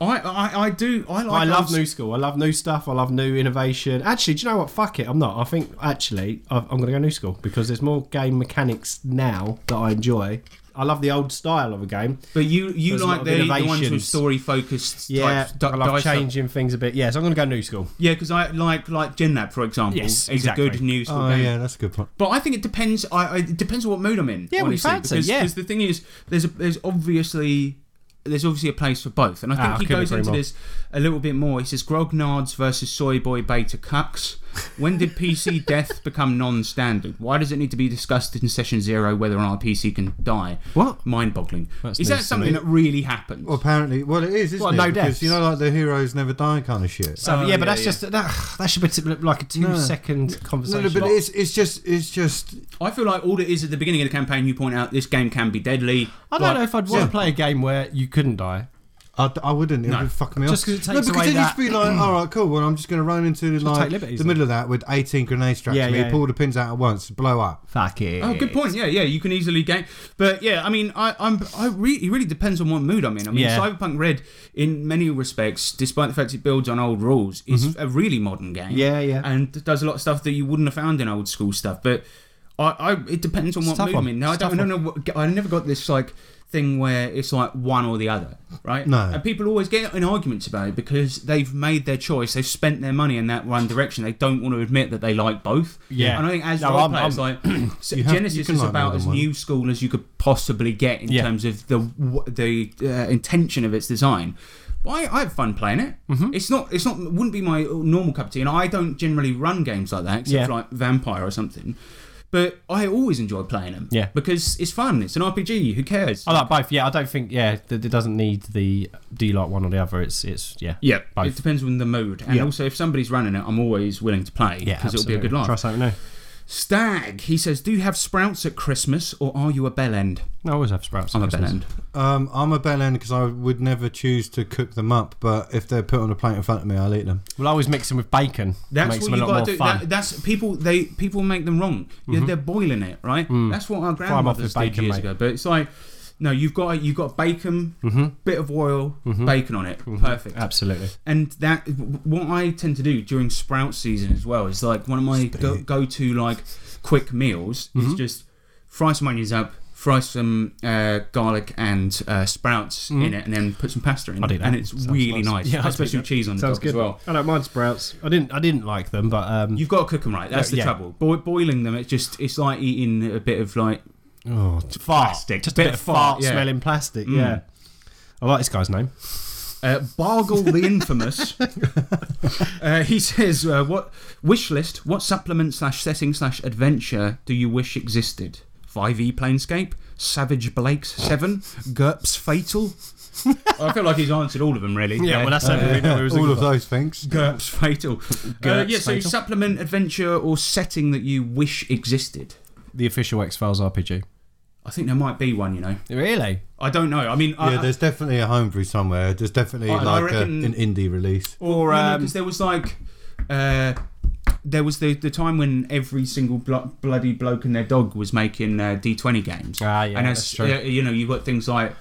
I I, I do I like. I old love s- new school. I love new stuff. I love new innovation. Actually, do you know what? Fuck it. I'm not. I think actually i I'm going to go new school because there's more game mechanics now that I enjoy. I love the old style of a game. but you you There's a lot like of the, the ones with innovations. story focused. Yeah, types, di- I love dice up- changing things a bit. Yeah, so I'm going to go new school. Yeah, because I like like Genlab for example. Yes, is exactly. a good new school Oh, game. yeah, that's a good point. But I think it depends. I, I it depends on what mood I'm in. Yeah, what you honestly, fancy, Because, yeah. Because the thing is, there's a, there's obviously there's obviously a place for both, and I think Ah, I he couldn't goes agree into more. this a little bit more. He says grognards versus soy boy beta cucks. When did PC death become non-standard? Why does it need to be discussed in session zero whether or not a PC can die? What? mind-boggling? That's news is that to something me. Oh. that really happens? Well, apparently, well, it is, isn't Well, it? no because deaths. you know, like the heroes never die kind of shit. So yeah, but Oh, yeah, that's yeah. just that. That should be like a No. two second no, conversation. no, but it's it's just it's just I feel like all it is at the beginning of the campaign, you point out this game can be deadly. I don't know if I'd want to play a game where you couldn't die. I, d- I wouldn't. It would fuck me Just off. 'cause it takes no, because away then that- you'd be like, all right, cool. Well, I'm just going to run into like the liberties middle of that with 18 grenade straps. Yeah, to me, yeah. pull the pins out at once, blow up. Fuck it. Oh, good point. Yeah, yeah, you can easily game, but yeah, I mean, I, I'm, I really, it really depends on what mood I'm in. I mean, Yeah. Cyberpunk Red, in many respects, despite the fact it builds on old rules, is a really modern game. Mm-hmm. Yeah, yeah. and does a lot of stuff that you wouldn't have found in old school stuff. But I, I it depends on what tough mood one. I'm in. Now, I It's don't, I tough don't know. What, I never got this like thing where it's like one or the other, right? No. And people always get in arguments about it because they've made their choice. They've spent their money in that one direction. They don't want to admit that they like both. Yeah. And I think as No, role I'm- players, I'm- like so have- you Genesis can is like about more as than one. new school as you could possibly get in Yeah. terms of the w- the uh, intention of its design. But I, I have fun playing it. Mm-hmm. It's not. It's not. Wouldn't be my normal cup of tea, and I don't generally run games like that except Yeah. for like Vampire or something. But I always enjoy playing them. Yeah. Oh, Because it's fun. It's an RPG. Who cares? I like both. Yeah, I don't think. Yeah, that it doesn't need the. Do you like one or the other? It's it's yeah. Yeah, both. it depends on the mood, and also if somebody's running it, I'm always willing to play yeah, because it'll be a absolutely. good laugh. Try something new. Stag, he says, do you have sprouts at Christmas, or are you a bell end? I always have sprouts. I'm at a bell Christmas. end. Um, I'm a bell end because I would never choose to cook them up, but if they're put on a plate in front of me, I'll eat them. Well, I always mix them with bacon. That's Makes what them you a lot gotta more do. fun. Mm-hmm. That, that's people. They people make them wrong. Yeah, They're boiling it, right? That's what them Mm. our off grandmothers with did bacon, years mate. ago. But it's like, no, you've got you've got bacon, Mm-hmm. bit of oil, bacon on it, perfect. Absolutely. And that what I tend to do during sprout season as well is like one of my go, go-to like quick meals Mm-hmm. is just fry some onions up. Fry some uh, garlic and uh, sprouts in it, and then put some pasta in. Mm. I do that. And it's really nice, Yeah, I do especially with that. cheese on the Sounds top good. as well. I don't mind sprouts. I didn't. I didn't like them, but um. You've got to cook them right. That's the Yeah. trouble. Bo- boiling them, it's just it's like eating a bit of like oh, fart. Just a bit, of fart yeah. smelling plastic. Yeah. I like this guy's name. uh, Bargle the infamous. uh, he says, uh, "What wish list? What supplement slash setting slash adventure do you wish existed? Five E Planescape, Savage Blake's Seven, GURPS Fatal. I feel like he's answered all of them really. something we know. All of those things. GURPS Fatal. uh, yeah, so supplement, adventure, or setting that you wish existed. the official X Files RPG. I think there might be one. You know, Really? I don't know. I mean, Yeah, I, there's definitely a homebrew somewhere. There's definitely I- I like reckon- a, an indie release. or um, because there was like uh, there was the the time when every single blo- bloody bloke and their dog was making uh, D20 games. Ah, yeah, and that's true. uh, you know you got things like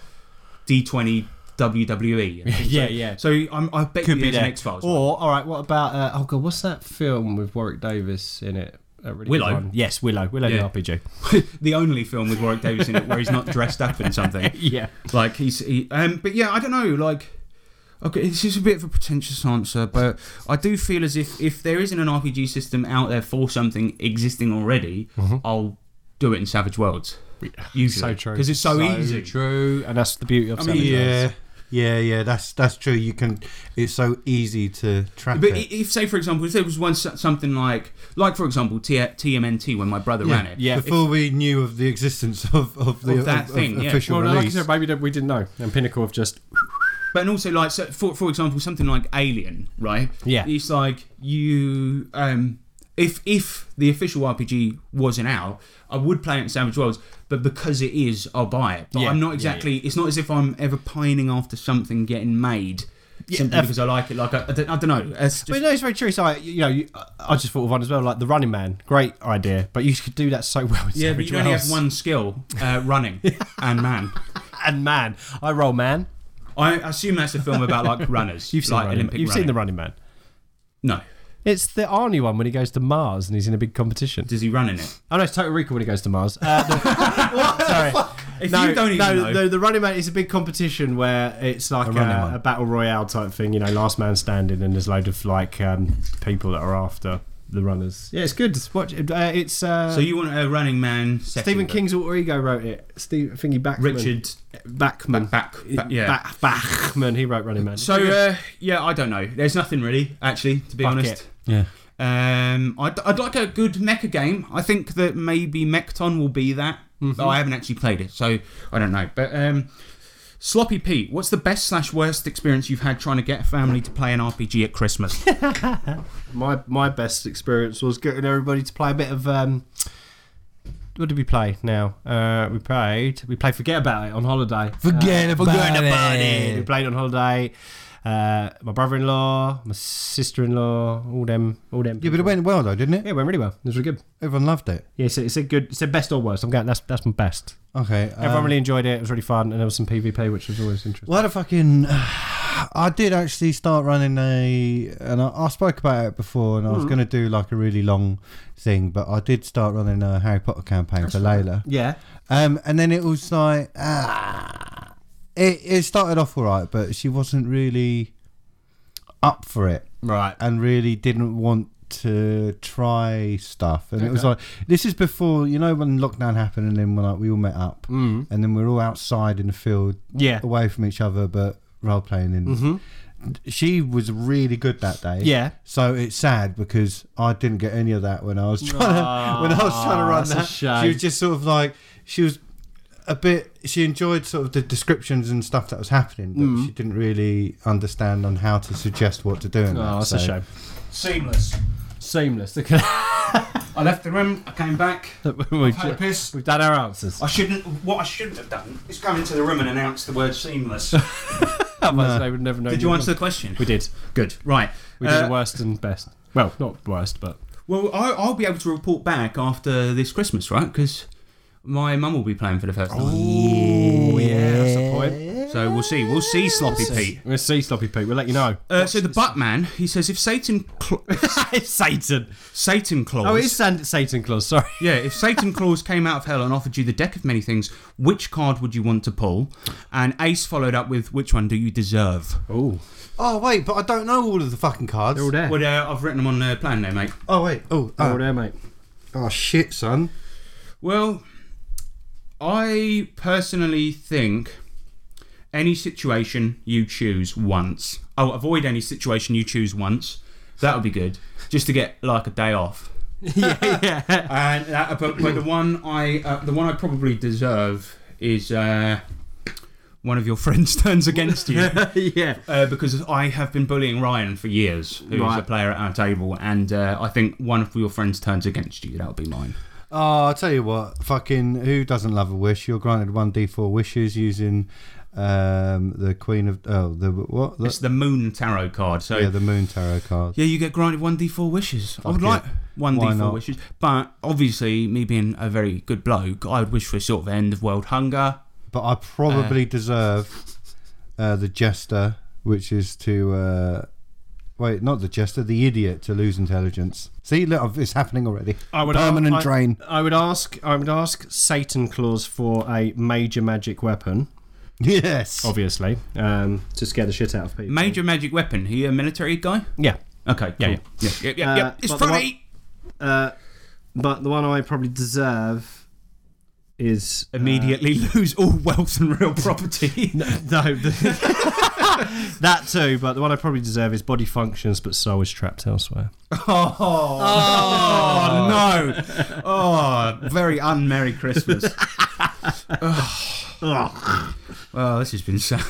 D20 WWE. and things Yeah, like- yeah. E. So I'm, I bet Could you be there's an there. X Files. Or all right, what about? Uh, oh god, what's that film with Warwick Davis in it? That really good Willow. one. Yes, Willow. Willow Yeah. the RPG. the only film with Warwick Davis in it where he's not dressed up in something. Yeah. Like he's, he, um, but yeah, I don't know. Like, okay, this is a bit of a pretentious answer, but I do feel as if if there isn't an RPG system out there for something existing already, I'll do it in Savage Worlds. Usually, Mm-hmm. So true. because it's so, So easy. True, and that's the beauty of. I Yeah, yeah, yeah. That's that's true. You can. It's so easy to track But i- it. if, say, for example, if there was one s- something like, like for example, T- TMNT when my brother ran it, yeah. Before we knew of the existence of, of the Of that of- of thing, yeah. official Well, no, like I release, said, maybe we didn't know. And Pinnacle have just But and also like so for for example something like Alien, right? Yeah. It's like you um if if the official RPG wasn't out, I would play it in Savage Worlds, but because it is, I'll buy it. But Yeah, I'm yeah, not exactly it's not as if I'm ever pining after something getting made simply because I like it like I, I, don't, I don't know. It's But just, no, it's very true. So, I, you know, you, I just thought of one as well, like the Running Man. Great idea, but you could do that so well. With yeah, but Savage you only Worlds. have one skill, uh, running and man. And man, I roll man. I assume that's a film about like runners. You've seen like running, Olympic You've seen the running. Running Man. No. It's the Arnie one when he goes to Mars and he's in a big competition. Does he run in it? Oh no, it's Total Recall when he goes to Mars. Uh, no- sorry. If no, you don't even no, know, no, the Running Man is a big competition where it's like running a, man. a battle royale type thing, you know, last man standing, and there's a load of like um, people that are after the runners. Yeah, it's good. Watch it. Uh, it's uh, so you want a running man? setting, Stephen but- King's alter ego wrote it. Steve Thingy Backman. Richard Backman. back, back yeah. Ba- Bachman. He wrote Running Man. So uh, yeah, I don't know. There's nothing really, actually, to be Fuck honest. it. yeah. Um, I'd, I'd like a good mecha game. I think that maybe Mechton will be that. Mm-hmm. But I haven't actually played it, so I don't know. But um, Sloppy Pete, what's the best slash worst experience you've had trying to get a family to play an RPG at Christmas? my my best experience was getting everybody to play a bit of um what did we play now? Uh, we played. We played Forget About It on holiday. Forget, about, it. We played on holiday. Uh, my brother-in-law, my sister-in-law, all them, all them. Yeah, but it people. went well though, didn't it? Yeah, it went really well. It was really good. Everyone loved it. Yeah, it's a, it's a good. It's the best or worst. I'm going. That's that's my best. Okay. Everyone um, really enjoyed it. It was really fun, and there was some PvP, which was always interesting. What a fucking. I did actually start running a, and I, I spoke about it before, and I Mm. was going to do like a really long thing, but I did start running a Harry Potter campaign for Layla. Yeah, Um, and then it was like, ah, it, it started off all right, but she wasn't really up for it right. and really didn't want to try stuff. And it was like, this is before, you know, when lockdown happened, and then when like, we all met up, and then we were all outside in the field Mm. Yeah, Mm-hmm. away from each other, but role playing and she was really good that day. Yeah. So it's sad because I didn't get any of that when I was trying to when I was trying to run Ah, that's a that. shame. She was just sort of like she was a bit. She enjoyed sort of the descriptions and stuff that was happening, but Mm. she didn't really understand on how to suggest what to do. In that. Oh, that's a So- shame. Seamless. Seamless. Look at that. I left the room. I came back. we've, Had a piss. we've done our answers. I shouldn't. What I shouldn't have done is come into the room and announce the word seamless. Otherwise they would never know. Did you were answer the wrong. question? We did. Good. Right. We did Uh, the worst and best. Well, not worst, but Well, I, I'll be able to report back after this Christmas, right? Because my mum will be playing for the first Oh. time. yeah, that's the point. So we'll see. We'll see, Sloppy Pete. We'll see, Sloppy Pete. We'll let you know. Uh, so the Buttman, he says, if Satan, cl- it's Satan. Satan claws, Oh, it is San- Satan Claus. Sorry. yeah, if Satan claws came out of hell and offered you the deck of many things, which card would you want to pull? And Ace followed up with, which one do you deserve? Oh, Oh wait, but I don't know all of the fucking cards. They're all there. Well, uh, I've written them on the plan there, mate. Oh wait. Oh. Ah. They're all Oh, there, mate. oh shit, son. Well, I personally think any situation you choose once. Oh, avoid any situation you choose once. That would be good, just to get like a day off. yeah, yeah. And that, but, but the one I, uh, the one I probably deserve is uh, one of your friends turns against you. yeah. Uh, because I have been bullying Ryan for years, who's a Right. player at our table, and uh, I think one of your friends turns against you. That'll be mine. Oh, I'll tell you what, fucking who doesn't love a wish? You're granted one d4 wishes using um, the Queen of oh the what? The, It's the Moon Tarot card. So yeah, the Moon Tarot card. Yeah, you get granted one d4 wishes. I would it. like one Why d4 not? wishes, but obviously, me being a very good bloke, I would wish for sort of end of world hunger. But I probably deserve uh, the Jester, which is to uh, wait, not the Jester, the idiot to lose intelligence. See, look, I've- it's happening already. Oh. I would Permanent I- drain. I would ask. I would ask Satan Claus for a major magic weapon, Yes. Oh. obviously, um, to scare the shit out of people. Major magic weapon. He a military guy? yeah. Okay, Yeah, cool. yeah, yeah, yeah, yeah, Uh, yeah. It's but the one- funny. Uh, but the one I probably deserve is uh, Immediately lose all wealth and real property. No, the- that too. But the one I probably deserve is body functions, but soul is trapped elsewhere. Oh no! Oh, very un-Merry Christmas. Oh. well, this has been sad.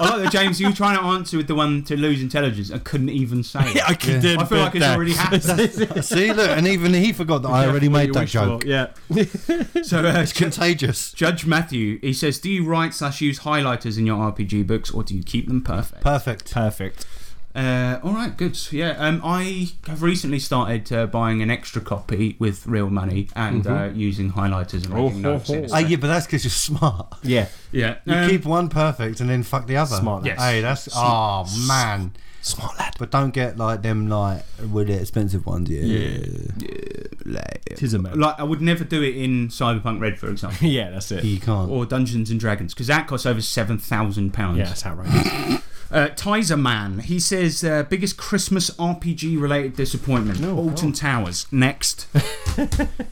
I like that, James. You were trying to answer with the one to lose intelligence. I couldn't even say it. I, could do. feel like it's already happened. See, look, and even he forgot that I already made that joke. Yeah. so, uh, It's contagious. Judge Matthew, he says, "Do you write slash use highlighters in your RPG books, or do you keep them perfect?" Perfect. Perfect. Uh, all right, good. Yeah, um, I have recently started uh, buying an extra copy with real money and uh, using highlighters and making notes. in it. Oh, yeah, but that's because you're smart. Yeah. Yeah, You um, keep one perfect and then fuck the other. Smart lad. Hey, that's oh man, smart lad. But don't get like them like really expensive ones. Yeah. Tis a man. Like I would never do it in Cyberpunk Red, for example, Yeah, that's it. You can't. or Dungeons and Dragons, because that costs over seven thousand Yeah, pounds. that's outrageous. Uh, Tizer Man, he says uh, biggest Christmas RPG related disappointment: Alton Towers. Next.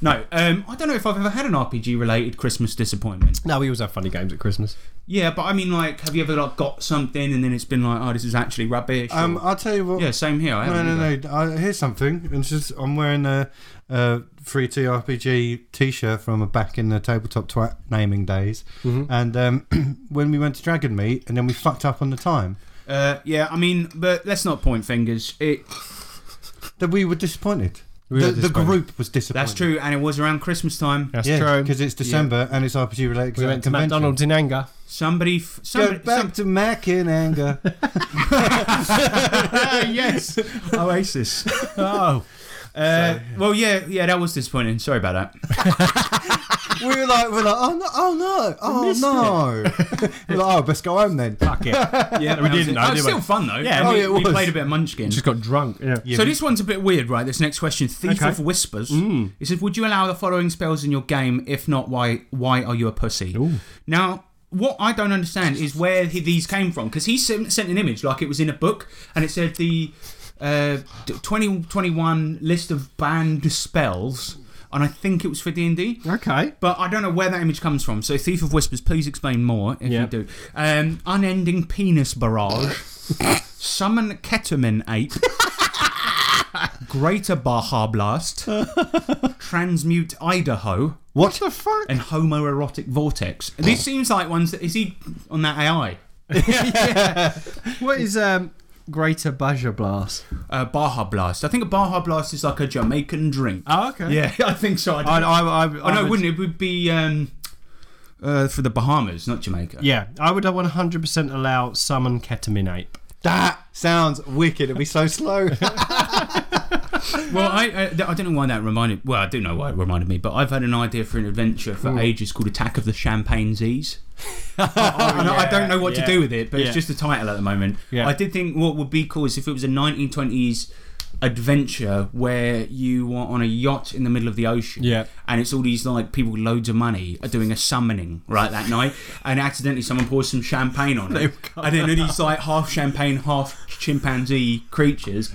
no, um, I don't know if I've ever had an RPG related Christmas disappointment. no, we always have funny games at Christmas. Yeah, but I mean, like, have you ever like got something and then it's been like, oh, this is actually rubbish? or- Um, I'll tell you what. yeah, same here. I No, haven't either. no, no. I, here's something. It's just I'm wearing a, a free TRPG T-shirt from back in the tabletop twat naming days, and um, when we went to Dragon Meet, and then we fucked up on the time. Uh, yeah, I mean, but let's not point fingers. It That we were disappointed. the, were disappointed. the group was disappointed. that's true, and it was around Christmas time. That's Yeah, true. because it's December and it's RPG related. We went to McDonald's in anger. Somebody, f- Go somebody back to Mac in anger. yes, Oasis. Oh. Uh, well, yeah, yeah, that was disappointing. Sorry about that. we were like, we were like, oh no, oh no, oh no. we're like, oh, best go home then. Fuck it. Yeah, we didn't know, It was did we? still fun though. Yeah, And oh, we, yeah, it we was. played a bit of Munchkin. Just got drunk. Yeah. so this one's a bit weird, right? This next question, Thief Okay. Mm. of Whispers. It says, "Would you allow the following spells in your game? If not, why? Why are you a pussy?" Now, what I don't understand is where he, these came from because he sent, sent an image like it was in a book, and it said the uh, d- 2021 list of banned spells, and I think it was for D and D. Okay. But I don't know where that image comes from. So, Thief of Whispers, please explain more if Yeah. you do. Um, unending penis barrage. Summon Ketamine Ape. Greater Baja Blast. Transmute Idaho. What the fuck? And Homoerotic Vortex. This seems like ones that. Is he on that AI? What is um Greater Baja Blast? Uh, Baja Blast. I think a Baja Blast is like a Jamaican drink. Oh, okay. Yeah, I think so. I, I, I, don't- I, Oh, no, would- wouldn't it? It would be um, uh, for the Bahamas, not Jamaica. Yeah, I would 100% allow summon ketamine ape. That sounds wicked. It'd be so slow. Well, I, I I don't know why that reminded. Well, I do know why it reminded me, but I've had an idea for an adventure for ages called Attack of the Chimpanzees. And I- I don't know what to do with it, but Yeah. it's just a title at the moment. Yeah. I did think what would be cool is if it was a 1920s adventure where you were on a yacht in the middle of the ocean Yeah. and it's all these like people with loads of money are doing a summoning right that night and accidentally someone pours some champagne on it and then all these like half champagne half chimpanzee creatures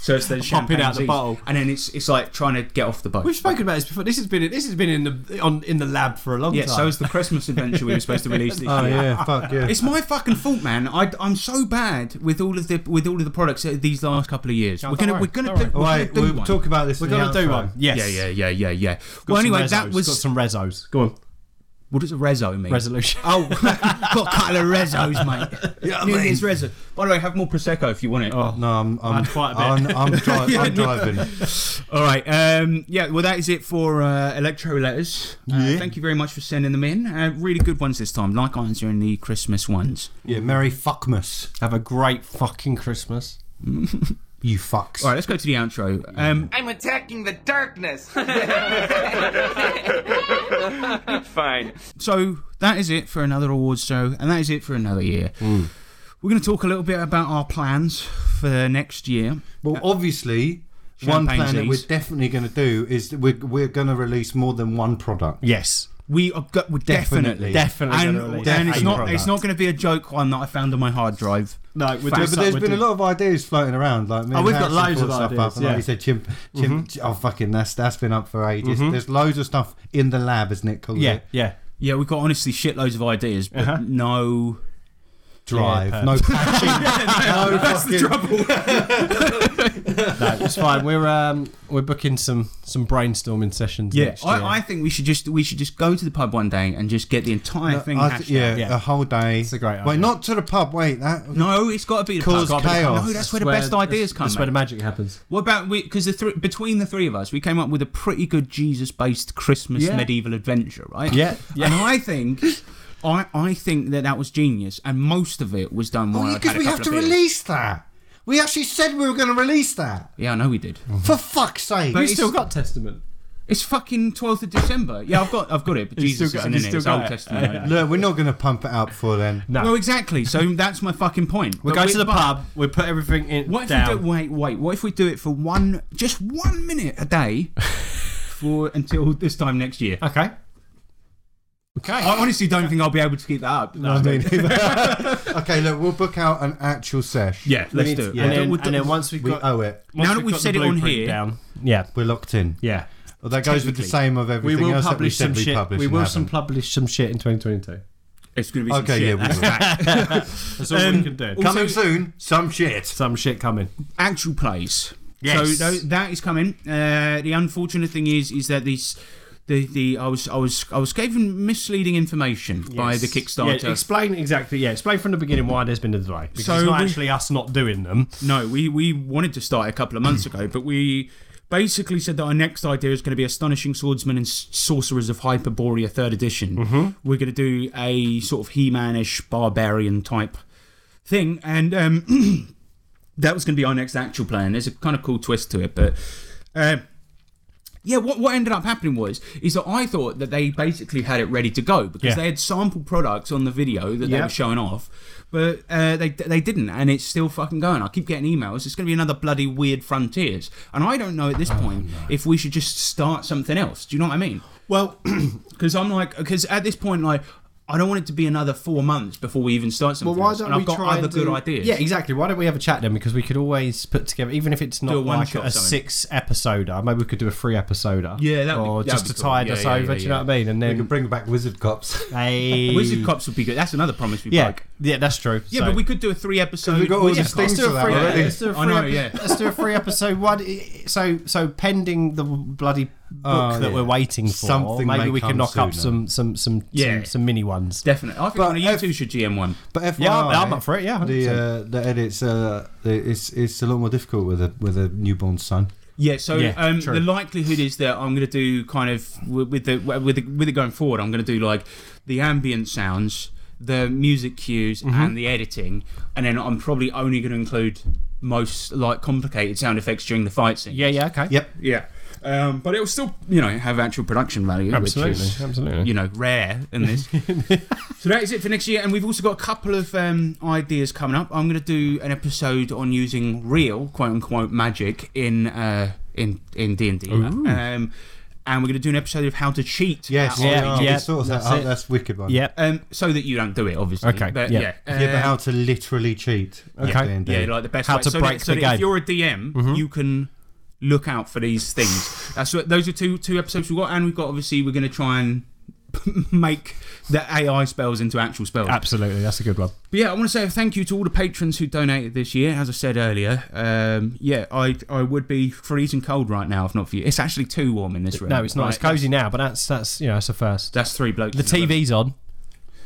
so it's the champagne out the bottle. and then it's it's like trying to get off the boat We've spoken about this before. This has been this has been in the on in the lab for a long yeah time. so it's the Christmas adventure we were supposed to release this oh year yeah, fuck yeah. It's my fucking fault, man. I, I'm so bad with all of the with all of the products uh, these last couple of years. we're gonna worry, we're gonna don't do, we're Wait, gonna do we'll one. talk about this. we're in the gonna do outro. one. Yes. Yeah, yeah, yeah, yeah, yeah. Got well, some anyway, rezos. that was got some rezos. Go on. what does a rezo mean? Resolution. Oh, got a couple of rezos, mate. Yeah, rezo. By the way, have more prosecco if you want it. Oh, No, I'm I'm quite a I'm, bit. I'm, dri- Yeah, I'm no. driving. All right. Um, yeah. Well, that is it for uh, electro letters. Uh, Thank you very much for sending them in. Uh, really good ones this time. Like answering the Christmas ones. Yeah, Merry Fuckmas, Have a great fucking Christmas. you fucks. All right. Let's go to the outro. Um, I'm attacking the darkness. Fine. so that is it for another awards show, and that is it for another year. Mm. We're going to talk a little bit about our plans for next year. Well, obviously, one plan that we're Champagnes. definitely going to do is that we're, we're going to release more than one product. Yes. We are go- we're definitely, Definitely. Definitely and, gonna release and a it's not product. it's not going to be a joke one that I found on my hard drive. No, we're doing Yeah, but something- there's we're been a doing- lot of ideas floating around. Like me Oh, and we've got Harrison loads of brought stuff ideas, Up, and yeah. Like you said, chimp, chimp. Oh, fucking that's that's been up for ages. There's loads of stuff in the lab, as Nick calls Yeah, it. yeah. Yeah, we've got honestly shitloads of ideas, but Uh-huh. no. Drive, no patching, no fucking. No, it's fine. We're um we're booking some some brainstorming sessions. Yeah, next year. I, I think we should just we should just go to the pub one day and just get the entire thing. I th- hashed yeah, out. Yeah. a whole day. a great idea. Wait, not to the pub. Wait, that No, it's got to be the Cause pub. Gotta be the- chaos. No, that's where the Where- best ideas come. That's where the mate. magic happens. What about we? Because the three between the three of us, we came up with a pretty good Jesus-based Christmas Yeah. medieval adventure, right? Yeah, yeah. And I think, I I think that that was genius, and most of it was done. while I'd because had a Oh, we have couple to of beers. release that. We actually said we were going to release that. Yeah, I know we did. For fuck's sake! But You still got testament. It's fucking twelfth of December. Yeah, I've got I've got it. But You still Jesus got- isn't you in it. still It's got Old it. Testament. Yeah. Look, we're not going to pump it up for then. No. Well, exactly. So that's my fucking point. we go But to the but- pub. We put everything in. What if down. we do? Wait, wait. What if we do it for one, just one minute a day, for until this time next year? Okay. I honestly don't think I'll be able to keep that up. I mean, okay, look, we'll book out an actual sesh. Yeah, let's do it. And, then, We'll do- and then once we've We got owe it. once Now that we've we've got said the it on blueprint here- down. Yeah, We're locked in. yeah. Well, that goes with the Technically. same of We everything will else publish that some we said we shit. publish. we and will haven't. some publish some shit in 2022. it's going to be some Okay, yeah, shit. we will. That's Um, all we can do. Coming soon, some shit. Some shit coming. actual plays. Yes. So tho- that is coming. Uh, the unfortunate thing is, is that these. The, the I was I was I was given misleading information by the Kickstarter. Yeah, explain exactly. Yeah, explain from the beginning why there's been a delay. Because So it's not we- actually us not doing them. no, we we wanted to start a couple of months ago, but we basically said that our next idea is going to be astonishing swordsmen and S- sorcerers of Hyperborea Third Edition. We're going to do a sort of He-Man-ish barbarian type thing, and um, that was going to be our next actual plan. There's a kind of cool twist to it, but. Uh, yeah, what, what ended up happening was is that I thought that they basically had it ready to go because Yeah. they had sample products on the video that they Yep. were showing off, but uh, they they didn't, and it's still fucking going. I keep getting emails. It's going to be another bloody weird frontiers, and I don't know at this point if we should just start something else. Do you know what I mean? Well, Because I'm like, because at this point, like. I don't want it to be another four months before we even start Well, something. why else. don't and we I've got try other and good do- ideas. Yeah, exactly. Why don't we have a chat then? Because we could always put together, even if it's not a like one-shot a something. six episode, maybe we could do a three episode. Yeah, that'd be- or that'd just be to cool. tide Yeah, us yeah, over. yeah, do you yeah. know what I mean? And We then can bring back Wizard Cops. Hey. Wizard Cops would be good. That's another promise we Yeah, broke. yeah, that's true. Yeah, but we could do a three episode. We've got all Wizard the Cops. stings for that free- already. Let's do a free I know, epi- yeah. Let's do a free episode one. I- So, so pending the bloody book Oh, that yeah. we're waiting for, Something may maybe we can come knock up sooner. some some some Yeah. some, some mini ones. Definitely. I think one of you two should GM one. But FYI, Yeah, I'm- I'm up for it, yeah, the 100%. uh, the edits uh, it's it's a lot more difficult with a with a newborn son. Yeah. So Yeah, um, true. the likelihood is that I'm going to do kind of wi- with the with the, with it going forward. I'm going to do like the ambient sounds, the music cues, Mm-hmm. and the editing, and then I'm probably only going to include most like complicated sound effects during the fight scene. yeah, okay. Yep. Yeah. Um, but it will still, you know, have actual production value. Absolutely, Which is, absolutely. You know, rare in this. so that is it for next year. And we've also got a couple of um, ideas coming up. I'm going to do an episode on using real, quote unquote, magic in uh, in in D and D. Um, and we're going to do an episode of how to cheat. Yes. Out- Yeah, Oh, yeah, we sorted that that's out. it. That's wicked one. Yep. Um, so that you don't do it, obviously. Okay, But yeah. yeah. Yeah, but um, how to literally cheat. at Okay. D&D. yeah, like the best How way. to so break that, so the game. Mm-hmm. that If you're a DM, you can look out for these things. That's what those are two two episodes we've got, and we've got obviously we're going to try and make the AI spells into actual spells. Absolutely, that's a good one. But yeah, I want to say a thank you to all the patrons who donated this year. As I said earlier, um, yeah, I I would be freezing cold right now if not for you. It's actually too warm in this room. No, it's not. Right, It's cozy now, but that's that's you know, it's a first. That's three blokes. The in room. TV's on,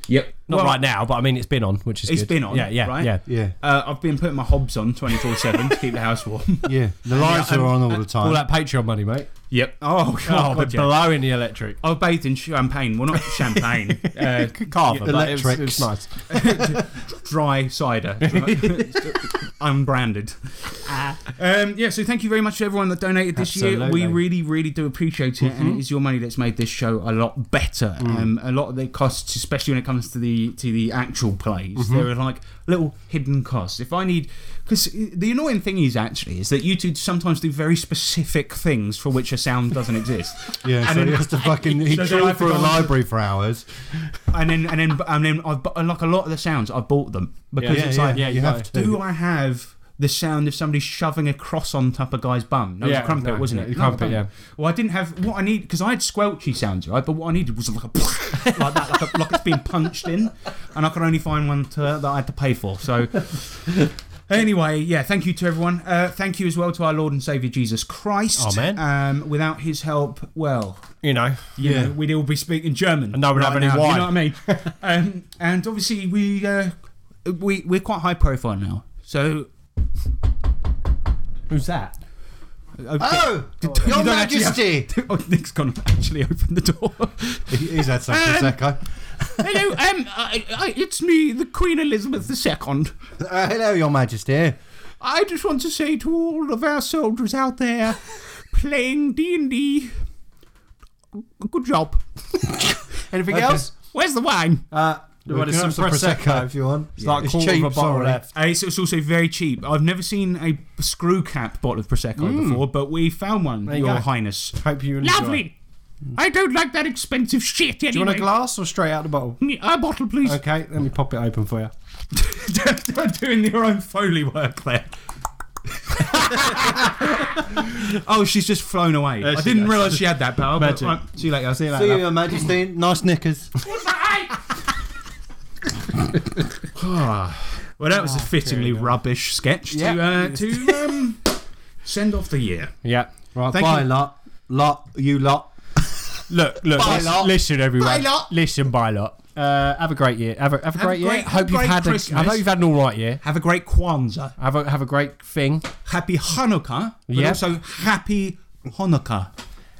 Yep. not Well, right now, but I mean it's been on, which is It's good. been on, Yeah, yeah, right? yeah. Yeah. Uh, I've been putting my hobs on twenty four seven to keep the house warm. Yeah. The lights are on all the time. All that Patreon money, mate. Yep. Oh, Oh, God, but yeah. blowing the electric. I've bathed in champagne. Well, not champagne. uh, Carver, but it was- it Electrics. was nice. dry cider, unbranded. Um, yeah. So thank you very much to everyone that donated this year. Ah. Absolutely. Mm-hmm. We really, really do appreciate it, and it is your money that's made this show a lot better. Mm. Um, a lot of the costs, especially when it comes to the to the actual plays, Mm-hmm. there are like little hidden costs. If I need, because the annoying thing is actually is that you two sometimes do very specific things for which a sound doesn't exist. Yeah, so then- he has to fucking he So then chewed I've through a forgotten to- library for hours. and then and then and then I've bu- like a lot of the sounds I've bought them because Yeah, it's yeah, like yeah, you have to. do I have the sound of somebody shoving a cross on top of a guy's bum no it was Yeah, a crumpet no, wasn't yeah, it a crumpet, No, yeah. well I didn't have what I need because I had squelchy sounds right but what I needed was like a like that like, a, like it's been punched in and I could only find one to, that I had to pay for so Anyway, yeah, thank you to everyone. Uh, thank you as well to our Lord and Saviour Jesus Christ. Amen. Um, without his help, well, You know, you know, we'd all be speaking German. And no one right have any now, wine. You know what I mean? um, and obviously, we uh, we we're quite high profile now. So who's that? Ah! Oh, you don't actually have- uh, oh, Nick's gone actually open the door. He's had some prosecco. Hello, um, I, I, it's me, the Queen Elizabeth II. Uh, hello, Your Majesty. I just want to say to all of our soldiers out there playing D and D, good job. Anything Okay. else? Where's the wine? Uh, we Well, wanted you can have some prosecco if you want. It's like it's quarter cheap, of a bottle sorry. left. Uh, it's, it's also very cheap. I've never seen a screw cap bottle of prosecco before, but we found one, Mm. you Your go. Highness. Hope you enjoy. Lovely. I don't like that expensive shit Do you anyway. want a glass or straight out the bottle? a bottle, please. Okay, let me pop it open for you. Doing your own foley work there. oh, she's just flown away. I she didn't goes. realise she had that power. But Magic. right, see you later. See you See you, later. Your Majesty. Nice knickers. Well, that Ah, was a fittingly rubbish sketch to, uh, to um, send off the year. Yeah. Right. Thank bye. Bye, lot. Lot, you lot. Look, look. Bye listen, lot. listen, everyone. Bye lot. Listen, bye lot. Uh, have a great year. Have a, have a great year. great- have hope a you've great had. A, I Christmas. hope you've had an all right year. Have a great Kwanzaa. Have a have a great thing. Happy Hanukkah. But Yeah. also, happy Hanukkah,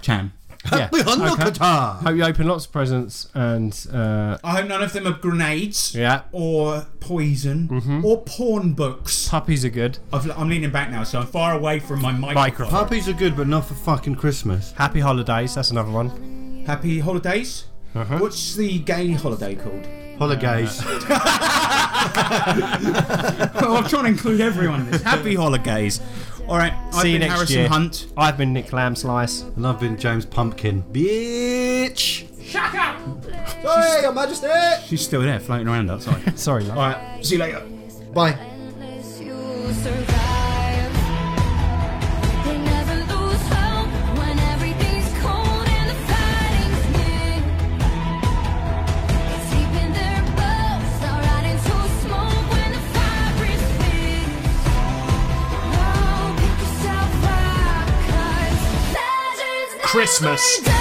Cham. Yeah. Look Okay. at her. Hope you open lots of presents and uh, I hope none of them are grenades. yeah, Mm-hmm. or poison or porn books. puppies are good. I've, I'm leaning back now, so I'm far away from my microphone. Microphone. Puppies are good, but not for fucking Christmas. Happy holidays. That's another one. Happy holidays. What's the gay holiday called? Holidays. well, Oh, I'm trying to include everyone in this. Happy holidays. All right. I've See you been next Harrison year. Hunt. I've been Nick Lamb Slice. and I've been James Pumpkin. Bitch. Shut up. Sorry, Your Majesty! She's still there, floating around outside. Sorry, love. All right. See you later. Bye. Christmas.